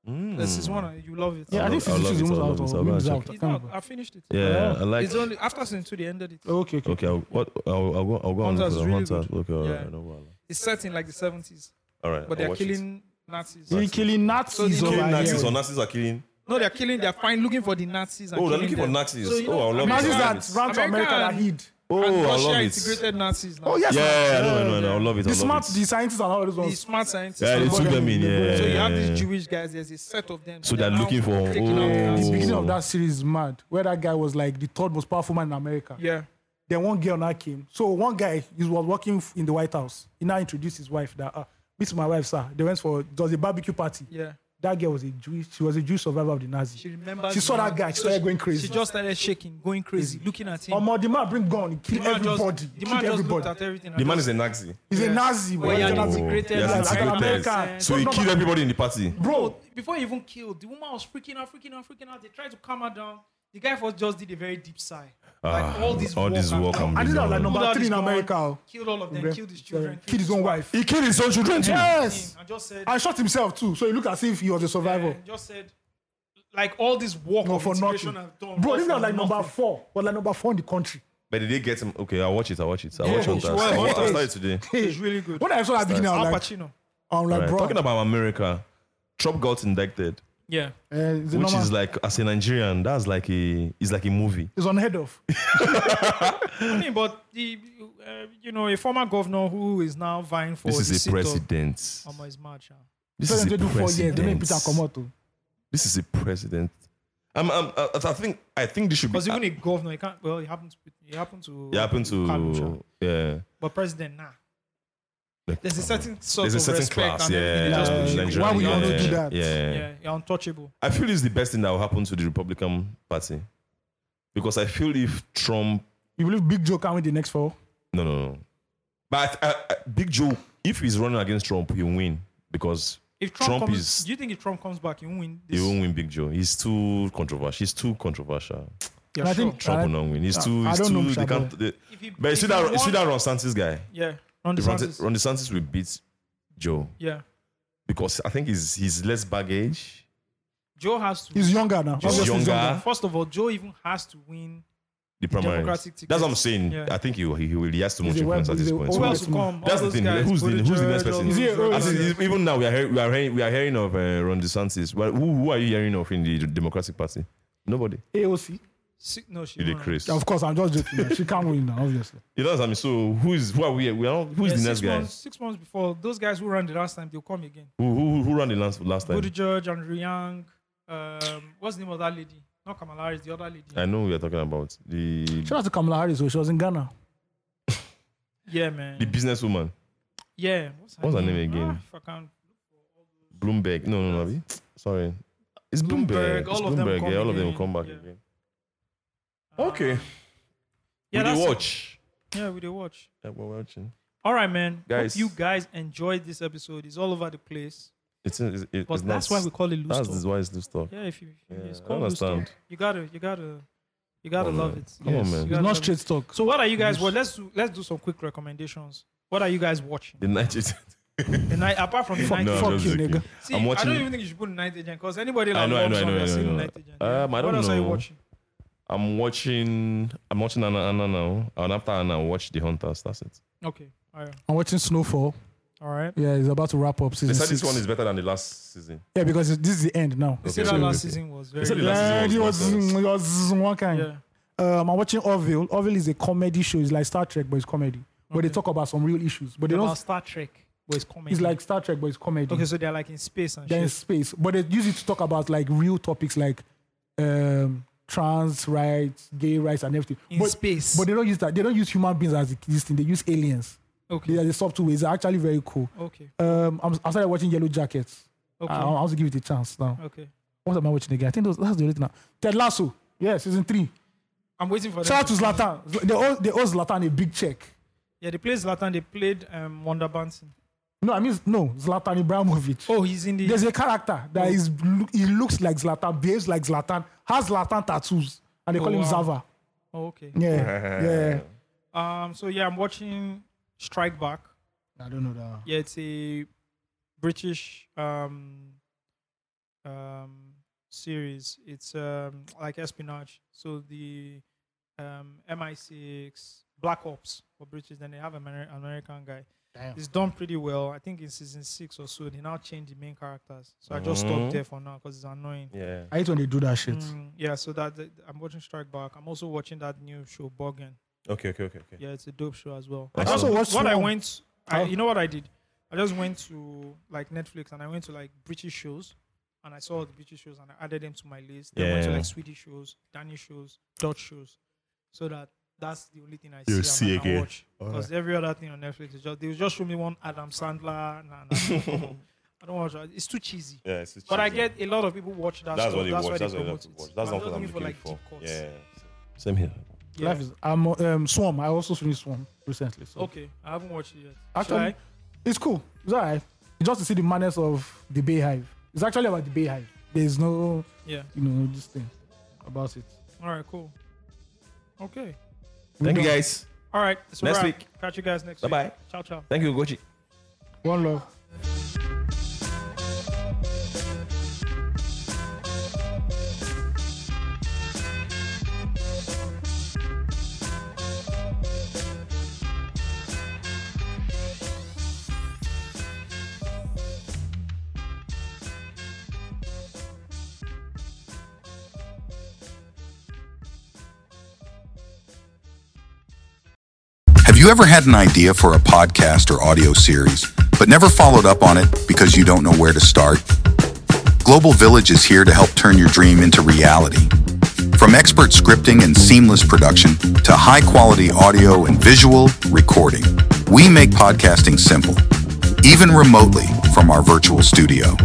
Speaker 4: Mm.
Speaker 2: This is one uh, you love it.
Speaker 3: yeah, I
Speaker 4: I'll
Speaker 3: think
Speaker 4: love- I'll
Speaker 3: season two is
Speaker 4: love it,
Speaker 3: almost out
Speaker 4: I'll love it,
Speaker 3: or
Speaker 4: I'll
Speaker 3: maybe it's
Speaker 4: check
Speaker 3: out.
Speaker 4: it
Speaker 3: I
Speaker 2: It's
Speaker 3: can't
Speaker 2: not,
Speaker 3: remember.
Speaker 2: I finished it.
Speaker 4: Yeah, I like.
Speaker 2: Oh, It's only after season two they ended it.
Speaker 3: Oh, Okay, okay.
Speaker 4: Okay, I'll, what I'll, I'll go. I'll go
Speaker 2: Hunters
Speaker 4: on to
Speaker 2: is
Speaker 4: the
Speaker 2: really
Speaker 4: Hunters.
Speaker 2: good.
Speaker 4: Okay, all
Speaker 2: Yeah.
Speaker 4: right, no problem.
Speaker 2: It's set in like the seventies,
Speaker 4: All right.
Speaker 2: but
Speaker 4: I'll
Speaker 2: they're
Speaker 4: watch it.
Speaker 2: killing Nazis.
Speaker 3: He killing Nazis
Speaker 2: So
Speaker 3: over
Speaker 2: the-
Speaker 4: killing
Speaker 3: here.
Speaker 4: Nazis or Nazis are killing.
Speaker 2: No, they're killing. They're fine looking for the Nazis. And
Speaker 4: Oh, they're
Speaker 2: killing
Speaker 4: looking for
Speaker 2: them.
Speaker 4: Nazis.
Speaker 2: So, you know,
Speaker 4: oh, I love
Speaker 3: Nazis
Speaker 4: it.
Speaker 2: America-
Speaker 3: that ran to America
Speaker 2: America
Speaker 3: that
Speaker 2: and-
Speaker 3: hid.
Speaker 4: Oh,
Speaker 2: and
Speaker 4: I
Speaker 2: Russia
Speaker 4: love it.
Speaker 2: integrated Nazis. Now.
Speaker 3: Oh yes.
Speaker 4: Yeah, yeah, yeah, I know, I know, I know. I
Speaker 2: yeah.
Speaker 4: love it. I
Speaker 3: The
Speaker 4: love
Speaker 3: smart,
Speaker 4: it.
Speaker 3: the scientists and all those
Speaker 2: the
Speaker 3: ones.
Speaker 2: smart scientists.
Speaker 4: Yeah, they
Speaker 2: and
Speaker 4: took them in. Yeah.
Speaker 2: So you have
Speaker 4: yeah,
Speaker 2: these
Speaker 4: yeah.
Speaker 2: Jewish guys. There's a set of them.
Speaker 4: Eh. So they're
Speaker 2: now
Speaker 4: looking for-
Speaker 2: taking out the
Speaker 4: Oh.
Speaker 3: The
Speaker 2: Nazis.
Speaker 3: beginning of that series is mad. Where that guy was like the third most powerful man in America.
Speaker 2: Yeah.
Speaker 3: Then one girl now came. So one guy he was working f- in the White House. He now introduced his wife that ah, this is my wife, sir. They went for there was a barbecue party.
Speaker 2: Yeah.
Speaker 3: That girl was a Jewish. She was a Jewish survivor of the Nazis.
Speaker 2: She remembers.
Speaker 3: She saw
Speaker 2: the
Speaker 3: that
Speaker 2: man.
Speaker 3: guy. She
Speaker 2: So
Speaker 3: started going crazy.
Speaker 2: She just started shaking, going crazy, looking at him.
Speaker 3: Omo, the man bring gun, he
Speaker 2: the
Speaker 3: kill
Speaker 2: man just,
Speaker 3: everybody.
Speaker 2: the
Speaker 3: kill
Speaker 2: man just looked
Speaker 3: everybody.
Speaker 2: at everything. and
Speaker 4: The man
Speaker 2: just-
Speaker 4: is a Nazi.
Speaker 3: He's
Speaker 2: Yeah.
Speaker 3: a Nazi.
Speaker 2: Well,
Speaker 3: but
Speaker 2: yeah,
Speaker 3: he's a
Speaker 2: the
Speaker 4: Oh,
Speaker 3: Nazi.
Speaker 2: integrated
Speaker 4: yes,
Speaker 3: Nazi.
Speaker 4: integrated.
Speaker 3: America.
Speaker 4: So he
Speaker 3: So
Speaker 4: killed everybody in the party.
Speaker 3: Bro,
Speaker 2: Oh, before he even killed, the woman was freaking out, freaking out, freaking out. They tried to calm her down. The guy first just did a very deep sigh. Like
Speaker 4: Ah,
Speaker 2: all this
Speaker 4: all
Speaker 2: work
Speaker 4: this
Speaker 2: and-
Speaker 4: work I'm
Speaker 3: I think that was like
Speaker 4: doing.
Speaker 2: Pulled
Speaker 3: number
Speaker 2: out
Speaker 3: three
Speaker 2: his
Speaker 3: in
Speaker 2: gun,
Speaker 3: America. oh.
Speaker 2: Killed all of them, killed his children,
Speaker 3: Killed his own wife.
Speaker 4: He killed his own children too.
Speaker 3: Yes.
Speaker 2: I just said,
Speaker 3: I shot himself too, so he looked as if he was a survivor.
Speaker 2: and just said, like all this work
Speaker 3: Not
Speaker 2: of
Speaker 3: for
Speaker 2: integration
Speaker 3: nothing.
Speaker 2: I've done.
Speaker 3: Bro,
Speaker 2: all
Speaker 3: this
Speaker 2: for
Speaker 3: guy was like number
Speaker 2: nothing.
Speaker 3: four, was like number four in the country.
Speaker 4: But did they get him? Okay, I'll watch it. I'll watch it. I'll
Speaker 3: Yeah,
Speaker 4: watch
Speaker 3: you
Speaker 4: Hunters.
Speaker 3: should watch
Speaker 4: I'll watch- I'll
Speaker 3: it.
Speaker 4: start it today.
Speaker 2: It's really good.
Speaker 3: When I saw that beginning, I
Speaker 2: Al
Speaker 3: was like,
Speaker 2: Pacino.
Speaker 3: I'm like,
Speaker 4: Right.
Speaker 3: bro,
Speaker 4: Talking about America, Trump got indicted,
Speaker 2: Yeah.
Speaker 3: uh, it's, a
Speaker 4: which
Speaker 3: normal-
Speaker 4: is like as a Nigerian, that's like a it's like a movie.
Speaker 3: it's unheard of.
Speaker 2: I mean, but the uh, you know a former governor who Oh, is now vying for
Speaker 4: This
Speaker 2: the
Speaker 4: is
Speaker 2: seat
Speaker 4: a
Speaker 2: of-
Speaker 4: president.
Speaker 2: Omo, it's mad, sha.
Speaker 4: This is
Speaker 3: President
Speaker 4: a
Speaker 3: they do four years, they make Peter oh.
Speaker 4: president.
Speaker 3: Komoto.
Speaker 4: This is a president. I'm, I'm, I, I think I think this should be.
Speaker 2: Because even a governor, it can't. Well, it happened. to- It happened to.
Speaker 4: it happened
Speaker 2: Kalu, sha.
Speaker 4: to yeah.
Speaker 2: But president, nah.
Speaker 4: Like, um,
Speaker 2: There's a certain sort
Speaker 4: There's a
Speaker 2: of
Speaker 4: certain
Speaker 2: respect
Speaker 4: class,
Speaker 2: and everything.
Speaker 4: yeah.
Speaker 2: They just
Speaker 3: Yeah,
Speaker 2: push you.
Speaker 3: Nigerian, Why would you
Speaker 4: yeah,
Speaker 3: want to do that?
Speaker 4: Yeah.
Speaker 2: Yeah, you're untouchable.
Speaker 4: I feel it's the best thing that will happen to the Republican Party because I feel if Trump,
Speaker 3: You believe Big Joe can win the next four?
Speaker 4: no, no, no, but I, I, Big Joe, if he's running against Trump, he'll win because
Speaker 2: If Trump,
Speaker 4: Trump
Speaker 2: comes,
Speaker 4: is-
Speaker 2: do you think if Trump comes back, he won't win?
Speaker 4: he
Speaker 2: This?
Speaker 4: won't win. Big Joe, he's too controversial. He's too controversial.
Speaker 2: Yeah,
Speaker 3: And I
Speaker 2: sure.
Speaker 3: think
Speaker 4: Trump
Speaker 3: I-
Speaker 4: will not win. He's
Speaker 3: I-
Speaker 4: too.
Speaker 3: I
Speaker 4: He's
Speaker 3: don't know,
Speaker 4: too. They
Speaker 3: Shabba.
Speaker 4: can't. They,
Speaker 2: If he,
Speaker 4: but you
Speaker 2: if
Speaker 4: see
Speaker 2: he
Speaker 4: that. You
Speaker 2: won-
Speaker 4: see that Ron Santis guy.
Speaker 2: Yeah, Ron
Speaker 4: Ron
Speaker 2: DeSantis.
Speaker 4: Ron DeSantis will beat Joe
Speaker 2: Yeah,
Speaker 4: because I think he's he's less baggage.
Speaker 2: Joe has to.
Speaker 3: He's younger now.
Speaker 4: He's
Speaker 3: Obviously,
Speaker 4: younger.
Speaker 2: First of all, Joe even has to win.
Speaker 4: The primary. That's
Speaker 2: Democratic
Speaker 4: what I'm
Speaker 2: tickets.
Speaker 4: saying.
Speaker 2: Yeah.
Speaker 4: I think he will- he, will- he has too much
Speaker 3: a
Speaker 4: influence
Speaker 3: web-
Speaker 4: at this
Speaker 3: he's a
Speaker 4: point.
Speaker 2: Who
Speaker 3: Oh,
Speaker 2: else
Speaker 3: that's
Speaker 2: will come?
Speaker 4: That's
Speaker 2: all
Speaker 4: the
Speaker 2: those
Speaker 4: thing.
Speaker 2: Guys,
Speaker 4: Who's the- who's the next
Speaker 2: Buttigieg, all
Speaker 4: person?
Speaker 2: those
Speaker 3: Is he a-
Speaker 2: guys.
Speaker 4: As it is, even now we are hearing, we are hearing, we are hearing of uh, Ron DeSantis. Well, who, who are you hearing of in the Democratic Party? Nobody.
Speaker 3: AOC.
Speaker 2: Si- No, she
Speaker 4: You the
Speaker 2: won't.
Speaker 4: Chris.
Speaker 3: Of course, I'm just joking. man. She can't win now, obviously.
Speaker 4: You know what I mean. So who is who are we? We are not, who is
Speaker 2: Yeah,
Speaker 4: the next
Speaker 2: six
Speaker 4: guy?
Speaker 2: Months, six months before, those guys who ran the last time, they'll come again.
Speaker 4: Who who who ran the last last time?
Speaker 2: Buttigieg, Andrew Yang. Um, what's the name of that lady? Not Kamala Harris, the other lady.
Speaker 4: I know we are talking about the
Speaker 3: Shout out to Kamala Harris, so she was in Ghana.
Speaker 2: yeah, man.
Speaker 4: the businesswoman
Speaker 2: yeah. What's her
Speaker 4: What's her
Speaker 2: name,
Speaker 4: name again?
Speaker 2: Ah, if I can
Speaker 4: Bloomberg. No no no. Abi. Sorry, it's Bloomberg.
Speaker 2: Bloomberg,
Speaker 4: it's
Speaker 2: all of them
Speaker 4: Bloomberg.
Speaker 2: come
Speaker 4: yeah, all of them
Speaker 2: again.
Speaker 4: come back
Speaker 2: Yeah.
Speaker 4: again.
Speaker 5: Okay.
Speaker 2: uh, Yeah,
Speaker 4: we
Speaker 2: that's
Speaker 4: dey
Speaker 2: it.
Speaker 4: watch.
Speaker 2: Yeah, we did watch.
Speaker 4: Yeah, we're watching.
Speaker 2: All right, man.
Speaker 4: Guys.
Speaker 2: Hope you guys enjoyed this episode. It's all over the place,
Speaker 4: It's, it's, it's
Speaker 2: but that's why we call it loose
Speaker 4: That's
Speaker 2: talk.
Speaker 4: why it's loose talk.
Speaker 2: Yeah, if you, if you
Speaker 4: Yeah,
Speaker 2: it's
Speaker 4: I
Speaker 2: called loose talk.
Speaker 4: understand.
Speaker 2: You gotta, you gotta, you gotta
Speaker 4: on,
Speaker 2: love
Speaker 4: man.
Speaker 2: it.
Speaker 4: Come on, man.
Speaker 2: You
Speaker 3: It's
Speaker 2: gotta
Speaker 3: not
Speaker 2: love it.
Speaker 3: straight talk.
Speaker 2: So what are you guys? Well, let's do, let's do some quick recommendations. What are you guys watching?
Speaker 4: The night. is-
Speaker 2: The night, apart from the
Speaker 3: Fuck
Speaker 2: night
Speaker 4: No,
Speaker 2: agent.
Speaker 3: you, fuck
Speaker 4: I'm just
Speaker 3: you,
Speaker 4: joking.
Speaker 3: nigga.
Speaker 2: See,
Speaker 4: I'm
Speaker 2: I
Speaker 4: watching-
Speaker 2: don't even think you should put night agent because anybody
Speaker 4: I
Speaker 2: that
Speaker 4: know, I
Speaker 2: loves
Speaker 4: know, I
Speaker 2: on
Speaker 4: know,
Speaker 2: their
Speaker 4: I
Speaker 2: single
Speaker 4: know.
Speaker 2: night agent.
Speaker 4: Um, I
Speaker 2: what
Speaker 4: don't
Speaker 2: else are you
Speaker 4: know.
Speaker 2: watching?
Speaker 4: I'm watching. I'm watching Anna Anna now, and after Anna, I'll watch The Hunters. That's it.
Speaker 2: Okay, all right,
Speaker 3: I'm watching Snowfall.
Speaker 2: all right.
Speaker 3: Yeah, it's about to wrap up season
Speaker 4: They said
Speaker 3: six.
Speaker 4: this one is better than the last season.
Speaker 3: yeah, because it's, this is the end now.
Speaker 2: They said
Speaker 4: Okay.
Speaker 2: that last
Speaker 4: Okay.
Speaker 2: season was
Speaker 4: They said
Speaker 2: very.
Speaker 4: the last
Speaker 3: Yeah,
Speaker 4: season
Speaker 3: it
Speaker 4: was
Speaker 3: was,
Speaker 4: nonsense.
Speaker 3: it was one kind.
Speaker 2: Yeah,
Speaker 3: Um, I'm watching Orville. Orville is a comedy show. It's like Star Trek, but it's comedy. Where they
Speaker 2: Okay.
Speaker 3: talk about some real issues, but they
Speaker 2: about
Speaker 3: don't.
Speaker 2: Star Trek. but it's comedy.
Speaker 3: It's like Star Trek, but it's comedy.
Speaker 2: okay, so they're like in space and
Speaker 3: Then
Speaker 2: shit.
Speaker 3: space, but they use it to talk about like real topics like um, trans rights, gay rights, and everything.
Speaker 2: In
Speaker 3: but,
Speaker 2: space.
Speaker 3: but they don't use that. They don't use human beings as this thing. They use aliens.
Speaker 2: Okay,
Speaker 3: They are the subtle ways. They're actually very cool.
Speaker 2: okay,
Speaker 3: Um, I'm, I started watching Yellow Jackets.
Speaker 2: Okay.
Speaker 4: Ah,
Speaker 3: I, I want to give it a chance now.
Speaker 2: okay.
Speaker 3: What am I watching again? I think those, that's the only thing now. Ted Lasso. Yeah, season three.
Speaker 2: I'm waiting for them.
Speaker 3: Shout out to Zlatan. Zla- They owe, they owe Zlatan a big check.
Speaker 2: Yeah, they played Zlatan. They played um, Wonder Banton.
Speaker 3: No, I mean, no, Zlatan Ibrahimovic.
Speaker 2: Oh, he's in the.
Speaker 3: There's a character that is, loo- he looks like Zlatan, behaves like Zlatan, has Zlatan tattoos, and they
Speaker 2: Oh,
Speaker 3: call him
Speaker 2: wow.
Speaker 3: Zava.
Speaker 2: oh, okay.
Speaker 3: Yeah, yeah.
Speaker 2: Um. So yeah, I'm watching Strike Back.
Speaker 3: I don't know that. one.
Speaker 2: Yeah, it's a British um um series. It's um like espionage. So the um MI6 Black Ops for British. Then they have an Amer- American guy. It's done pretty well. I think in season six or so, they now change the main characters. So I just stopped there for now because it's annoying.
Speaker 5: Yeah.
Speaker 3: I hate when they do that shit.
Speaker 2: Mm, yeah, so that, that- I'm watching Strike Back. I'm also watching that new show Boggin.
Speaker 5: Okay, okay, okay, okay.
Speaker 2: Yeah, it's a dope show as well.
Speaker 3: I also watched
Speaker 2: what I
Speaker 3: Swarm.
Speaker 2: went, I,
Speaker 3: Huh?
Speaker 2: you know what I did? I just went to like Netflix and I went to like British shows, and I saw all the British shows and I added them to my list. Then I went to
Speaker 4: Yeah.
Speaker 2: like Swedish shows, Danish shows, Dutch shows, so that that's the only thing I see
Speaker 4: You see
Speaker 2: and I can
Speaker 4: again.
Speaker 2: watch. Because every other thing on Netflix is just they will just show me one Adam Sandler. Nah, nah, nah, come on. I don't watch that. It's too cheesy.
Speaker 5: Yeah, it's
Speaker 2: But I get a lot of people watch that.
Speaker 5: that's
Speaker 2: stuff.
Speaker 5: what they
Speaker 2: that's
Speaker 5: watch.
Speaker 2: Why
Speaker 5: That's
Speaker 2: they
Speaker 5: what they have
Speaker 2: promote
Speaker 5: to
Speaker 2: it.
Speaker 5: watch. That's
Speaker 2: I'm
Speaker 5: not
Speaker 2: just
Speaker 5: what I'm
Speaker 2: looking
Speaker 5: looking for.
Speaker 2: like, deep cuts.
Speaker 5: Yeah.
Speaker 4: Same here.
Speaker 2: Yeah. Oh.
Speaker 3: Life is. I'm um, Swarm. I also finished Swarm recently. So
Speaker 2: okay. I haven't watched it yet.
Speaker 3: Actually,
Speaker 2: Should I?
Speaker 3: it's cool. It's alright. Just to see the madness of the Bayhive. It's actually about the Bayhive. There's no,
Speaker 2: yeah.
Speaker 3: you know, this thing about it.
Speaker 2: All right, cool. Okay.
Speaker 4: Thank you guys.
Speaker 2: All right. That's a
Speaker 4: Next
Speaker 2: wrap.
Speaker 4: week.
Speaker 2: Catch you guys next
Speaker 4: Bye-bye.
Speaker 2: week. Ciao, ciao.
Speaker 4: Thank you, Gochi.
Speaker 3: One love.
Speaker 1: Have you ever had an idea for a podcast or audio series, but never followed up on it because you don't know where to start? Global Village is here to help turn your dream into reality. From expert scripting and seamless production to high quality audio and visual recording, we make podcasting simple, even remotely from our virtual studio.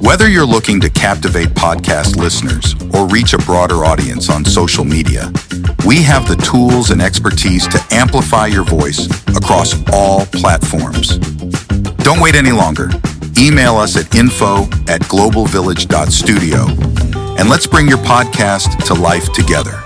Speaker 1: Whether you're looking to captivate podcast listeners or reach a broader audience on social media, we have the tools and expertise to amplify your voice across all platforms. Don't wait any longer. Email us at info at globalvillage.studio and let's bring your podcast to life together.